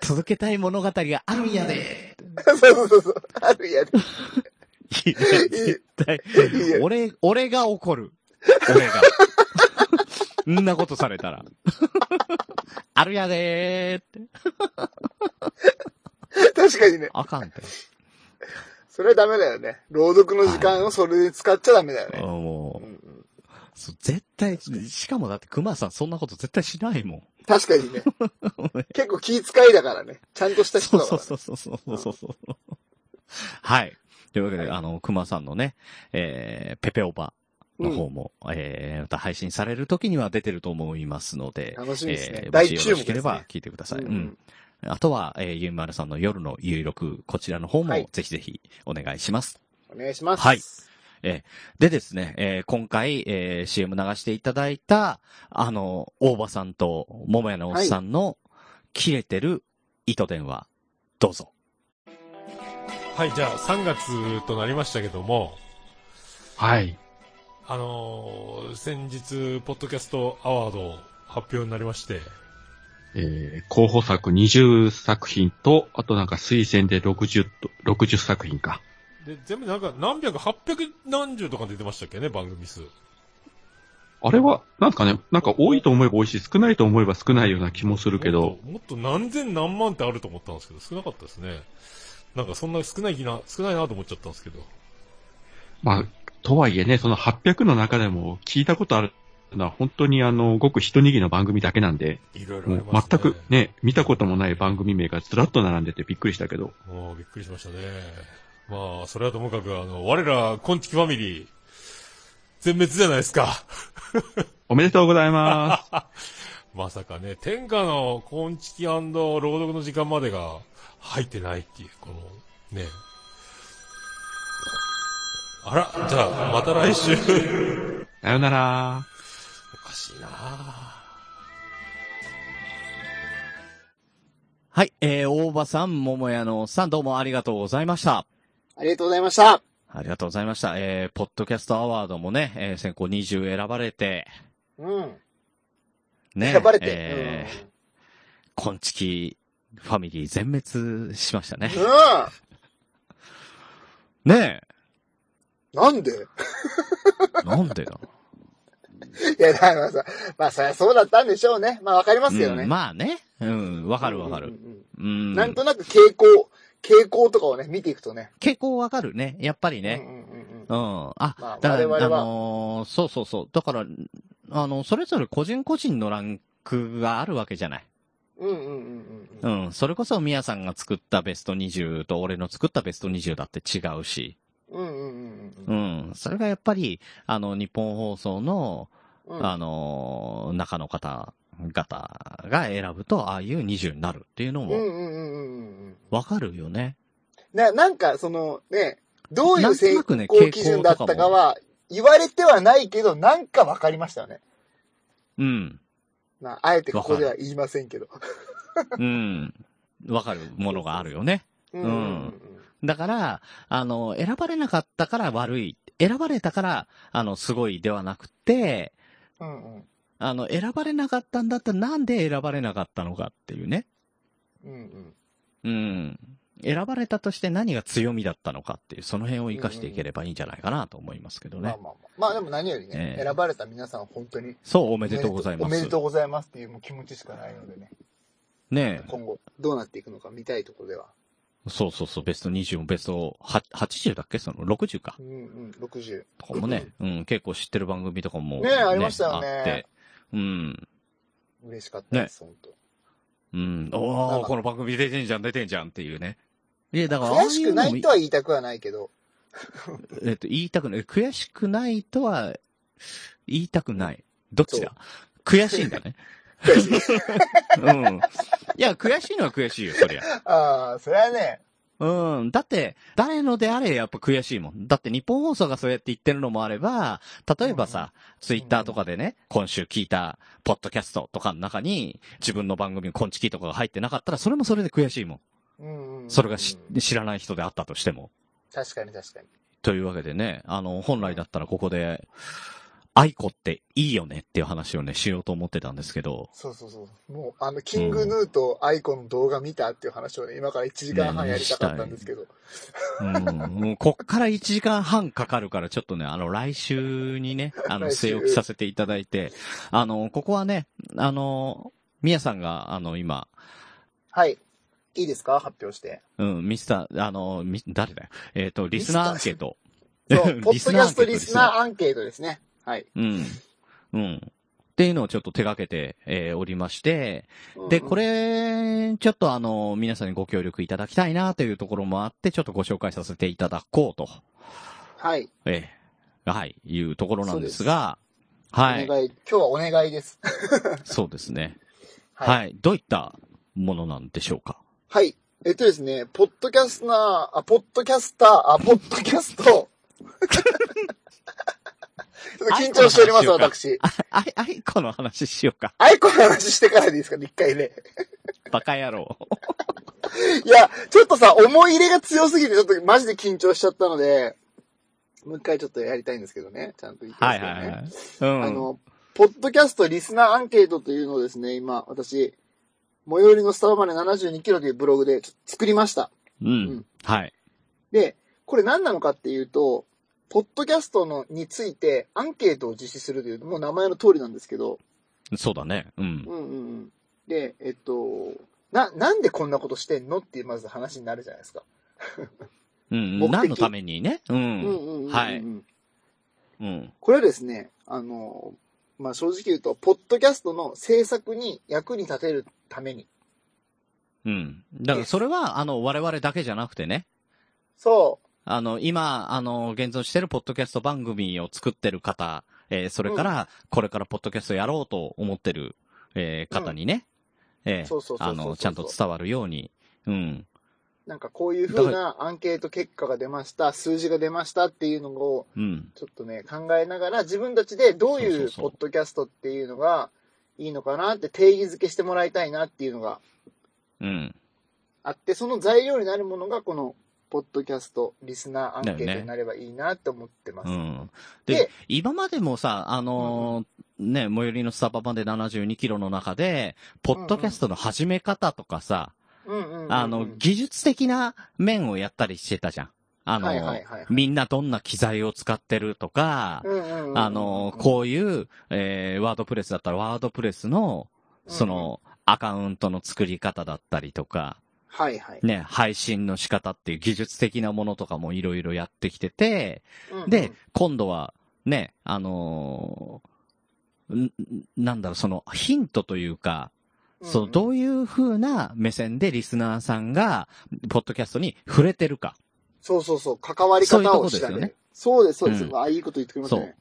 Speaker 2: 続けたい物語があるんやで
Speaker 3: そうそうそうそう。あるやで。
Speaker 2: いや絶対
Speaker 3: いや、
Speaker 2: 俺、俺が怒る。俺が。 んなことされたら。あるやでーって。
Speaker 3: 確かにね。
Speaker 2: あかんって。
Speaker 3: それはダメだよね。朗読の時間をそれで使っちゃダメだよ
Speaker 2: あ
Speaker 3: ね。
Speaker 2: も
Speaker 3: うん
Speaker 2: う、
Speaker 3: うん
Speaker 2: そう絶対、しかもだって熊さんそんなこと絶対しないもん。
Speaker 3: 確か にね。結構気遣いだからね。ちゃんとした人
Speaker 2: そう
Speaker 3: だか
Speaker 2: そう
Speaker 3: ら
Speaker 2: そ
Speaker 3: ね。
Speaker 2: うそうそうそうそう。はい。というわけで、あの、熊さんのね、えー、ペペオバの方も、えー、また配信される時には出てると思いますので、
Speaker 3: 楽しみですね
Speaker 2: えー、
Speaker 3: 大
Speaker 2: もし
Speaker 3: 注
Speaker 2: よ
Speaker 3: 目です
Speaker 2: ろしけ
Speaker 3: ね
Speaker 2: れば聞いてください。
Speaker 3: う
Speaker 2: うんん、
Speaker 3: うん
Speaker 2: あとは、えー、ゆいまるさんの夜の有力、こちらの方も
Speaker 3: はい
Speaker 2: ぜひぜひお願いします。
Speaker 3: お願いします。
Speaker 2: はいでですね、えー今回、えー CM 流していただいた、あの、大場さんと桃屋のおっさんの、切れてる糸電話、どうぞ。
Speaker 4: はい、じゃあ3月となりましたけども、
Speaker 5: はい。
Speaker 4: あのー先日、ポッドキャストアワード発表になりまして、
Speaker 5: えー候補作20作品と、あとなんか推薦で60と、60作品か。
Speaker 4: で、全部なんか何百、八百何十とか出てましたっけね、番組数。
Speaker 5: あれは、なんかね、なんか多いと思えば多いし、少ないと思えば少ないような気もするけ
Speaker 4: もっ
Speaker 5: ど、
Speaker 4: と。もっと何千何万ってあると思ったんですけど、少なかったですね。なんかそんな少ない気な、少ないなと思っちゃったんですけど。
Speaker 5: まあ、とはいえね、その800の中でも聞いたことあるな本当にあの、ごく一握りの番組だけなんで、
Speaker 4: いろいろ
Speaker 5: も
Speaker 4: あり
Speaker 5: う
Speaker 4: ますね。
Speaker 5: 全く。ね、見たこともない番組名がずらっと並んでてびっくりしたけど、
Speaker 4: もうびっくりしましたね。まあ、それはともかく、あの、我ら、コンチキファミリー、全滅じゃないですか。
Speaker 5: おめでとうござ います。
Speaker 4: まさかね、天下のコンチキ朗読の時間までが入ってないっていう、この、ね。あら、じゃあ、また来週。
Speaker 5: さよなら。
Speaker 4: おかしいなあ
Speaker 2: はい、えー、大場さん、桃屋のおっさん、どうもありがとうございました。
Speaker 3: ありがとうございました。
Speaker 2: ありがとうございました。えー、ポッドキャストアワードもね、えー、選考20選ばれて、
Speaker 3: うん。
Speaker 2: ね。
Speaker 3: 選ばれて。
Speaker 2: えー、コンチキファミリー全滅しましたね
Speaker 3: う。ん。うん
Speaker 2: ね
Speaker 3: なんで
Speaker 2: え。なんでだ。
Speaker 3: いや、だからさ、まあ、そりゃそうだったんでしょうね。まあ、わかり ますけどね。
Speaker 2: うんまあね。うん、わ
Speaker 3: わ
Speaker 2: かるわかる。。う。
Speaker 3: うんんなんとなく傾向、傾向とかをね、見ていくとね。
Speaker 2: 結構わかるね。やっぱりね。
Speaker 3: うんうんうん
Speaker 2: うん。あ、
Speaker 3: まあ
Speaker 2: だから、
Speaker 3: 我々は
Speaker 2: あのーそうそうそう。だから、あの、それぞれ個人個人のランクがあるわけじゃない。
Speaker 3: うん。うんうんうんう。
Speaker 2: うんん。それこそ、宮さんが作ったベスト20と、俺の作ったベスト20だって違うし。
Speaker 3: うんうんうん
Speaker 2: う。ん。それがやっぱり、あの、日本放送の、
Speaker 3: うん
Speaker 2: あのー中の方々が選ぶと、ああいう20になるっていうの
Speaker 3: うん
Speaker 2: も、
Speaker 3: うんうんうんうん。
Speaker 2: わかるよね。
Speaker 3: な、なんか、その、ね、どうい
Speaker 2: な
Speaker 3: うん
Speaker 2: と
Speaker 3: 選
Speaker 2: なくね
Speaker 3: 考基準だったかは、言われてはないけど、なんかわかりましたよね。
Speaker 2: うん。
Speaker 3: まあ、あえてここでは言いませんけど。
Speaker 2: うん。わかるものがあるよね。
Speaker 3: う
Speaker 2: うんだから、あの、選ばれなかったから悪い。選ばれたから、あの、すごいではなくて、
Speaker 3: うんうん。
Speaker 2: あの、選ばれなかったんだったらなんで選ばれなかったのかっていうね。
Speaker 3: うんう
Speaker 2: う
Speaker 3: ん。
Speaker 2: ん。選ばれたとして何が強みだったのかっていう、その辺を活かしていければいいんじゃないかなと思いますけど
Speaker 3: まあ
Speaker 2: ね。
Speaker 3: まあまあ。まあでも何より
Speaker 2: え、
Speaker 3: ね
Speaker 2: え
Speaker 3: 選ばれた皆さん本当に。
Speaker 2: そう、おめでとうございま
Speaker 3: お
Speaker 2: す。
Speaker 3: めでとうございますっていうもう気持ちしかないのでね。
Speaker 2: ねえ。
Speaker 3: 今後、どうなっていくのか見たいところでは。
Speaker 2: そうそうそう、ベスト20もベストは80だっけその60か
Speaker 3: う。んうん、60。
Speaker 2: とかもね、うん、結構知ってる番組とかも、
Speaker 3: ねえありましたよね
Speaker 2: あって。うん。
Speaker 3: 嬉しかったです、本当。
Speaker 2: うん。お
Speaker 3: なん
Speaker 2: お
Speaker 3: か
Speaker 2: この番組出てんじゃん、出てんじゃんっていうね。いや、だから、
Speaker 3: 悔しくないと
Speaker 2: あ
Speaker 3: は言いたくはないけど、
Speaker 2: あいうのもえっと、言いたくない。悔しくないとは、言いたくない。どっちだ悔しいんだね。うん。いや、悔しいのは悔しいよ、そりゃ。
Speaker 3: ああ、それはね、
Speaker 2: うん。だって、誰のであれやっぱ悔しいもん。だって日本放送がそうやって言ってるのもあれば、例えばさ、ツイッターとかでね、今週聞いた、ポッドキャストとかの中に、自分の番組のコンチキとかが入ってなかったら、それもそれで悔しいもん。
Speaker 3: うんうんうんうん
Speaker 2: それがし知らない人であったとしても。
Speaker 3: 確かに確かに。
Speaker 2: というわけでね、あの、本来だったらここで、愛子っていいよねっていう話をね、しようと思ってたんですけど、
Speaker 3: そうそうそう。もう、あの、キングヌーとアイコの動画見たっていう話をね、今から1時間半やりたかったんですけど。
Speaker 2: うん、もうこっから1時間半かかるから、ちょっとね、あの、来週にね、あの、
Speaker 3: 来週
Speaker 2: 据え置きさせていただいて、あの、ここはね、あの、みやさんが、あの、今、
Speaker 3: はい。いいですか発表して。
Speaker 2: うん、ミスター、あの、み誰だよ。えっ、と、リスナーアンケート。
Speaker 3: そう、ポッドキャストリ
Speaker 2: リ
Speaker 3: ス
Speaker 2: スナーアンケート
Speaker 3: ナーアンケートですね。はい。
Speaker 2: うん。うん。っていうのをちょっと手掛けて、えーおりまして、
Speaker 3: うん
Speaker 2: で、こ、れ、ちょっとあの、皆さんにご協力いただきたいなというところもあって、ちょっとご紹介させていただこうと、
Speaker 3: はい。
Speaker 2: えーはい、いうところなんですが、は
Speaker 3: お
Speaker 2: い、
Speaker 3: 願い、今日はお願いです。
Speaker 2: そうですね。
Speaker 3: は
Speaker 2: はいい、どういったものなんでしょうか。
Speaker 3: はい。えっとですね、ポッドキャスナー、あ、ポッドキャスター、あ、ポッドキ ャスト。ちょっと緊張しております、
Speaker 2: アイコの話
Speaker 3: 私。
Speaker 2: あ、 あい、あいこの話しようか。
Speaker 3: アイコの話してからでいいですかね、一回ね。
Speaker 2: バカ野郎。
Speaker 3: いや、ちょっとさ、思い入れが強すぎて、ちょっとマジで緊張しちゃったので、もう一回ちょっとやりたいんですけどね、ちゃんと言ってま
Speaker 2: は
Speaker 3: す
Speaker 2: い
Speaker 3: けどね。
Speaker 2: はいはい。うん。
Speaker 3: あの、ポッドキャストリスナーアンケートというのをですね、今、私、最寄りのスタバまで72キロというブログでちょっと作りました。
Speaker 2: うん、
Speaker 3: うん
Speaker 2: はい。
Speaker 3: で、これ何なのかっていうと、ポッドキャストのについてアンケートを実施するという、もう名前の通りなんですけど、
Speaker 2: そうだね。うん
Speaker 3: う。んうんうん。で、えっと、な、なんでこんなことしてんのっていうまず話になるじゃないですか。
Speaker 2: うん。
Speaker 3: 目的
Speaker 2: 何のためにね。う。
Speaker 3: うんんうんうんうんうん
Speaker 2: はい。うん。
Speaker 3: これはですね、あの、まあ正直言うと、ポッドキャストの制作に役に立てるために。
Speaker 2: うん。だからそれは、あの、我々だけじゃなくてね、
Speaker 3: そ
Speaker 2: あの、今、あの、現存してるポッドキャスト番組を作ってる方、えーそれから、これからポッドキャストやろうと思ってる、えー方にね、え
Speaker 3: う。
Speaker 2: ー
Speaker 3: そうそうそうそうそう。
Speaker 2: あの、ちゃんと伝わるように、うん。
Speaker 3: なんかこういう風なアンケート結果が出ました、数字が出ましたっていうのを、
Speaker 2: うん。
Speaker 3: ちょっとね、考えながら自分たちでどう
Speaker 2: そう
Speaker 3: い
Speaker 2: そう
Speaker 3: う
Speaker 2: そう
Speaker 3: ポッドキャストっていうのがいいのかなって定義づけしてもらいたいなっていうのが
Speaker 2: うん。
Speaker 3: あって、その材料になるものがこの、ポッドキャストリスナーアンケートになればいいなって思ってます。
Speaker 2: うん。
Speaker 3: で
Speaker 2: で、今までもさ、あのーね、最寄りのスタバまで72キロの中で、ポッドキャストの始め方とかさ、
Speaker 3: うんうんうんうん
Speaker 2: あの、技術的な面をやったりしてたじゃん。あのー
Speaker 3: はいはいはいはい
Speaker 2: みんなどんな機材を使ってるとか、
Speaker 3: うんうんうん
Speaker 2: あのーこういう、えー、ワードプレスだったらワードプレスの、その、アカウントの作り方だったりとか、
Speaker 3: はいはい。
Speaker 2: ね、配信の仕方っていう技術的なものとかもいろいろやってきてて、
Speaker 3: うんうん
Speaker 2: で、今度は、ね、あのーんなんだろう、その、ヒントというか、そう、どういう風な目線でリスナーさんが、ポッドキャストに触れてるか。
Speaker 3: そうそうそう、関わり方
Speaker 2: そ
Speaker 3: を
Speaker 2: ういうとこで
Speaker 3: 調
Speaker 2: すよ
Speaker 3: べ
Speaker 2: ね
Speaker 3: る。そうです、そうです。
Speaker 2: うん
Speaker 3: あ、いいこと言ってくれましたね。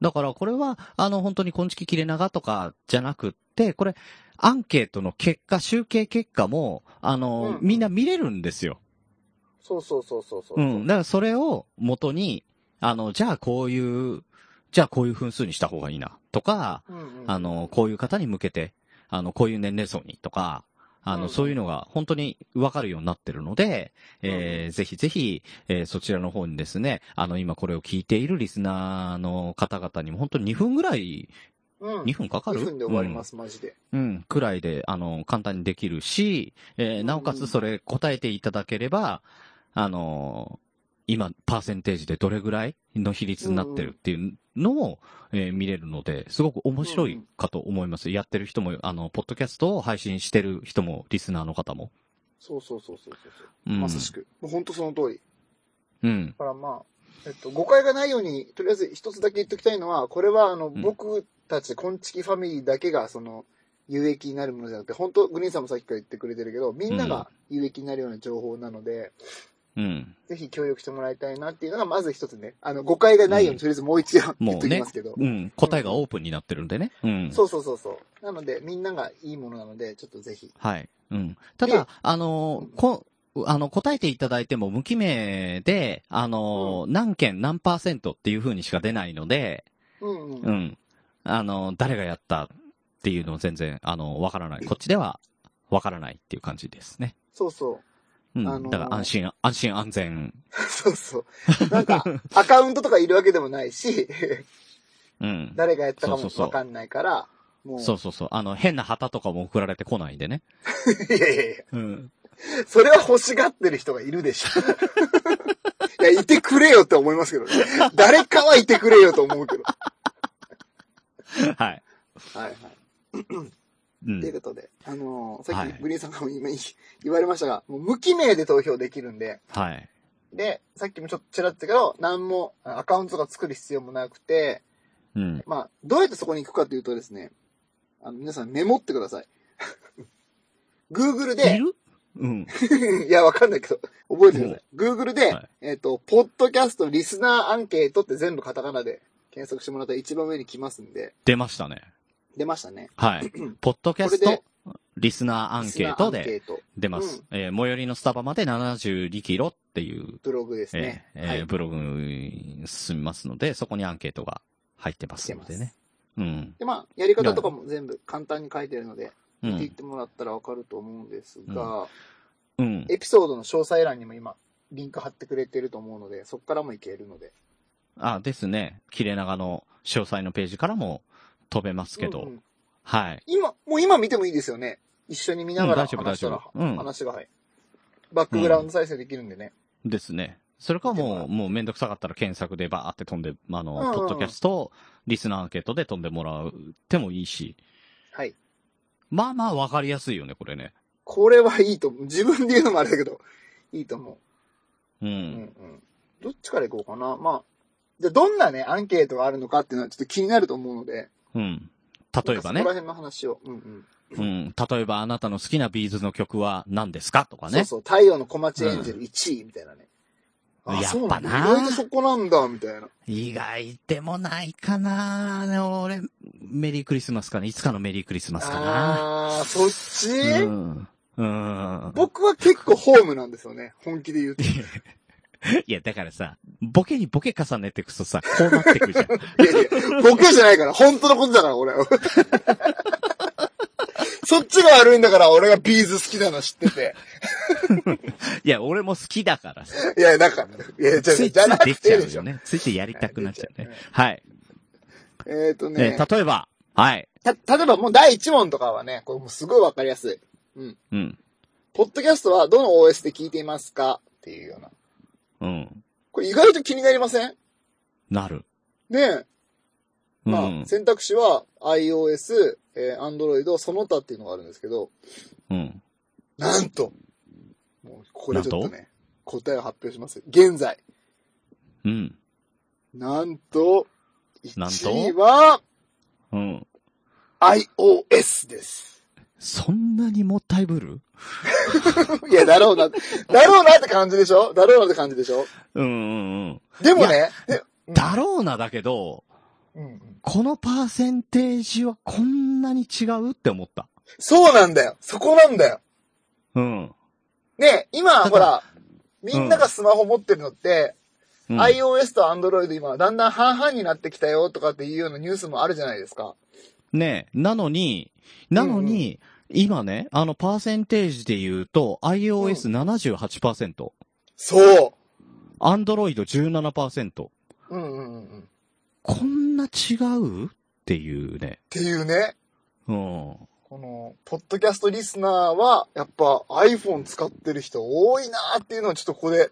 Speaker 2: だからこれは、あの、本当に根敷切れ長とかじゃなくって、これ、アンケートの結果、集計結果も、あの、
Speaker 3: うん
Speaker 2: みんな見れるんですよ。
Speaker 3: そうそうそうそうそう。
Speaker 2: うん。だからそれを元に、あの、じゃあこういう、じゃあこういう分数にした方がいいな、とか、
Speaker 3: うんうん
Speaker 2: あ、の、こういう方に向けて、あの、こういう年齢層にとか、あ
Speaker 3: うんう
Speaker 2: の、
Speaker 3: ん
Speaker 2: そういうのが本当にわかるようになってるので、
Speaker 3: うんう
Speaker 2: えーぜひぜひ、えーそちらの方にですね、あの、今これを聞いているリスナーの方々にも本当に2分ぐらい、
Speaker 3: うん、
Speaker 2: 2分かかる
Speaker 3: 2分で終わりま。す、マジで。
Speaker 2: うん、うんくらいで、あの、簡単にできるし、えーなおか
Speaker 3: うんう
Speaker 2: つ
Speaker 3: ん
Speaker 2: それ答えていただければ、あのー今、パーセンテージでどれぐらいの比率になってるっていうのを、えー見れるので、すごく面白いかと思います。やってる人も、あの、ポッドキャストを配信してる人も、リスナーの方も。
Speaker 3: そうそうそうそうそう
Speaker 2: う
Speaker 3: う、
Speaker 2: ん。
Speaker 3: まさしく。もう本当その通り。
Speaker 2: うん。
Speaker 3: だからまあ、えっと、誤解がないように、とりあえず一つだけ言っときたいのは、これはあの、
Speaker 2: ん
Speaker 3: 僕たち、こんちきファミリーだけが、その、有益になるものじゃなくて、本当グリーンさんもさっきから言ってくれてるけど、みんなが有益になるような情報なので、
Speaker 2: うん。
Speaker 3: ぜひ協力してもらいたいなっていうのが、まず一つね、あの、誤解がないように、とりあえずもう一度言っ
Speaker 2: も
Speaker 3: と
Speaker 2: う
Speaker 3: き
Speaker 2: ね
Speaker 3: ますけど、。
Speaker 2: うん。答えがオープンになってるんでね。うん。
Speaker 3: そうそうそうそう。なので、みんながいいものなので、ちょっとぜひ。
Speaker 2: はい。うん。た
Speaker 3: で
Speaker 2: だ、あのーこ、あの、答えていただいても無記名で、あのー何件何パーセントっていう風にしか出ないので、
Speaker 3: うんうん。
Speaker 2: うん。あのー誰がやったっていうの全然、あのーわからない。こっちでは、わからないっていう感じですね。
Speaker 3: そうそう。
Speaker 2: うん。
Speaker 3: あのー
Speaker 2: だから安心、安心安全。
Speaker 3: そうそう。なんか、アカウントとかいるわけでもないし、
Speaker 2: うん。
Speaker 3: 誰がやったか
Speaker 2: そ
Speaker 3: も
Speaker 2: うそうそう
Speaker 3: わかんないから、もう。
Speaker 2: そうそうそう。あの、変な旗とかも送られてこないんでね。
Speaker 3: いやいやい
Speaker 2: うん。
Speaker 3: や、それは欲しがってる人がいるでし ょ。いや、いてくれよって思いますけどね。誰かはいてくれよと思うけど。は
Speaker 2: はい。
Speaker 3: いはい。
Speaker 2: う。
Speaker 3: というんことで、あのーさ
Speaker 2: は
Speaker 3: っ
Speaker 2: い
Speaker 3: きグリーンさんからも今言われましたが、もう無記名で投票できるんで、
Speaker 2: はい。
Speaker 3: で、さっきもちょっとちらっと言ったけど、何もあアカウントが作る必要もなくて、
Speaker 2: うん。
Speaker 3: まあ、どうやってそこに行くかというとですね、あの、皆さんメモってください。Google
Speaker 2: い
Speaker 3: で、
Speaker 2: るうん。
Speaker 3: いや、わかんないけど、覚えてください。Google で、
Speaker 2: はい
Speaker 3: えっ、と、ポッドキャストリスナーアンケートって全部カタカナで検索してもらったら一番上に来ますんで、
Speaker 2: 出ましたね。
Speaker 3: 出ましたね。
Speaker 2: はい。ポッドキャス
Speaker 3: これで
Speaker 2: ト、リスナーアンケート
Speaker 3: リスナアンケ
Speaker 2: で
Speaker 3: ート、
Speaker 2: 出ます。えー最寄りのスタバまで72キロっていう、
Speaker 3: ブログですね。
Speaker 2: えーえーブログに進みますので、そこにアンケートが入ってますのでね。うん。
Speaker 3: で、まあ、やり方とかも全部簡単に書いてるので、
Speaker 2: う
Speaker 3: 見ていっ
Speaker 2: ん。
Speaker 3: てもらったらわかると思うんですが、
Speaker 2: うん。
Speaker 3: エピソードの詳細欄にも今、リンク貼ってくれてると思うので、そこからもいけるので。
Speaker 2: あ、ですね。切れ長の詳細のページからも飛べますけど。
Speaker 3: うんうん
Speaker 2: はい。
Speaker 3: 今、もう今見てもいいですよね。一緒に見ながら
Speaker 2: うん大丈夫
Speaker 3: 話したら、
Speaker 2: 大丈夫うん
Speaker 3: 話がはい。バックグラウンド再生できるんでね。
Speaker 2: ですね。それかも
Speaker 3: 見てもら
Speaker 2: う、
Speaker 3: う
Speaker 2: もうめんどくさかったら検索でバーって飛んで、あの、
Speaker 3: うんうん
Speaker 2: ポッドキャスト、リスナーアンケートで飛んでもらってもいいし。
Speaker 3: はい。
Speaker 2: まあまあわかりやすいよね、これね。
Speaker 3: これはいいと思う。自分で言うのもあれだけど、いいと思
Speaker 2: う
Speaker 3: う。うん
Speaker 2: ん。
Speaker 3: うん。どっちからいこうかな。まあ、じゃあどんなね、アンケートがあるのかっていうのはちょっと気になると思うので、
Speaker 2: ううん。例えばね
Speaker 3: なんかそこら、辺の話を。うん
Speaker 2: う
Speaker 3: うん。
Speaker 2: ん。例えばあなたの好きなビーズの曲は何ですかとか
Speaker 3: そ
Speaker 2: ね
Speaker 3: う。そう、太陽の小町エンジェル1位みたいなね。あ、
Speaker 2: やっ
Speaker 3: そうな
Speaker 2: ぱ
Speaker 3: ん
Speaker 2: な
Speaker 3: だ。意外とそこなんだ、みたいな。
Speaker 2: 意外でもないかなでも俺、メリークリスマスかな。いつかのメリークリスマスかな。
Speaker 3: あー、そっち、
Speaker 2: うん。うん。
Speaker 3: 僕は結構ホームなんですよね。本気で言うと。い
Speaker 2: いや、だからさ、ボケにボケ重ねてくとさ、こうなって くじゃん。
Speaker 3: やいや、ボケじゃないから、本当のことだか ら、俺。そっちが悪いんだから、俺がビーズ好きなの知ってて。
Speaker 2: いや、俺も好きだからさ。
Speaker 3: いや、なんか、いや、じゃあ
Speaker 2: ついつ
Speaker 3: じゃないく
Speaker 2: できち
Speaker 3: て
Speaker 2: ゃ
Speaker 3: で
Speaker 2: う
Speaker 3: しょ
Speaker 2: よ。ね。ついついやりたくなっちゃうね
Speaker 3: できち。
Speaker 2: はい。
Speaker 3: えっ、ー、と
Speaker 2: え
Speaker 3: ね、
Speaker 2: ー例えば、はい。
Speaker 3: た、例えばもう第1問とかはね、これもうすごいわかりやすい。
Speaker 2: うん。
Speaker 3: ポッドキャストはどの OS で聞いていますかっていうような。
Speaker 2: うん。
Speaker 3: これ意外と気になりません
Speaker 2: なる。
Speaker 3: ねえ。
Speaker 2: うん。
Speaker 3: まあ、選択肢は iOS、えー Android、その他っていうのがあるんですけど、
Speaker 2: うん。
Speaker 3: なんと、もうここでちょっとね、答えを発表しますよ。現在、
Speaker 2: うん。
Speaker 3: なんと、
Speaker 2: なんと
Speaker 3: 1位は
Speaker 2: うん。
Speaker 3: iOS です。
Speaker 2: そんなにもったいぶる
Speaker 3: いや、だろうな、だろうなって感じでしょだろうなって感じでしょ
Speaker 2: うんうんうん。
Speaker 3: でもね、でうん
Speaker 2: だろうな、だけど、
Speaker 3: うんうん
Speaker 2: このパーセンテージはこんなに違うって思った。
Speaker 3: そうなんだよ。そこなんだよ。
Speaker 2: うん。
Speaker 3: ねえ今、
Speaker 2: ただ
Speaker 3: ほら、みんながスマホ持ってるのって、
Speaker 2: うん、
Speaker 3: iOS と Android 今だんだん半々になってきたよとかっていうようなニュースもあるじゃないですか。
Speaker 2: ねえ、なのに、なのに、今ね、あの、パーセンテージで言うと、iOS78%、
Speaker 3: そう。
Speaker 2: Android17%、
Speaker 3: うんうんうんうん。っ
Speaker 2: こんな違うっていうね。
Speaker 3: ていうね。
Speaker 2: うん。
Speaker 3: この、ポッドキャストリスナーは、やっぱ iPhone 使ってる人多いなーっていうのをちょっとここで、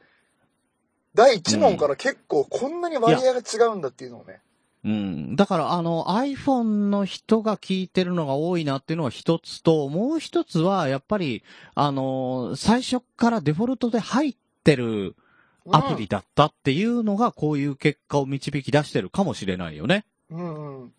Speaker 3: 第1問から結構こんなに割合が違うんだっていうのをね。
Speaker 2: うん。だから、あの、iPhone の人が聞いてるのが多いなっていうのは一つと、もう一つは、やっぱり、あの、最初からデフォルトで入ってるアプリだったっていうのが、こういう結果を導き出してるかもしれないよね。
Speaker 3: うんう
Speaker 2: う
Speaker 3: ん。
Speaker 2: ん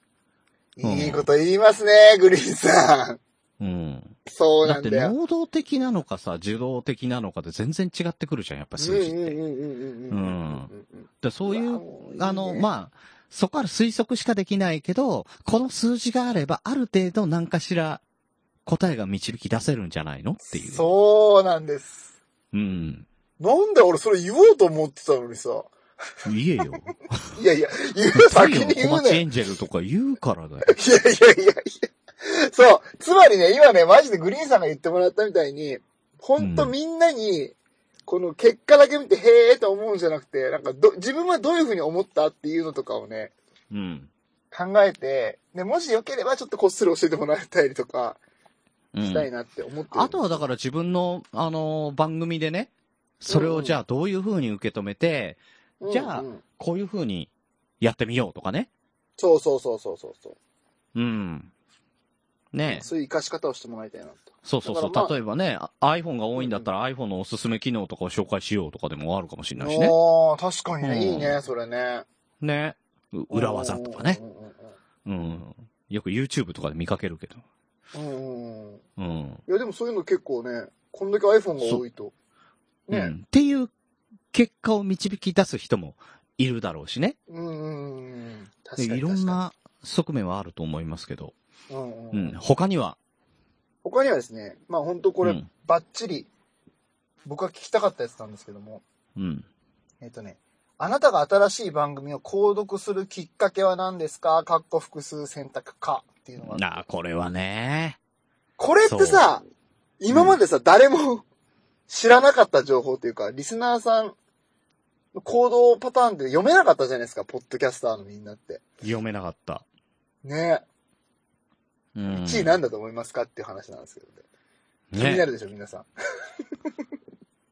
Speaker 3: いいこと言いますね、グリーンさん。
Speaker 2: うん。
Speaker 3: そう
Speaker 2: だ
Speaker 3: な
Speaker 2: っ
Speaker 3: ん
Speaker 2: て、
Speaker 3: だよ。
Speaker 2: 能動的なのかさ、受動的なのかで全然違ってくるじゃん、やっぱ
Speaker 3: うん
Speaker 2: 数
Speaker 3: う
Speaker 2: 字って。
Speaker 3: んうんうんうんうんうんうん。
Speaker 2: でそういう
Speaker 3: わもいいね
Speaker 2: あの、まあ、そこから推測しかできないけど、この数字があれば、ある程度何かしら答えが導き出せるんじゃないのっていう。う。
Speaker 3: そうなんです。
Speaker 2: ん。
Speaker 3: なんで俺それ言おうと思ってたのにさ。
Speaker 2: 言えよ。
Speaker 3: いやいや、言う、 先に
Speaker 2: 太陽
Speaker 3: 言
Speaker 2: の
Speaker 3: う
Speaker 2: 小町
Speaker 3: ね。い
Speaker 2: エンジェルとか言うからだよ。
Speaker 3: やいやいやいや。そう。つまりね、今ね、マジでグリーンさんが言ってもらったみたいに、ほんとみんなに、この結果だけ見て、へーと思うんじゃなくて、なんかど、自分はどういうふうに思ったっていうのとかをね、
Speaker 2: うん。
Speaker 3: 考えて、ね、もしよければちょっとこっそり教えてもらえたりとか
Speaker 2: うん
Speaker 3: したいなって思ってる、
Speaker 2: あとはだから自分の、あの番組でね、それをじゃあどういう風に受け止めて、
Speaker 3: うんうん
Speaker 2: じゃあこういう風にやってみようとかね。
Speaker 3: そうそうそうそうそうそう。
Speaker 2: うん。ねえ。
Speaker 3: そういう生かし方をしてもらいたいなと。
Speaker 2: そうそうそう。
Speaker 3: だからまあ
Speaker 2: 例えばね、あ iPhone が多いんだったら iPhone のおすすめ機能とかを紹介しようとかでもあるかもしれないしね。
Speaker 3: おー、確かに
Speaker 2: うん
Speaker 3: ね、いいね、それね。
Speaker 2: ね。う裏技とかね。うん。よく YouTube とかで見かけるけど。
Speaker 3: うんうんうん。うんうんうん
Speaker 2: うん。
Speaker 3: いや、でもそういうの結構ね、こんだけ iPhone が多いと。
Speaker 2: う
Speaker 3: ね。
Speaker 2: ん。っていう結果を導き出す人もいるだろうしね。
Speaker 3: うんうんうん。
Speaker 2: で
Speaker 3: 確かに。
Speaker 2: いろん
Speaker 3: 確か
Speaker 2: な側面はあると思いますけど。
Speaker 3: に。うん
Speaker 2: う。
Speaker 3: うんん。
Speaker 2: 他には。
Speaker 3: 他にはですね、まあ本当こ
Speaker 2: う
Speaker 3: れ
Speaker 2: ん、
Speaker 3: バッチリ、僕が聞きたかったやつなんですけども、
Speaker 2: うん。
Speaker 3: えっとね、あなたが新しい番組を購読するきっかけは何ですかかっこ複数選択かっていうのが。
Speaker 2: ああ、これはね。
Speaker 3: これってさ、今までさ、誰も 知らなかった情報というか、リスナーさんの行動パターンって読めなかったじゃないですか、ポッドキャスターのみんなって。
Speaker 2: 読めなかった。
Speaker 3: ね
Speaker 2: うん。
Speaker 3: 1位なんだと思いますかっていう話なんですけどね。気にな
Speaker 2: ね。
Speaker 3: るでしょ、皆さん。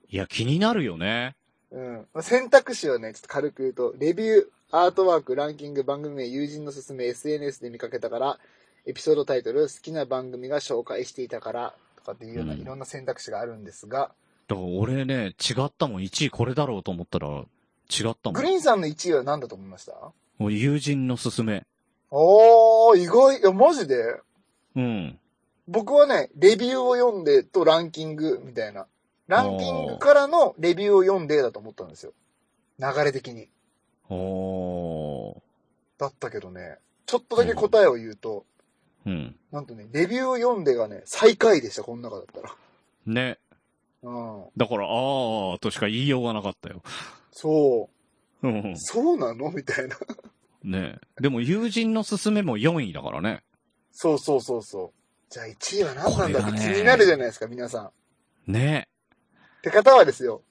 Speaker 2: いや、気になるよね。
Speaker 3: うん。まあ選択肢をね、ちょっと軽く言うと、レビュー、アートワーク、ランキング、番組名、友人の勧め、SNS で見かけたから、エピソードタイトル、好きな番組が紹介していたから、とかっていうような、
Speaker 2: うん
Speaker 3: いろんな選択肢があるんですが、
Speaker 2: だから俺ね、違ったもん。1位これだろうと思ったら、違ったも
Speaker 3: グ
Speaker 2: ん
Speaker 3: リーンさんの1位は何だと思いました
Speaker 2: もう友人の勧め。
Speaker 3: おあ、意外、いや、マジで。
Speaker 2: うん。
Speaker 3: 僕はね、レビューを読んでとランキングみたいな。ランキングからのレビューを読んでだと思ったんですよ。流れ的に。
Speaker 2: おー。
Speaker 3: だったけどね、ちょっとだけ答えを言うと、
Speaker 2: うん。
Speaker 3: なんとね、レビューを読んでがね、最下位でした、この中だったら。
Speaker 2: ね。
Speaker 3: うん。
Speaker 2: だから、あーとしか言いようがなかったよ。
Speaker 3: そ
Speaker 2: うん
Speaker 3: う。。そうなのみたいな。
Speaker 2: ねでも友人の勧めも4位だからね。
Speaker 3: そうそうそうそう。じゃあ1位は何なんだっ
Speaker 2: これが
Speaker 3: て
Speaker 2: ね
Speaker 3: 気になるじゃないですか、皆さん。っ
Speaker 2: ね
Speaker 3: て方はですよ、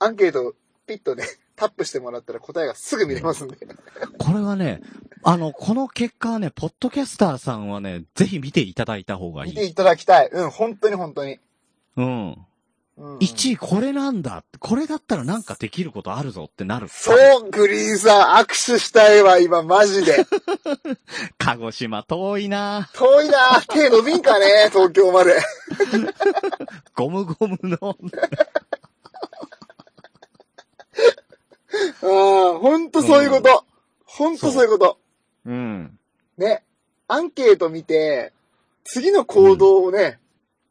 Speaker 3: アンケートピッとね、 タップしてもらったら答えがすぐ見れますんで。
Speaker 2: これはね、あの、この結果はね、ポッドキャスターさんはね、ぜひ見ていただいた方がい
Speaker 3: 見て
Speaker 2: い。
Speaker 3: いただきたい。うん、本当に本当に。
Speaker 2: うん。
Speaker 3: うん、
Speaker 2: 1位これなんだ。これだったらなんかできることあるぞってなる。
Speaker 3: そう、グリーンさん、握手したいわ、今、マ ジで。
Speaker 2: 鹿児島遠いな
Speaker 3: 遠いな手伸びんかね、東京まで。
Speaker 2: ゴムゴムの。
Speaker 3: うん、ほんとそういうこと。ほんとそういうこと。
Speaker 2: うん。
Speaker 3: ね。アンケート見て、次の行動をね、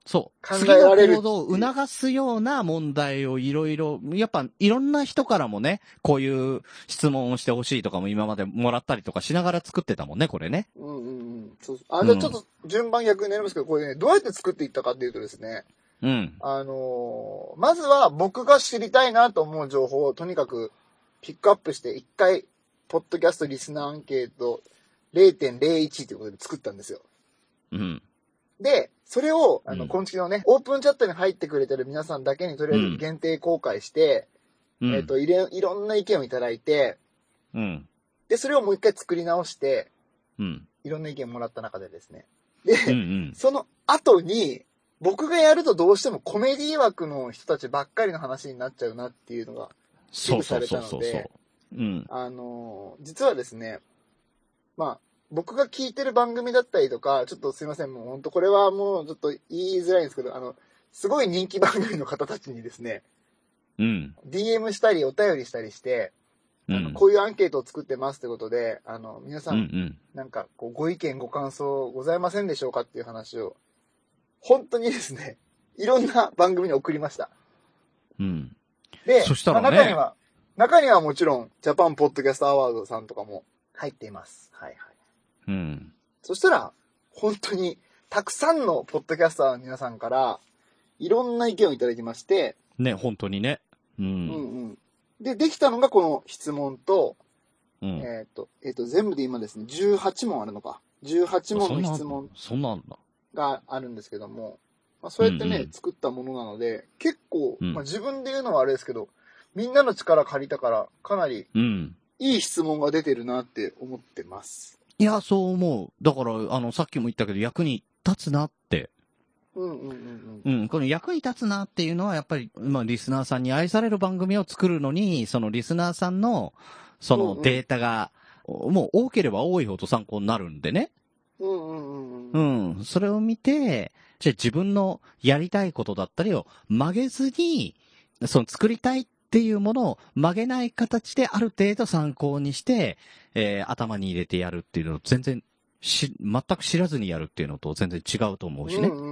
Speaker 2: そう。
Speaker 3: 考
Speaker 2: 次
Speaker 3: えら
Speaker 2: の
Speaker 3: れる
Speaker 2: 行動を促すような問題をいろいろ、やっぱいろんな人からもね、こういう質問をしてほしいとかも今までもらったりとかしながら作ってたもんね、これね。
Speaker 3: うんうんうん。そうそうあ、じゃあちょっと順番逆になりますけど、これね、どうやって作っていったかっていうとですね、
Speaker 2: うん。
Speaker 3: あのーまずは僕が知りたいなと思う情報をとにかくピックアップして、一回、ポッドキャストリスナーアンケート0.01ということで作ったんですよ。
Speaker 2: うん。
Speaker 3: で、それを、あ
Speaker 2: う
Speaker 3: の、
Speaker 2: ん
Speaker 3: 今月のね、オープンチャットに入ってくれてる皆さんだけにとりあえず限定公開して、
Speaker 2: うん。
Speaker 3: えっ、といれ、いろんな意見をいただいて、
Speaker 2: うん。
Speaker 3: で、それをもう一回作り直して、
Speaker 2: うん。
Speaker 3: いろんな意見もらった中でですね。で、
Speaker 2: うん。うん。
Speaker 3: その後に、僕がやるとどうしてもコメディ枠の人たちばっかりの話になっちゃうなっていうのが、
Speaker 2: そうそうそうそう
Speaker 3: 寄付された
Speaker 2: そ
Speaker 3: ので
Speaker 2: う。うん。
Speaker 3: あのー実はですね、まあ、僕が聞いてる番組だったりとか、ちょっとすいません、もう本当これはもうちょっと言いづらいんですけど、あの、すごい人気番組の方たちにですね、
Speaker 2: うん。
Speaker 3: DM したりお便りしたりして、
Speaker 2: う
Speaker 3: あの
Speaker 2: ん。
Speaker 3: こういうアンケートを作ってますってことで、あの、皆さ、
Speaker 2: うんん。
Speaker 3: なんかこうご意見ご感想ございませんでしょうかっていう話を、本当にですね、 いろんな番組に送りました。
Speaker 2: うん。
Speaker 3: で、
Speaker 2: そしたらね
Speaker 3: まあ中には、中にはもちろん、ジャパンポッドキャストアワードさんとかも入っています。はいはい。
Speaker 2: うん。
Speaker 3: そしたら、本当に、たくさんのポッドキャスターの皆さんから、いろんな意見をいただきまして、
Speaker 2: ね、本当にね。う
Speaker 3: うん
Speaker 2: ん。
Speaker 3: うん。で、できたのがこの質問と、
Speaker 2: うん。
Speaker 3: えっ、と、えっ、と、全部で今ですね、18問あるのか。18問の質問
Speaker 2: そんなんあんだ。
Speaker 3: があるんですけども、まあ、そうやってね、
Speaker 2: うんうん
Speaker 3: 作ったものなので、結構、
Speaker 2: うん
Speaker 3: まあ、自分で言うのはあれですけど、みんなの力借りたから、かなり
Speaker 2: うん。
Speaker 3: いい質問が出てるなって思ってます。
Speaker 2: いや、そう思う。だから、あの、さっきも言ったけど、役に立つなって。
Speaker 3: うんうんうん
Speaker 2: うん。この役に立つなっていうのは、やっぱり、まあ、リスナーさんに愛される番組を作るのに、そのリスナーさんの、そ
Speaker 3: うんう
Speaker 2: の
Speaker 3: ん
Speaker 2: データが、もう多ければ多いほど参考になるんでね。
Speaker 3: うん。うんうんうんう。
Speaker 2: うんん。それを見て、じゃあ自分のやりたいことだったりを曲げずに、その作りたいっていうものを曲げない形である程度参考にして、えー頭に入れてやるっていうのを全然し、全く知らずにやるっていうのと全然違うと思うしね
Speaker 3: う。んうんう
Speaker 2: う
Speaker 3: ん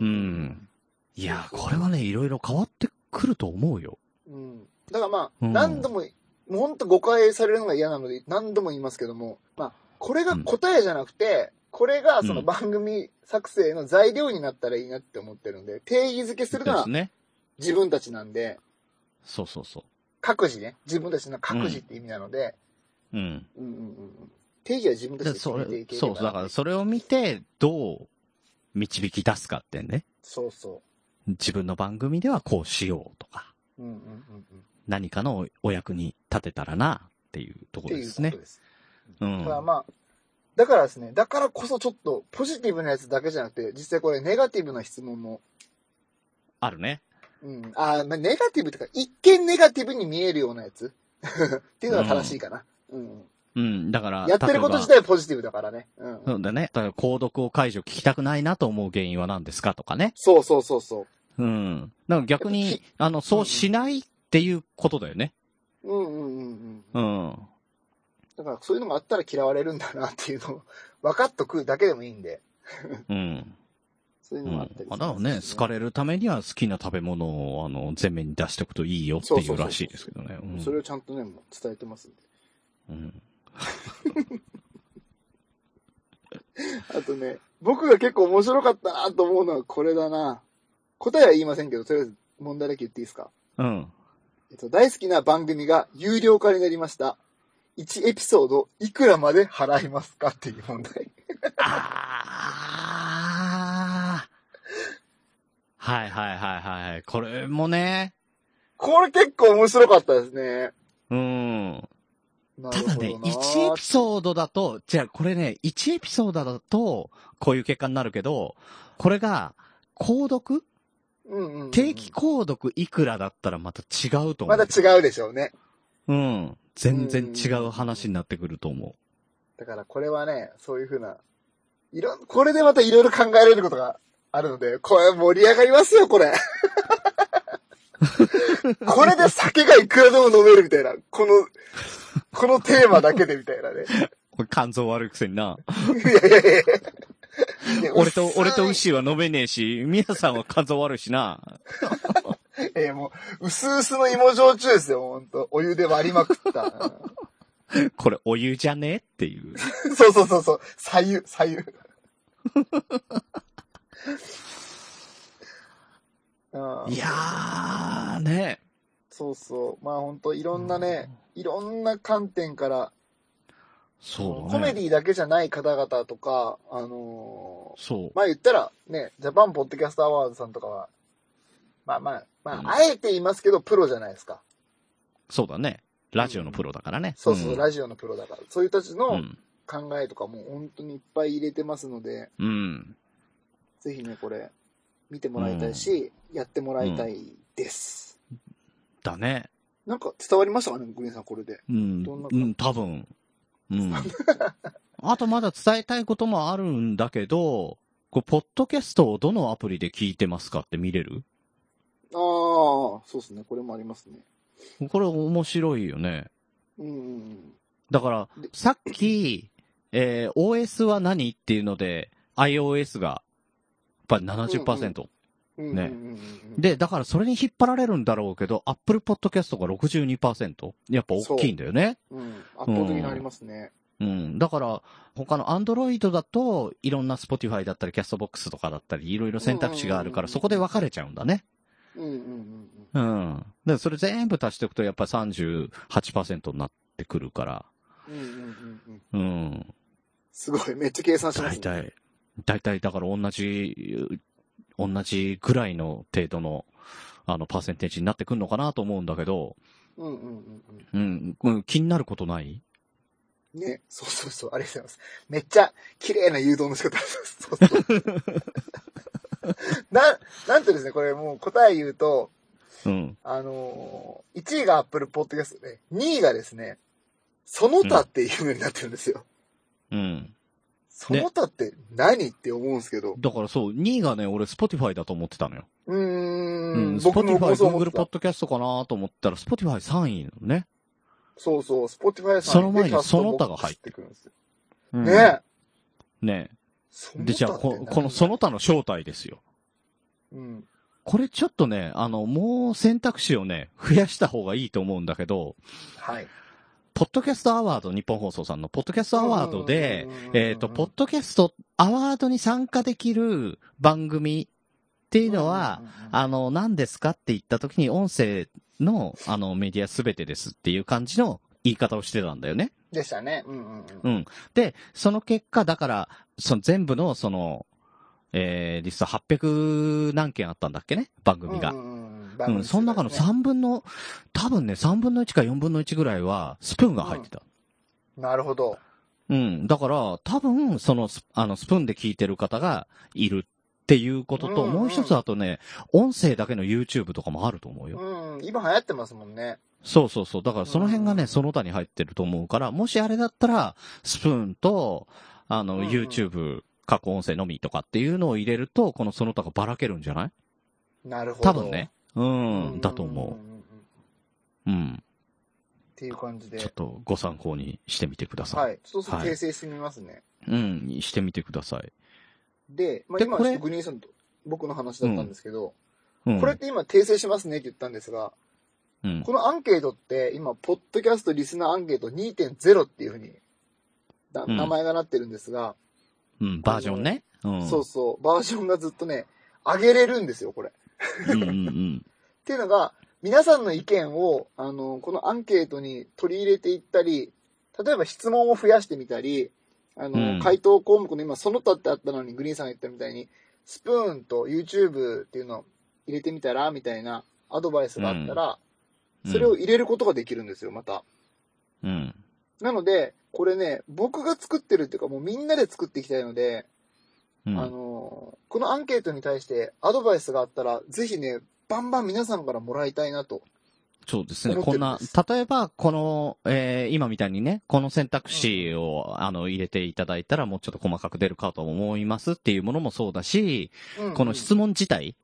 Speaker 3: うん
Speaker 2: ん。いやー、これはね、いろいろ変わってくると思うよ。
Speaker 3: うん。うん。だからまあ、
Speaker 2: うん
Speaker 3: 何度も、もうほんと誤解されるのが嫌なので、何度も言いますけども、まあ、これが答えじゃなくて、これがその
Speaker 2: うん
Speaker 3: 番組作成の材料になったらいいなって思ってるんで、定義づけするの
Speaker 2: で
Speaker 3: は
Speaker 2: すね。
Speaker 3: 自分たちなんで、
Speaker 2: そうそうそ
Speaker 3: 各自ね、自分たちの各自って意味なので、
Speaker 2: う。うん。
Speaker 3: うんうんうんうん、定義は自分たち
Speaker 2: で
Speaker 3: で決
Speaker 2: そ
Speaker 3: めてい
Speaker 2: れ、
Speaker 3: ければ
Speaker 2: そう、だからそれを見て、どう導き出すかってね。
Speaker 3: そうそ
Speaker 2: 自分の番組ではこうしようとか、
Speaker 3: う。うんうんうんうん。
Speaker 2: 何かのお役に立てたらなっていうとこ
Speaker 3: って
Speaker 2: ろ
Speaker 3: い
Speaker 2: で
Speaker 3: う
Speaker 2: す
Speaker 3: こ
Speaker 2: ね
Speaker 3: と。です。
Speaker 2: うん
Speaker 3: た。だまあ、だからですね、だからこそちょっとポジティブなやつだけじゃなくて、実際これネガティブな質問も、
Speaker 2: あるね。
Speaker 3: うん、あーまあ、ネガティブというか、一見ネガティブに見えるようなやつ っていうのが正しいかな。うん。
Speaker 2: うん。だから、
Speaker 3: やってること自体はポジティブだからね。う
Speaker 2: 例
Speaker 3: ん、
Speaker 2: えばそうだね。だから、購読を解除聞きたくないなと思う原因は何ですかとかね。
Speaker 3: そうそうそうそ
Speaker 2: うん。だから逆
Speaker 3: やっ
Speaker 2: に
Speaker 3: ぱ、
Speaker 2: あの、そうしないっていうことだよね。
Speaker 3: う。うんうんうんうん。
Speaker 2: うん。
Speaker 3: だからそういうのがあったら嫌われるんだなっていうのを分かっとくだけでもいいんで、
Speaker 2: うん。
Speaker 3: そういう
Speaker 2: う
Speaker 3: のがあっ
Speaker 2: ん
Speaker 3: たり、
Speaker 2: まあだからね、好かれるためには好きな食べ物を、あの、前面に出しておくといいよっていうらしいですけどね。うん
Speaker 3: それをちゃんとね、もう伝えてますんで。
Speaker 2: うん。
Speaker 3: あとね、僕が結構面白かったなと思うのはこれだな。答えは言いませんけど、とりあえず問題だけ言っていいですか
Speaker 2: うん。
Speaker 3: えっと、大好きな番組が有料化になりました。1エピソードいくらまで払いますかっていう問題。
Speaker 2: あー。はいはいはいはいはい。これもね、
Speaker 3: これ結構面白かったですね。
Speaker 2: うん。
Speaker 3: な
Speaker 2: た
Speaker 3: る
Speaker 2: だ
Speaker 3: ほ
Speaker 2: ね、
Speaker 3: どな。
Speaker 2: 1エピソードだと、じゃあこれね、1エピソードだと、こういう結果になるけど、これが、購読
Speaker 3: うんうんうん
Speaker 2: 定期購読いくらだったらまた違うと思う。
Speaker 3: まだ違うでしょうね。
Speaker 2: うん。全然違う話になってくると思
Speaker 3: だからこれはね、そういうふうな、いろん、これでまたいろいろ考えられることがあるので、これ盛り上がりますよ、これ。これで酒がいくらでも飲めるみたいな、この、このテーマだけでみたいなね。
Speaker 2: う。これ肝臓悪いくせにな。
Speaker 3: いやいやいやいやいや
Speaker 2: 俺と、俺とウ
Speaker 3: 薄い
Speaker 2: シは飲めねえし、ミヤさんは肝臓悪いしな。
Speaker 3: ええもう、薄々の芋焼酎ですよ、ほんと。お湯で割りまくった。
Speaker 2: これお湯じゃねっていう。
Speaker 3: そうそうそうそう。左右、左 右。ああ
Speaker 2: いやー、ね。
Speaker 3: そうそう。まあ本当いろんなね、いろんな観点から、
Speaker 2: そう
Speaker 3: コ
Speaker 2: だ
Speaker 3: メ
Speaker 2: ね。
Speaker 3: ディだけじゃない方々とか、あの
Speaker 2: そう
Speaker 3: ー。まあ言ったらね、ジャパンポッドキャストアワードさんとかは、まあまあ、ま
Speaker 2: うん
Speaker 3: あ、あえて言いますけど、プロじゃないですか。
Speaker 2: そうだね。ラジオのプロだからね。
Speaker 3: そうそう、
Speaker 2: ん
Speaker 3: ラジオのプロだから。そういう人たち
Speaker 2: う
Speaker 3: の
Speaker 2: ん。
Speaker 3: 考えとかも本当にいっぱい入れてますので、
Speaker 2: うん。
Speaker 3: ぜひね、これ、見てもらいたいし、やってもらいたいです。
Speaker 2: だね。なん
Speaker 3: か伝わりましたかね、グリーンさん、これで。
Speaker 2: うん。
Speaker 3: どんな
Speaker 2: う
Speaker 3: 感じ
Speaker 2: ん、多分。 うん。あとまだ伝えたいこともあるんだけど、こう、ポッドキャストをどのアプリで聞いてますかって見れる
Speaker 3: ああ、そうですね、これもありますね。
Speaker 2: これ面白いよね。
Speaker 3: うんうんうん。
Speaker 2: だから
Speaker 3: で、
Speaker 2: さっき、えー OS は何っていうので、iOS が、やっぱり70%。
Speaker 3: うんうんうんうん、
Speaker 2: で、だからそれに引っ張られるんだろうけど、Apple Podcast が62%。やっぱ大きいんだよね。
Speaker 3: うん、圧倒的にありますね。
Speaker 2: うん。だから、他の Android だと、いろんな Spotify だったり、Castbox とかだったり、いろいろ選択肢があるか
Speaker 3: うん
Speaker 2: ら、
Speaker 3: うんうんうん
Speaker 2: そこで分かれちゃうんだね。
Speaker 3: うんうんう
Speaker 2: う
Speaker 3: ん
Speaker 2: ん。だからそれ全部足しておくと、やっぱ38%になってくるから。
Speaker 3: うん。うんうんうんうん。
Speaker 2: うん。
Speaker 3: すごい、めっちゃ計算します、
Speaker 2: 大
Speaker 3: ね。
Speaker 2: 体、大体だから同じ、同じぐらいの程度の、あの、パーセンテージになってくるのかなと思うんだけど、
Speaker 3: うんうんうんうん。
Speaker 2: うん、うん気になることない
Speaker 3: ね、そうそうそう、ありがとうございます。めっちゃ綺麗な誘導の仕方。そうそう。 な、なんとですね、これもう答え言うと、
Speaker 2: うん。
Speaker 3: あのー、1位が Apple Podcast で、2位がですね、その他っていうのになってるんですよ。
Speaker 2: うん。
Speaker 3: その他って何って思うんですけど。
Speaker 2: だからそう、2位がね、俺 Spotify だと思ってたのよ。
Speaker 3: うー、
Speaker 2: うんん。
Speaker 3: 僕の
Speaker 2: Spotify、
Speaker 3: 放送思っ
Speaker 2: Google
Speaker 3: てた。
Speaker 2: Podcast かなと思ったら、Spotify 3位なのね。
Speaker 3: そうそう、Spotify さん
Speaker 2: その前にその他が入って
Speaker 3: くるんですよ。
Speaker 2: うん
Speaker 3: ね
Speaker 2: ね
Speaker 3: その他って何
Speaker 2: で、じゃあこ、このその他の正体ですよ。
Speaker 3: うん。
Speaker 2: これちょっとね、あの、もう選択肢をね、増やした方がいいと思うんだけど、
Speaker 3: はい。
Speaker 2: ポッドキャストアワード、日本放送さんのポッドキャストアワードで
Speaker 3: うんうんうんうん、
Speaker 2: えっと、ポッドキャストアワードに参加できる番組っていうのは
Speaker 3: うんうんうん、うん
Speaker 2: あの、何ですかって言った時に音声の、あの、メディアすべてですっていう感じの言い方をしてたんだよね。
Speaker 3: でしたね。うんうんうん。
Speaker 2: うん。で、その結果、だから、その全部の、その、えー、リスト800何件あったんだっけね番組が
Speaker 3: う。ん
Speaker 2: うん、その中の。3分の、多分ね、3分の1か4分の1ぐらいは、スプーンが入ってた。
Speaker 3: なるほど。
Speaker 2: うん。だから、多分、そのス、あの、スプーンで聞いてる方がいるっていうことと、
Speaker 3: うんうん
Speaker 2: もう一つあとね、音声だけの YouTube とかもあると思うよ。
Speaker 3: うん、今流行ってますもんね。
Speaker 2: そうそうそう。だから、その辺が
Speaker 3: うん
Speaker 2: ね、その他に入ってると思うから、もしあれだったら、スプーンと、あ
Speaker 3: うんう
Speaker 2: の、
Speaker 3: ん
Speaker 2: YouTube、過去音声のみとかっていうのを入れると、このその他がばらけるんじゃない
Speaker 3: なるほど。
Speaker 2: 多分ね。う、
Speaker 3: うん
Speaker 2: だと思
Speaker 3: んんんん。
Speaker 2: う。うん。
Speaker 3: っていう感じで
Speaker 2: ちょっ。とご参考にしてみてください。
Speaker 3: はい。ちょっとそれ訂正してみますね。
Speaker 2: うん、してみてください。
Speaker 3: で、まあ、
Speaker 2: で
Speaker 3: 今、
Speaker 2: こ
Speaker 3: ち
Speaker 2: れ
Speaker 3: ょっとグリーンさんと僕の話だったんですけど、
Speaker 2: うん、
Speaker 3: これって今訂正しますねって言ったんですが、
Speaker 2: うん、
Speaker 3: このアンケートって今、ポッドキャストリスナーアンケート2.0っていうふうに、だ
Speaker 2: うん
Speaker 3: 名前がなってるんですが、
Speaker 2: うん、バージョンね。うん、
Speaker 3: そうそう、バージョンがずっとね、上げれるんですよ、これ。
Speaker 2: うんうんうん。
Speaker 3: っていうのが、皆さんの意見を、あの、このアンケートに取り入れていったり、例えば質問を増やしてみたり、あの、
Speaker 2: うん
Speaker 3: 回答項目の今、その他ってあったのに、グリーンさんが言ったみたいに、スプーンと YouTube っていうのを入れてみたら、みたいなアドバイスがあったら、
Speaker 2: うん
Speaker 3: それを、入れることができるんですよ、また。
Speaker 2: うん。
Speaker 3: なので、これね、僕が作ってるっていうか、もうみんなで作っていきたいので、
Speaker 2: うん
Speaker 3: あの、このアンケートに対してアドバイスがあったら、ぜひね、バンバン皆さんからもらいたいなと。
Speaker 2: そうですね。
Speaker 3: 思っ
Speaker 2: こ
Speaker 3: て
Speaker 2: ん
Speaker 3: るん
Speaker 2: な
Speaker 3: で、
Speaker 2: 例えば、この、えー今みたいにね、この選択肢を、あの、入れていただいたら、もうちょっと細かく出るかと思いますっていうものもそうだし、
Speaker 3: うんうん
Speaker 2: この質問自体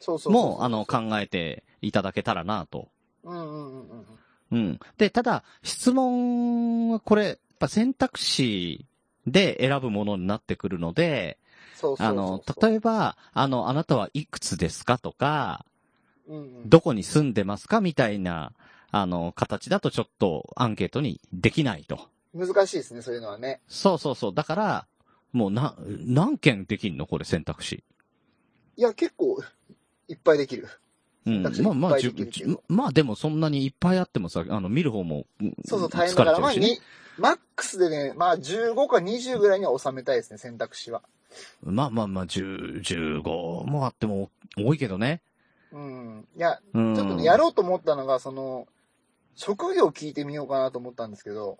Speaker 3: そうそうそうそう
Speaker 2: も、あの、考えていただけたらなと。
Speaker 3: うんうんうんうん。
Speaker 2: うん。で、ただ、質問はこれ、やっぱ選択肢で選ぶものになってくるので、
Speaker 3: そうそうそうそう。
Speaker 2: あの、例えば、あの、あなたはいくつですかとか、
Speaker 3: うんうん、
Speaker 2: どこに住んでますかみたいな、あの、形だとちょっとアンケートにできないと。
Speaker 3: 難しいですね、そういうのはね。
Speaker 2: そうそうそう。だから、もうな、何件できんのこれ選択肢。
Speaker 3: いや、結構、いっぱいできる。
Speaker 2: うん。
Speaker 3: 選択肢
Speaker 2: まあま
Speaker 3: いっぱ
Speaker 2: あ、
Speaker 3: い
Speaker 2: じゅ
Speaker 3: できるけど
Speaker 2: じゅまあでもそんなにいっぱいあってもさ、あの、見る方も、ん
Speaker 3: そうそ
Speaker 2: 疲
Speaker 3: う、
Speaker 2: れ
Speaker 3: 大変
Speaker 2: ちゃ
Speaker 3: だから、ま
Speaker 2: う
Speaker 3: あ、
Speaker 2: しね。
Speaker 3: にマックスでね、まあ、15か20ぐらいには収めたいですね、選択肢は。
Speaker 2: まあまあまあ、10、15もあっても多いけどね。
Speaker 3: うん。いや、
Speaker 2: うん。
Speaker 3: ちょっとね、やろうと思ったのが、その、職業聞いてみようかなと思ったんですけど、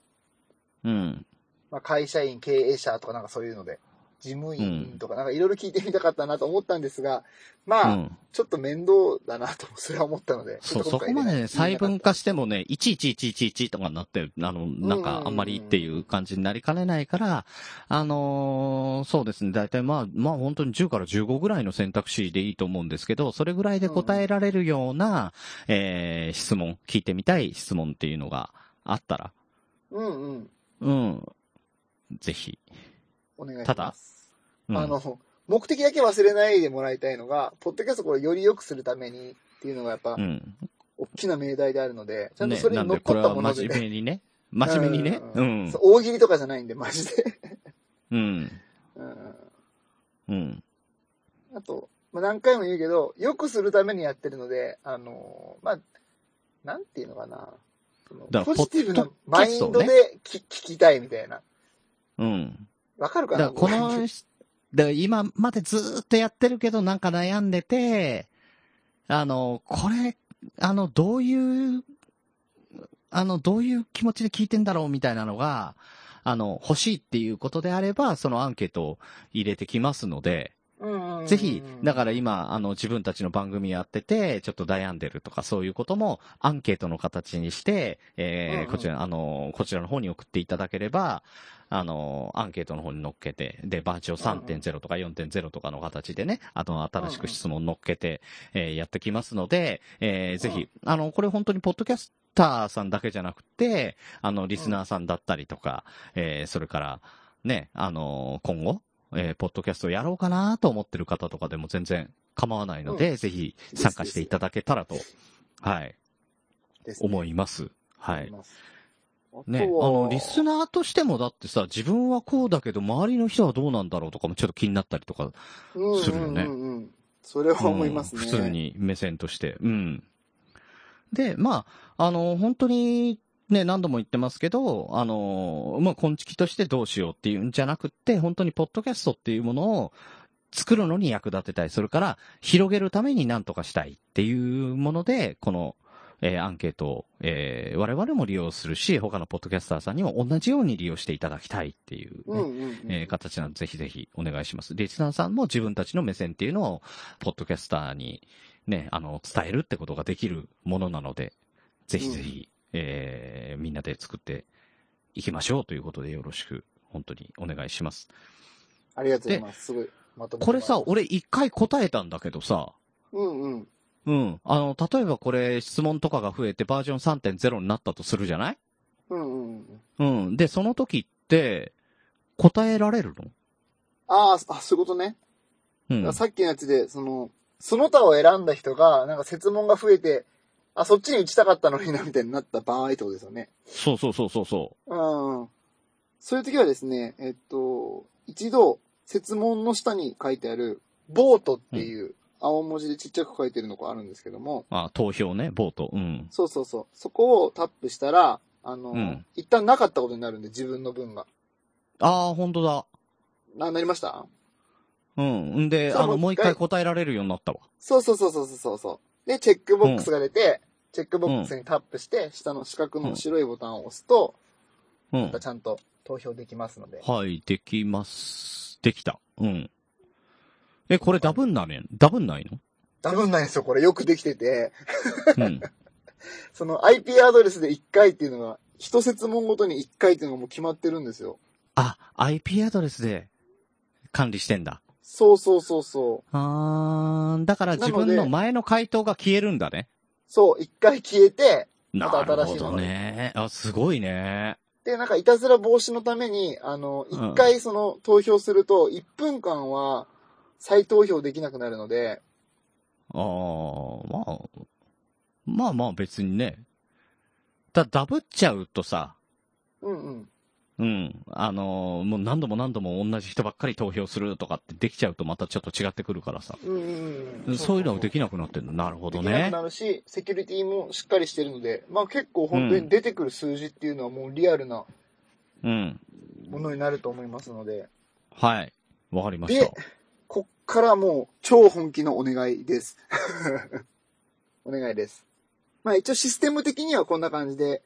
Speaker 2: うん。
Speaker 3: まあ、会社員、経営者とかなんかそういうので、事務員とかなんかいろいろ聞いてみたかったなと思ったんですが、
Speaker 2: う
Speaker 3: まあ、
Speaker 2: ん。
Speaker 3: ちょっと面倒だなと、それは思ったので。
Speaker 2: そう、
Speaker 3: ちょ
Speaker 2: そ
Speaker 3: っと
Speaker 2: こ
Speaker 3: 今
Speaker 2: ま
Speaker 3: 回
Speaker 2: で
Speaker 3: ね
Speaker 2: ね、細分化してもね、11111とかになって、あの、なんかあんまりっていう感じになりかねないから、あのーそうですね、大体まあ、まあ本当に10から15ぐらいの選択肢でいいと思うんですけど、それぐらいで答えられるような、えー質問、聞いてみたい質問っていうのがあったら、
Speaker 3: うんうん。
Speaker 2: うん、ぜひ。
Speaker 3: お願いしたます。
Speaker 2: だうん、
Speaker 3: あの、目的だけ忘れないでもらいたいのが、ポッドキャストこれより良くするためにっていうのがやっぱ
Speaker 2: う、ん。
Speaker 3: 大きな命題であるので、ちゃんと
Speaker 2: ね
Speaker 3: そ、れ
Speaker 2: なん
Speaker 3: に乗っ
Speaker 2: でこ
Speaker 3: か
Speaker 2: れ
Speaker 3: った
Speaker 2: は
Speaker 3: もの
Speaker 2: 真
Speaker 3: で、
Speaker 2: 面目にね、真面目にね、う
Speaker 3: うんそ、う大喜利とかじゃないんで、マジで。
Speaker 2: うん、
Speaker 3: うん
Speaker 2: うん、
Speaker 3: あと、まあ、何回も言うけど、良くするためにやってるので、あのーまあ、なんていうのかな。その
Speaker 2: だから
Speaker 3: ポジティブな
Speaker 2: ポッド
Speaker 3: マ
Speaker 2: キャ
Speaker 3: イ
Speaker 2: ストを
Speaker 3: ン
Speaker 2: ね
Speaker 3: ドでき、聞きたいみたいな。
Speaker 2: うん。
Speaker 3: わかるか
Speaker 2: だ
Speaker 3: な
Speaker 2: からこの、だから今までずーっとやってるけどなんか悩んでて、あの、これ、あの、どういう、あの、どういう気持ちで聞いてんだろうみたいなのが、あの、欲しいっていうことであれば、そのアンケートを入れてきますので、
Speaker 3: の、
Speaker 2: ぜひ、だからら今、あの、自分たちの番組やってて、ちょっと悩んでるとか、そういうことも、アンケートの形にして、えー
Speaker 3: うんうん
Speaker 2: こちら、あの、こちらの方に送っていただければ、あの、アンケートの方に乗っけて、で、バージョン3.0とか4.0とかの形でね、あの、新しく質問乗っけて、えーやってきますので、えーぜひ、あの、これ本当にポッドキャスターさんだけじゃなくて、あの、リスナーさんだったりとか、えーそれから、ね、あの今後、えーポッドキャストをやろうかなと思ってる方とかでも全然構わないので、ぜひ参加していただけたらと、はい、
Speaker 3: ですね
Speaker 2: 思います。は
Speaker 3: 思い
Speaker 2: い。
Speaker 3: ます
Speaker 2: ね、あ
Speaker 3: あとは
Speaker 2: の、リスナーとしてもだってさ、自分はこうだけど、周りの人はどうなんだろうとかもちょっと気になったりとか、するよね
Speaker 3: うんうんうんうんそれは思いますね。
Speaker 2: うん普通。に目線として。うん。で、まあ、あの、本当に、ね、何度も言ってますけど、あの、まあ、昆虫としてどうしようっていうんじゃなくって、本当にポッドキャストっていうものを作るのに役立てたい。それから、広げるために何とかしたいっていうもので、この、えーアンケートを、えー我々も利用するし、他のポッドキャスターさんにも同じように利用していただきたいっていうね、
Speaker 3: うんうんうん。
Speaker 2: えー形なんで、ぜひぜひお願いします。リスナーさんも自分たちの目線っていうのを、ポッドキャスターにね、あの、伝えるってことができるものなので、ぜひぜひ、えーみんなで作っていきましょうということでよろしく、本当にお願いします。
Speaker 3: ありがとうございます。すごい。まとめて
Speaker 2: これさ、
Speaker 3: もらっ
Speaker 2: 俺一回答えたんだけどさ、
Speaker 3: た、うんうん。
Speaker 2: うん。あの、例えばこれ質問とかが増えてバージョン3.0になったとするじゃない
Speaker 3: うんうん。
Speaker 2: うん。で、その時って、答えられるの
Speaker 3: あーあ、そういうことね。
Speaker 2: うん。
Speaker 3: さっきのやつで、その、その他を選んだ人が、なんか説問が増えて、あ、そっちに打ちたかったのにな、みたいになった場合ってことですよね。
Speaker 2: そうそうそうそうそ
Speaker 3: うん。そういう時はですね、えっと、一度、説問の下に書いてある、ボートっていう、青文字でちっちゃく書いてるのがあるんですけども、
Speaker 2: う。あ、投票ね、ボート。うん。
Speaker 3: そうそうそう。そこをタップしたら、あの、
Speaker 2: うん
Speaker 3: 一旦なかったことになるんで、自分の分が。
Speaker 2: ああ、本当だ。
Speaker 3: な、なりました
Speaker 2: うん。んで、
Speaker 3: そ
Speaker 2: あ
Speaker 3: う
Speaker 2: の、
Speaker 3: も
Speaker 2: も
Speaker 3: う
Speaker 2: う
Speaker 3: 一
Speaker 2: 一
Speaker 3: 回
Speaker 2: 回答えられるようになったわ。
Speaker 3: そうそうそうそうそうそう。で、チェックボックスが出て、チェックボックスにタップして、下の四角の白いボタンを押すと、
Speaker 2: うん。
Speaker 3: ちゃんと投票できますので。
Speaker 2: はい、できます。できた。うん。え、これダブんなねんダブんないの
Speaker 3: ダブんないんですよ、これ。よくできてて。
Speaker 2: うん。
Speaker 3: その IP アドレスで1回っていうのが、一説問ごとに1回っていうのがもう決まってるんですよ。
Speaker 2: あ、IP アドレスで管理してんだ。
Speaker 3: そうそうそうそう。
Speaker 2: あー、だから自
Speaker 3: なの
Speaker 2: 分
Speaker 3: で
Speaker 2: の前の回答が消えるんだね。
Speaker 3: そう、1回消えて、ま
Speaker 2: な
Speaker 3: た
Speaker 2: る
Speaker 3: 新し
Speaker 2: ほ
Speaker 3: いのが
Speaker 2: どね。あ、すごいね。
Speaker 3: で、なんかいたずら防止のために、あの、1回その投票すると、1分間は再投票できなくなるので、
Speaker 2: あー、まあ、まあまあ別にね。ただ、ダブっちゃうとさ、
Speaker 3: うんうん。
Speaker 2: うん。あのーもう何度も何度も同じ人ばっかり投票するとかってできちゃうとまたちょっと違ってくるからさ。
Speaker 3: うんうんうん。
Speaker 2: そういうのもできなくなってんだ。なるほ
Speaker 3: で
Speaker 2: ど
Speaker 3: きな
Speaker 2: ね
Speaker 3: く。なるし、セキュリティもしっかりしてるので、まあ結構本当に出てくる数字っていうのはもうリアルな
Speaker 2: うん。
Speaker 3: ものになると思いますので、
Speaker 2: はい。わかりました
Speaker 3: で。こっからもう超本気のお願いです。 お願いです。まあ一応システム的にはこんな感じで、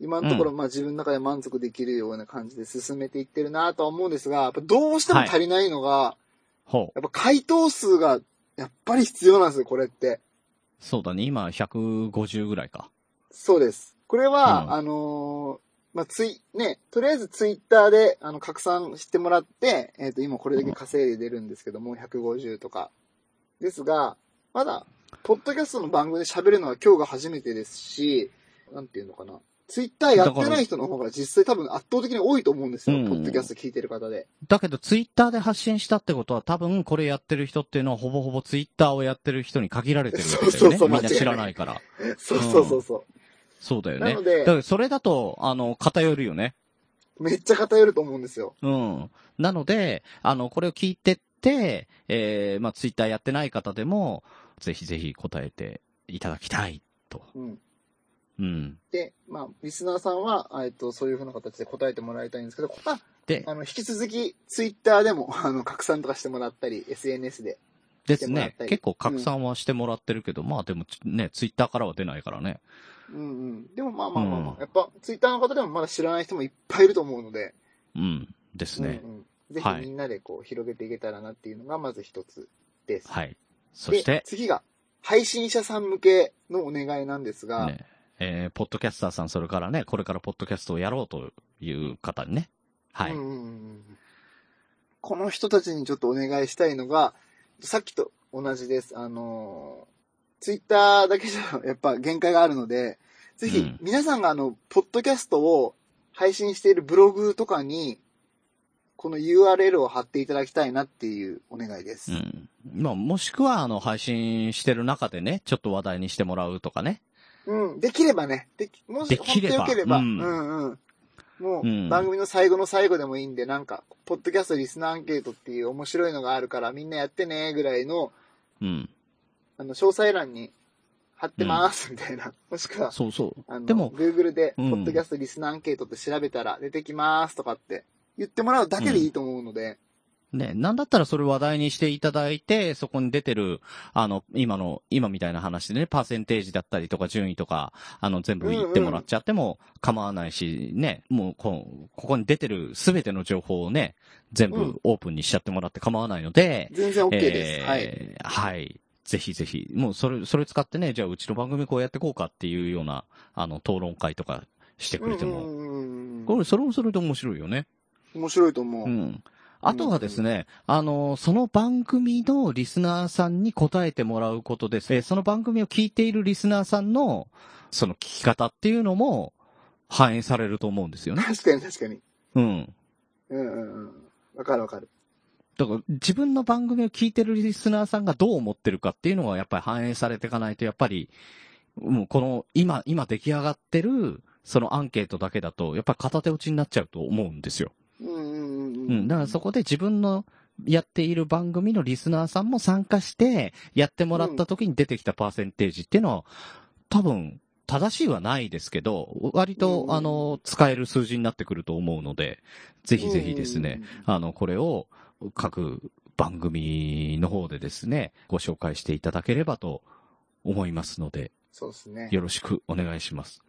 Speaker 3: 今のところまあ自分の中で満足できるような感じで進めていってるなとは思うんですが、やっぱどうしても足りないのが、
Speaker 2: ほう。
Speaker 3: やっぱ回答数がやっぱり必要なんですよ、これって。
Speaker 2: そうだね。今、150ぐらいか。
Speaker 3: そうです。これは、
Speaker 2: うん
Speaker 3: あのーまあ、つい、ね、とりあえずツイッターで、あの、拡散してもらって、えっ、と、今これだけ稼いで出るんですけども、150とか。ですが、まだ、ポッドキャストの番組で喋るのは今日が初めてですし、なんていうのかな。ツイッターやってない人の方が実際多分圧倒的に多いと思うんですよ、
Speaker 2: うん
Speaker 3: ポッドキャスト聞いてる方で。
Speaker 2: だけど、ツイッターで発信したってことは、多分これやってる人っていうのは、ほぼほぼツイッターをやってる人に限られてるわけだよね。
Speaker 3: そうそうそう
Speaker 2: みんな
Speaker 3: 間違いない
Speaker 2: 知らないから。
Speaker 3: そうそうそうそ
Speaker 2: そうだよ
Speaker 3: な
Speaker 2: ね。
Speaker 3: の
Speaker 2: だ
Speaker 3: で
Speaker 2: から、それだと、あの、偏るよね。
Speaker 3: う。めっちゃ偏ると思うんですよ。
Speaker 2: うん。なので、あの、これを聞いてって、えー、まあ、ツイッターやってない方でも、ぜひぜひ答えていただきたいと。
Speaker 3: うん。
Speaker 2: うん。
Speaker 3: で、まあ、リスナーさんは、えっと、そういう風な形で答えてもらいたいんですけど、まあ、
Speaker 2: で
Speaker 3: あ、の、引き続き、ツイッターでも、あ の、拡散とかしてもらったり、SNS で。
Speaker 2: です
Speaker 3: してもらっ
Speaker 2: ね
Speaker 3: た。り
Speaker 2: 結構拡散はしてもらってるけど、まあでもね、ツイッターからは出ないからね。
Speaker 3: うんうん。でも、まあまあまあまあ、
Speaker 2: うん
Speaker 3: やっぱ、ツイッターの方でもまだ知らない人もいっぱいいると思うので、
Speaker 2: うん。ですね。
Speaker 3: うんうん、ぜひ
Speaker 2: はい
Speaker 3: みんなでこう、広げていけたらなっていうのが、まず一つです。
Speaker 2: はい。そ
Speaker 3: で
Speaker 2: して、
Speaker 3: 次が、配信者さん向けのお願いなんですが、
Speaker 2: ね、えー、ポッドキャスターさん、それからね、これからポッドキャストをやろうという方にね。はい。
Speaker 3: うんうんうんこの人たちにちょっとお願いしたいのが、さっきと同じです。あのー、ツイッターだけじゃやっぱ限界があるので、ぜ
Speaker 2: う
Speaker 3: ひ
Speaker 2: ん
Speaker 3: 皆さんがあの、ポッドキャストを配信しているブログとかに、この URL を貼っていただきたいなっていうお願いです。
Speaker 2: うん。まあ、もしくは、あの、配信してる中でね、ちょっと話題にしてもらうとかね。
Speaker 3: うん、できればね。でき、もし、
Speaker 2: できれば
Speaker 3: 本当によければ、う、
Speaker 2: うんん
Speaker 3: うんも
Speaker 2: う
Speaker 3: う、
Speaker 2: ん
Speaker 3: 番組の最後の最後でもいいんで、なんか、ポッドキャストリスナーアンケートっていう面白いのがあるから、みんなやってね、ぐらいの、
Speaker 2: うん。
Speaker 3: あの、詳細欄に貼ってます、みたいな。もしくは、
Speaker 2: そうそ
Speaker 3: あの、
Speaker 2: でも
Speaker 3: Google で、ポ
Speaker 2: うん
Speaker 3: ッドキャストリスナーアンケートって調べたら出てきますとかって言ってもらうだけでいいと思うので、
Speaker 2: う。ね、なんだったらそれ話題にしていただいて、そこに出てる、あの、今の、今みたいな話でね、パーセンテージだったりとか順位とか、あの、全部言ってもらっちゃっても構わないし、ね、もうこ、ここに出てるすべての情報をね、全
Speaker 3: うん
Speaker 2: 部オープンにしちゃってもらって構わないので、
Speaker 3: 全然 OK です。
Speaker 2: えー
Speaker 3: は
Speaker 2: は
Speaker 3: い。。
Speaker 2: い。ぜひぜひ、もうそれ、それ使ってね、じゃあうちの番組こうやってこうかっていうような、あの、討論会とかしてくれても。
Speaker 3: うんうんうんうん
Speaker 2: これ、それもそれで面白いよね。
Speaker 3: 面白いと思う。
Speaker 2: うん。あとはですね、あの、その番組のリスナーさんに答えてもらうことです。えーその番組を聞いているリスナーさんの、その聞き方っていうのも、反映されると思うんですよね。
Speaker 3: 確かに確かに。
Speaker 2: うん。
Speaker 3: うんうんうん。わかるわかる。
Speaker 2: だから、自分の番組を聞いてるリスナーさんがどう思ってるかっていうのは、やっぱり反映されていかないと、やっぱり、もうこの、今、今出来上がってる、そのアンケートだけだと、やっぱり片手落ちになっちゃうと思うんですよ。
Speaker 3: うんうんうん。
Speaker 2: うん。だからそこで自分のやっている番組のリスナーさんも参加して、やってもらった時に出てきたパーセンテージっていうのは、多分、正しいはないですけど、割と
Speaker 3: う、ん
Speaker 2: あの、使える数字になってくると思うので、ぜひぜひですね、あの、これを各番組の方でですね、ご紹介していただければと思いますので、
Speaker 3: そうですね。
Speaker 2: よろしくお願いします。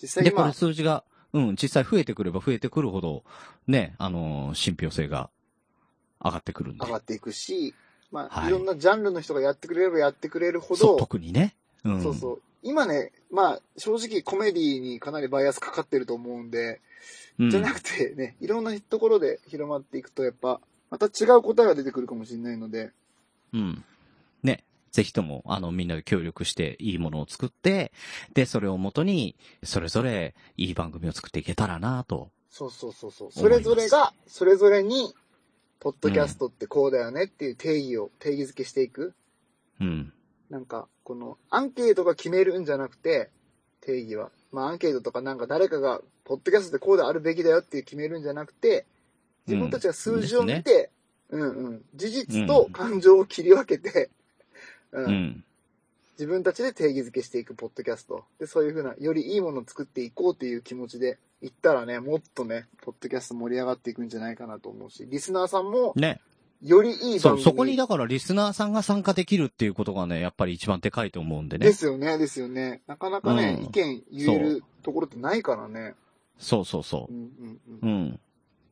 Speaker 3: 実際
Speaker 2: で、こ
Speaker 3: 今
Speaker 2: れ、数字が、うん、実際増えてくれば増えてくるほど、ね、あのー信憑性が上がってくるんで
Speaker 3: 上。がっていくし、まあ、
Speaker 2: はい
Speaker 3: い、ろんなジャンルの人がやってくれればやってくれるほ
Speaker 2: そう、
Speaker 3: ど、
Speaker 2: 特にね。うん。
Speaker 3: そうそう。今ね、まあ、正直コメディにかなりバイアスかかってると思うんで、
Speaker 2: うん
Speaker 3: じゃなくてね、いろんなところで広まっていくと、やっぱ、また違う答えが出てくるかもしれないので、
Speaker 2: うん。ね。ぜひとも、あの、みんなで協力して、いいものを作って、で、それをもとに、それぞれ、いい番組を作っていけたらなと。
Speaker 3: そうそうそうそう。
Speaker 2: 思
Speaker 3: そ
Speaker 2: いま
Speaker 3: れ
Speaker 2: す
Speaker 3: ぞれが、それぞれに、ポッドキャストってこうだよねっていう定義を、定義づけしていく。
Speaker 2: うん。
Speaker 3: なんか、この、アンケートが決めるんじゃなくて、定義は。まあ、アンケートとかなんか誰かが、ポッドキャストってこうであるべきだよっていう決めるんじゃなくて、自分たちが数字を見て、うん、うん事実と感情を切り分けて、うん、
Speaker 2: うん。
Speaker 3: 自分たちで定義づけしていくポッドキャスト。で、そういうふうな、よりいいものを作っていこうという気持ちで、行ったらね、もっとね、ポッドキャスト盛り上がっていくんじゃないかなと思うし、リスナーさんも、
Speaker 2: ね。
Speaker 3: よりいい
Speaker 2: そ
Speaker 3: 番
Speaker 2: う、
Speaker 3: 組
Speaker 2: そこにだから、リスナーさんが参加できるっていうことがね、やっぱり一番でかいと思うんでね。
Speaker 3: ですよね、ですよね。なかなかね、
Speaker 2: うん
Speaker 3: 意見言えるところってないからね。
Speaker 2: そうそうそうう。
Speaker 3: んうんうん
Speaker 2: うん。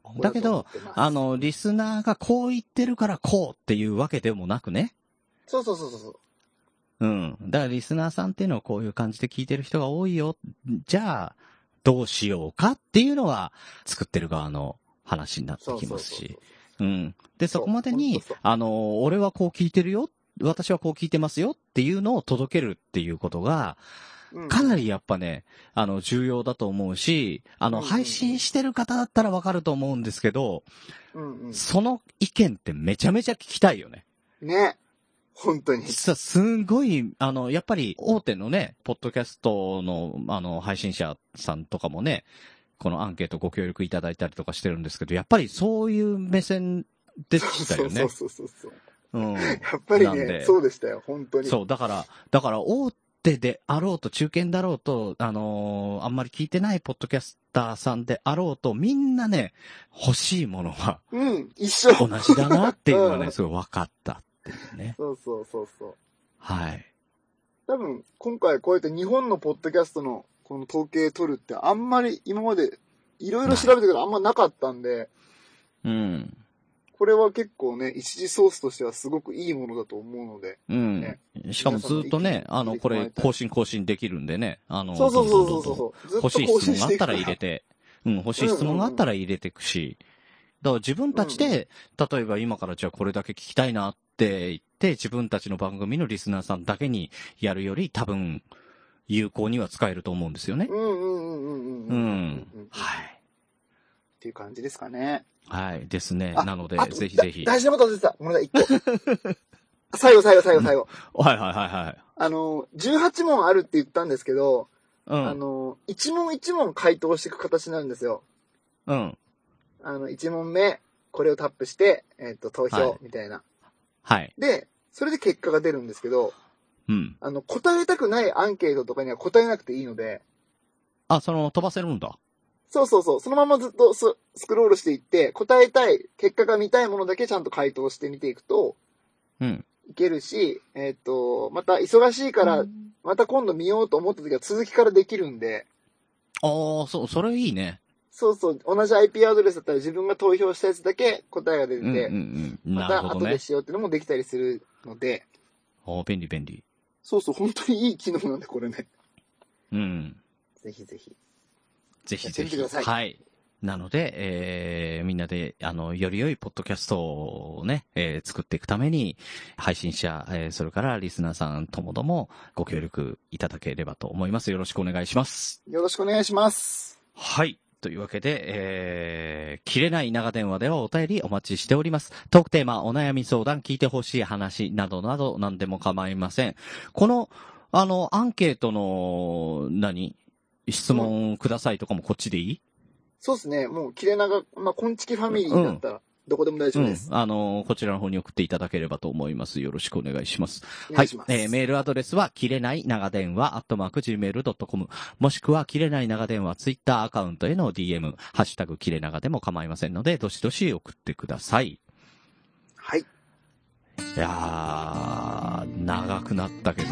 Speaker 3: ここ
Speaker 2: だけ
Speaker 3: と思
Speaker 2: ど
Speaker 3: っ、てます
Speaker 2: あの、リスナーがこう言ってるからこうっていうわけでもなくね。
Speaker 3: そうそうそうそう。
Speaker 2: うん。だからリスナーさんっていうのはこういう感じで聞いてる人が多いよ。じゃあ、どうしようかっていうのは、作ってる側の話になって
Speaker 3: そう
Speaker 2: き
Speaker 3: そう
Speaker 2: ます
Speaker 3: そうそう
Speaker 2: し。。うん。で、そ
Speaker 3: そう
Speaker 2: こまで
Speaker 3: ほん
Speaker 2: に
Speaker 3: とそう、
Speaker 2: あの、俺はこう聞いてるよ。私はこう聞いてますよっていうのを届けるっていうことが、
Speaker 3: うん
Speaker 2: かなりやっぱね、あの、重要だと思うし、あの、
Speaker 3: うんうんうん
Speaker 2: 配信してる方だったらわかると思うんですけど、
Speaker 3: うんうん。
Speaker 2: その意見ってめちゃめちゃ聞きたいよね。
Speaker 3: ね。本当に。
Speaker 2: 実はすごい、あの、やっぱり大手のね、ポッドキャストの、あの、配信者さんとかもね、このアンケートご協力いただいたりとかしてるんですけど、やっぱりそういう目線でした
Speaker 3: そ
Speaker 2: よ
Speaker 3: う
Speaker 2: ね
Speaker 3: そう。そうそうそう。
Speaker 2: うん。
Speaker 3: やっぱり
Speaker 2: なん
Speaker 3: ね
Speaker 2: で、
Speaker 3: そうでしたよ、本当に。
Speaker 2: そう、だから、だから大手であろうと、中堅だろうと、あのーあんまり聞いてないポッドキャスターさんであろうと、みんなね、欲しいものは
Speaker 3: うん、一緒。
Speaker 2: 同じだなっていうのが
Speaker 3: う
Speaker 2: ね、
Speaker 3: ん
Speaker 2: すごい分かったっていうね。
Speaker 3: そうそうそうそう。
Speaker 2: はい。
Speaker 3: 多分、今回こうやって日本のポッドキャストのこの統計取るってあんまり今までいろいろ調べたけどあんまなかったんで、
Speaker 2: うん。
Speaker 3: これは結構ね、一時ソースとしてはすごくいいものだと思うので。
Speaker 2: うん
Speaker 3: ね。
Speaker 2: しかもずっとね、
Speaker 3: 皆さ
Speaker 2: あ
Speaker 3: んの
Speaker 2: の、
Speaker 3: 意見
Speaker 2: こ
Speaker 3: 入
Speaker 2: れ
Speaker 3: れ、て
Speaker 2: 更新更新できるんでね。あの、
Speaker 3: そうそうそうそう
Speaker 2: どんどんどんどん
Speaker 3: そう。ずっ
Speaker 2: 欲
Speaker 3: と
Speaker 2: しい
Speaker 3: 更
Speaker 2: 質
Speaker 3: 新
Speaker 2: 問が
Speaker 3: し
Speaker 2: あ
Speaker 3: て
Speaker 2: っ
Speaker 3: いく
Speaker 2: た
Speaker 3: からら。
Speaker 2: 入れて、うん、欲しい質問があったら入れていくし、だから自分たちで、例えば今からじゃあこれだけ聞きたいなって言って、自分たちの番組のリスナーさんだけにやるより多分、有効には使えると思うんですよね
Speaker 3: う。んうんうんうんうん。
Speaker 2: う
Speaker 3: うん
Speaker 2: ん。
Speaker 3: っ
Speaker 2: はい。
Speaker 3: ていう感じですかね。
Speaker 2: はい。ですね。
Speaker 3: あ
Speaker 2: なので
Speaker 3: あ、と
Speaker 2: ぜひぜひ。
Speaker 3: だ
Speaker 2: はい
Speaker 3: 大事なこと忘れてた。ごめんなさい、一 個。最後最後最後最後。
Speaker 2: はいは
Speaker 3: あの、18問あるって言ったんですけど、
Speaker 2: いは
Speaker 3: あ
Speaker 2: い。うん。
Speaker 3: の、一問一問回答していく形になるんですよ。
Speaker 2: うん。
Speaker 3: あの、一問目、これをタップして、えっ、と、投
Speaker 2: はい
Speaker 3: 票、みたいな、
Speaker 2: はい。
Speaker 3: で、それで結果が出るんですけど、
Speaker 2: うん。
Speaker 3: あの、答えたくないアンケートとかには答えなくていいので、
Speaker 2: あ、その、飛ばせるんだ。
Speaker 3: そうそうそう、そのままずっとススクロールしていって、答えたい、結果が見たいものだけちゃんと回答してみていくと、
Speaker 2: うん。
Speaker 3: いけるし、えっ、と、また忙しいから、また今度見ようと思った時は続きからできるんで、
Speaker 2: ああ、そう、それいいね。
Speaker 3: そうそう、同じ IP アドレスだったら自分が投票したやつだけ答えが出て
Speaker 2: うん
Speaker 3: て、
Speaker 2: うんうん。
Speaker 3: ま
Speaker 2: なる
Speaker 3: た
Speaker 2: ほ
Speaker 3: 後
Speaker 2: どね
Speaker 3: で。しようっていうのもできたりするので、
Speaker 2: おー便利便利。
Speaker 3: そうそう、本当にいい機能なんで、これね。
Speaker 2: うん。
Speaker 3: ぜひぜひ。
Speaker 2: ぜひぜひ。
Speaker 3: やってみてください
Speaker 2: はい。なので、えーみんなで、あの、より良いポッドキャストをね、えー作っていくために、配信者、えーそれからリスナーさんともどもご協力いただければと思います。よろしくお願いします。
Speaker 3: よろしくお願いします。
Speaker 2: はい。というわけで、えー、切れない長電話ではお便りお待ちしております。トークテーマ、お悩み相談、聞いてほしい話などなど何でも構いません。この、あの、アンケートの、何質問くださいとかもこっちでいい
Speaker 3: そうですね。もう、切れ長、まあ、こんちきファミリーだったら、どこでも大丈夫です。
Speaker 2: うん。あの、こちらの方に送っていただければと思います。よろしくお願いします。
Speaker 3: お
Speaker 2: は
Speaker 3: 願
Speaker 2: い
Speaker 3: いしま。す。
Speaker 2: えーメールアドレスは、切れない長電話、アットマーク、gmail.com。もしくは、切れない長電話、ツイッターアカウントへの DM、ハッシュタグ、切れ長でも構いませんので、どしどし送ってください。
Speaker 3: はい。
Speaker 2: いやー、長くなったけど、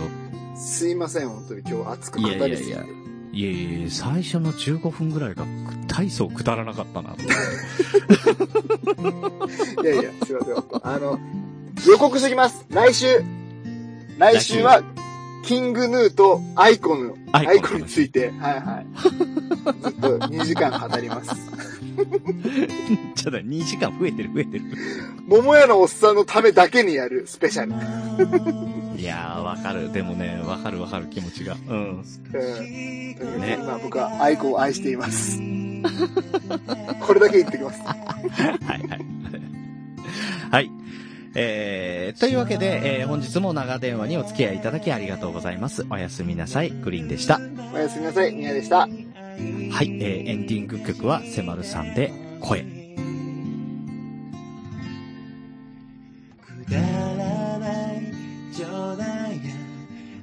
Speaker 3: すいません、本当に今日熱く語りすぎて。
Speaker 2: いやいやいやいえいえ、最初の15分ぐらいが、大層くだらなかったな と思って。
Speaker 3: いやいや、すいません。あの、予告しておきます。来週。来週は、キングヌーとアイコンの、
Speaker 2: ア
Speaker 3: ア
Speaker 2: イ
Speaker 3: イ
Speaker 2: コン
Speaker 3: コンについて、はいはい。ずっと2時間語ります。
Speaker 2: ちょっと2時間増えてる増えてる。
Speaker 3: 桃屋のおっさんのためだけにやるスペシャル。
Speaker 2: いやー、わかる。でもね、わかるわかる気持ちが。うん。
Speaker 3: うん。という
Speaker 2: ね
Speaker 3: まあ僕はアイコンを愛しています。これだけ言ってきます。
Speaker 2: はいはい。 はい。えー、というわけで、えー本日も長電話にお付き合いいただきありがとうございます。おやすみなさい。グリーンでした。はい。
Speaker 3: おやすみなさい。みやでした。
Speaker 2: えー、エンディング曲は、せまるさんで、声。
Speaker 6: くだらない冗談や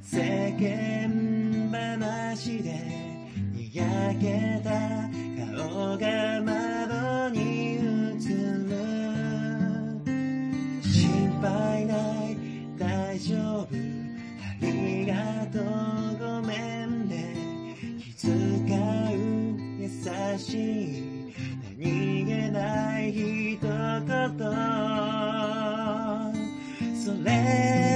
Speaker 6: 世間話でにやけた顔が窓に映る心配ない大丈夫ありがとうごめんね気遣う優しい何気ない一言それ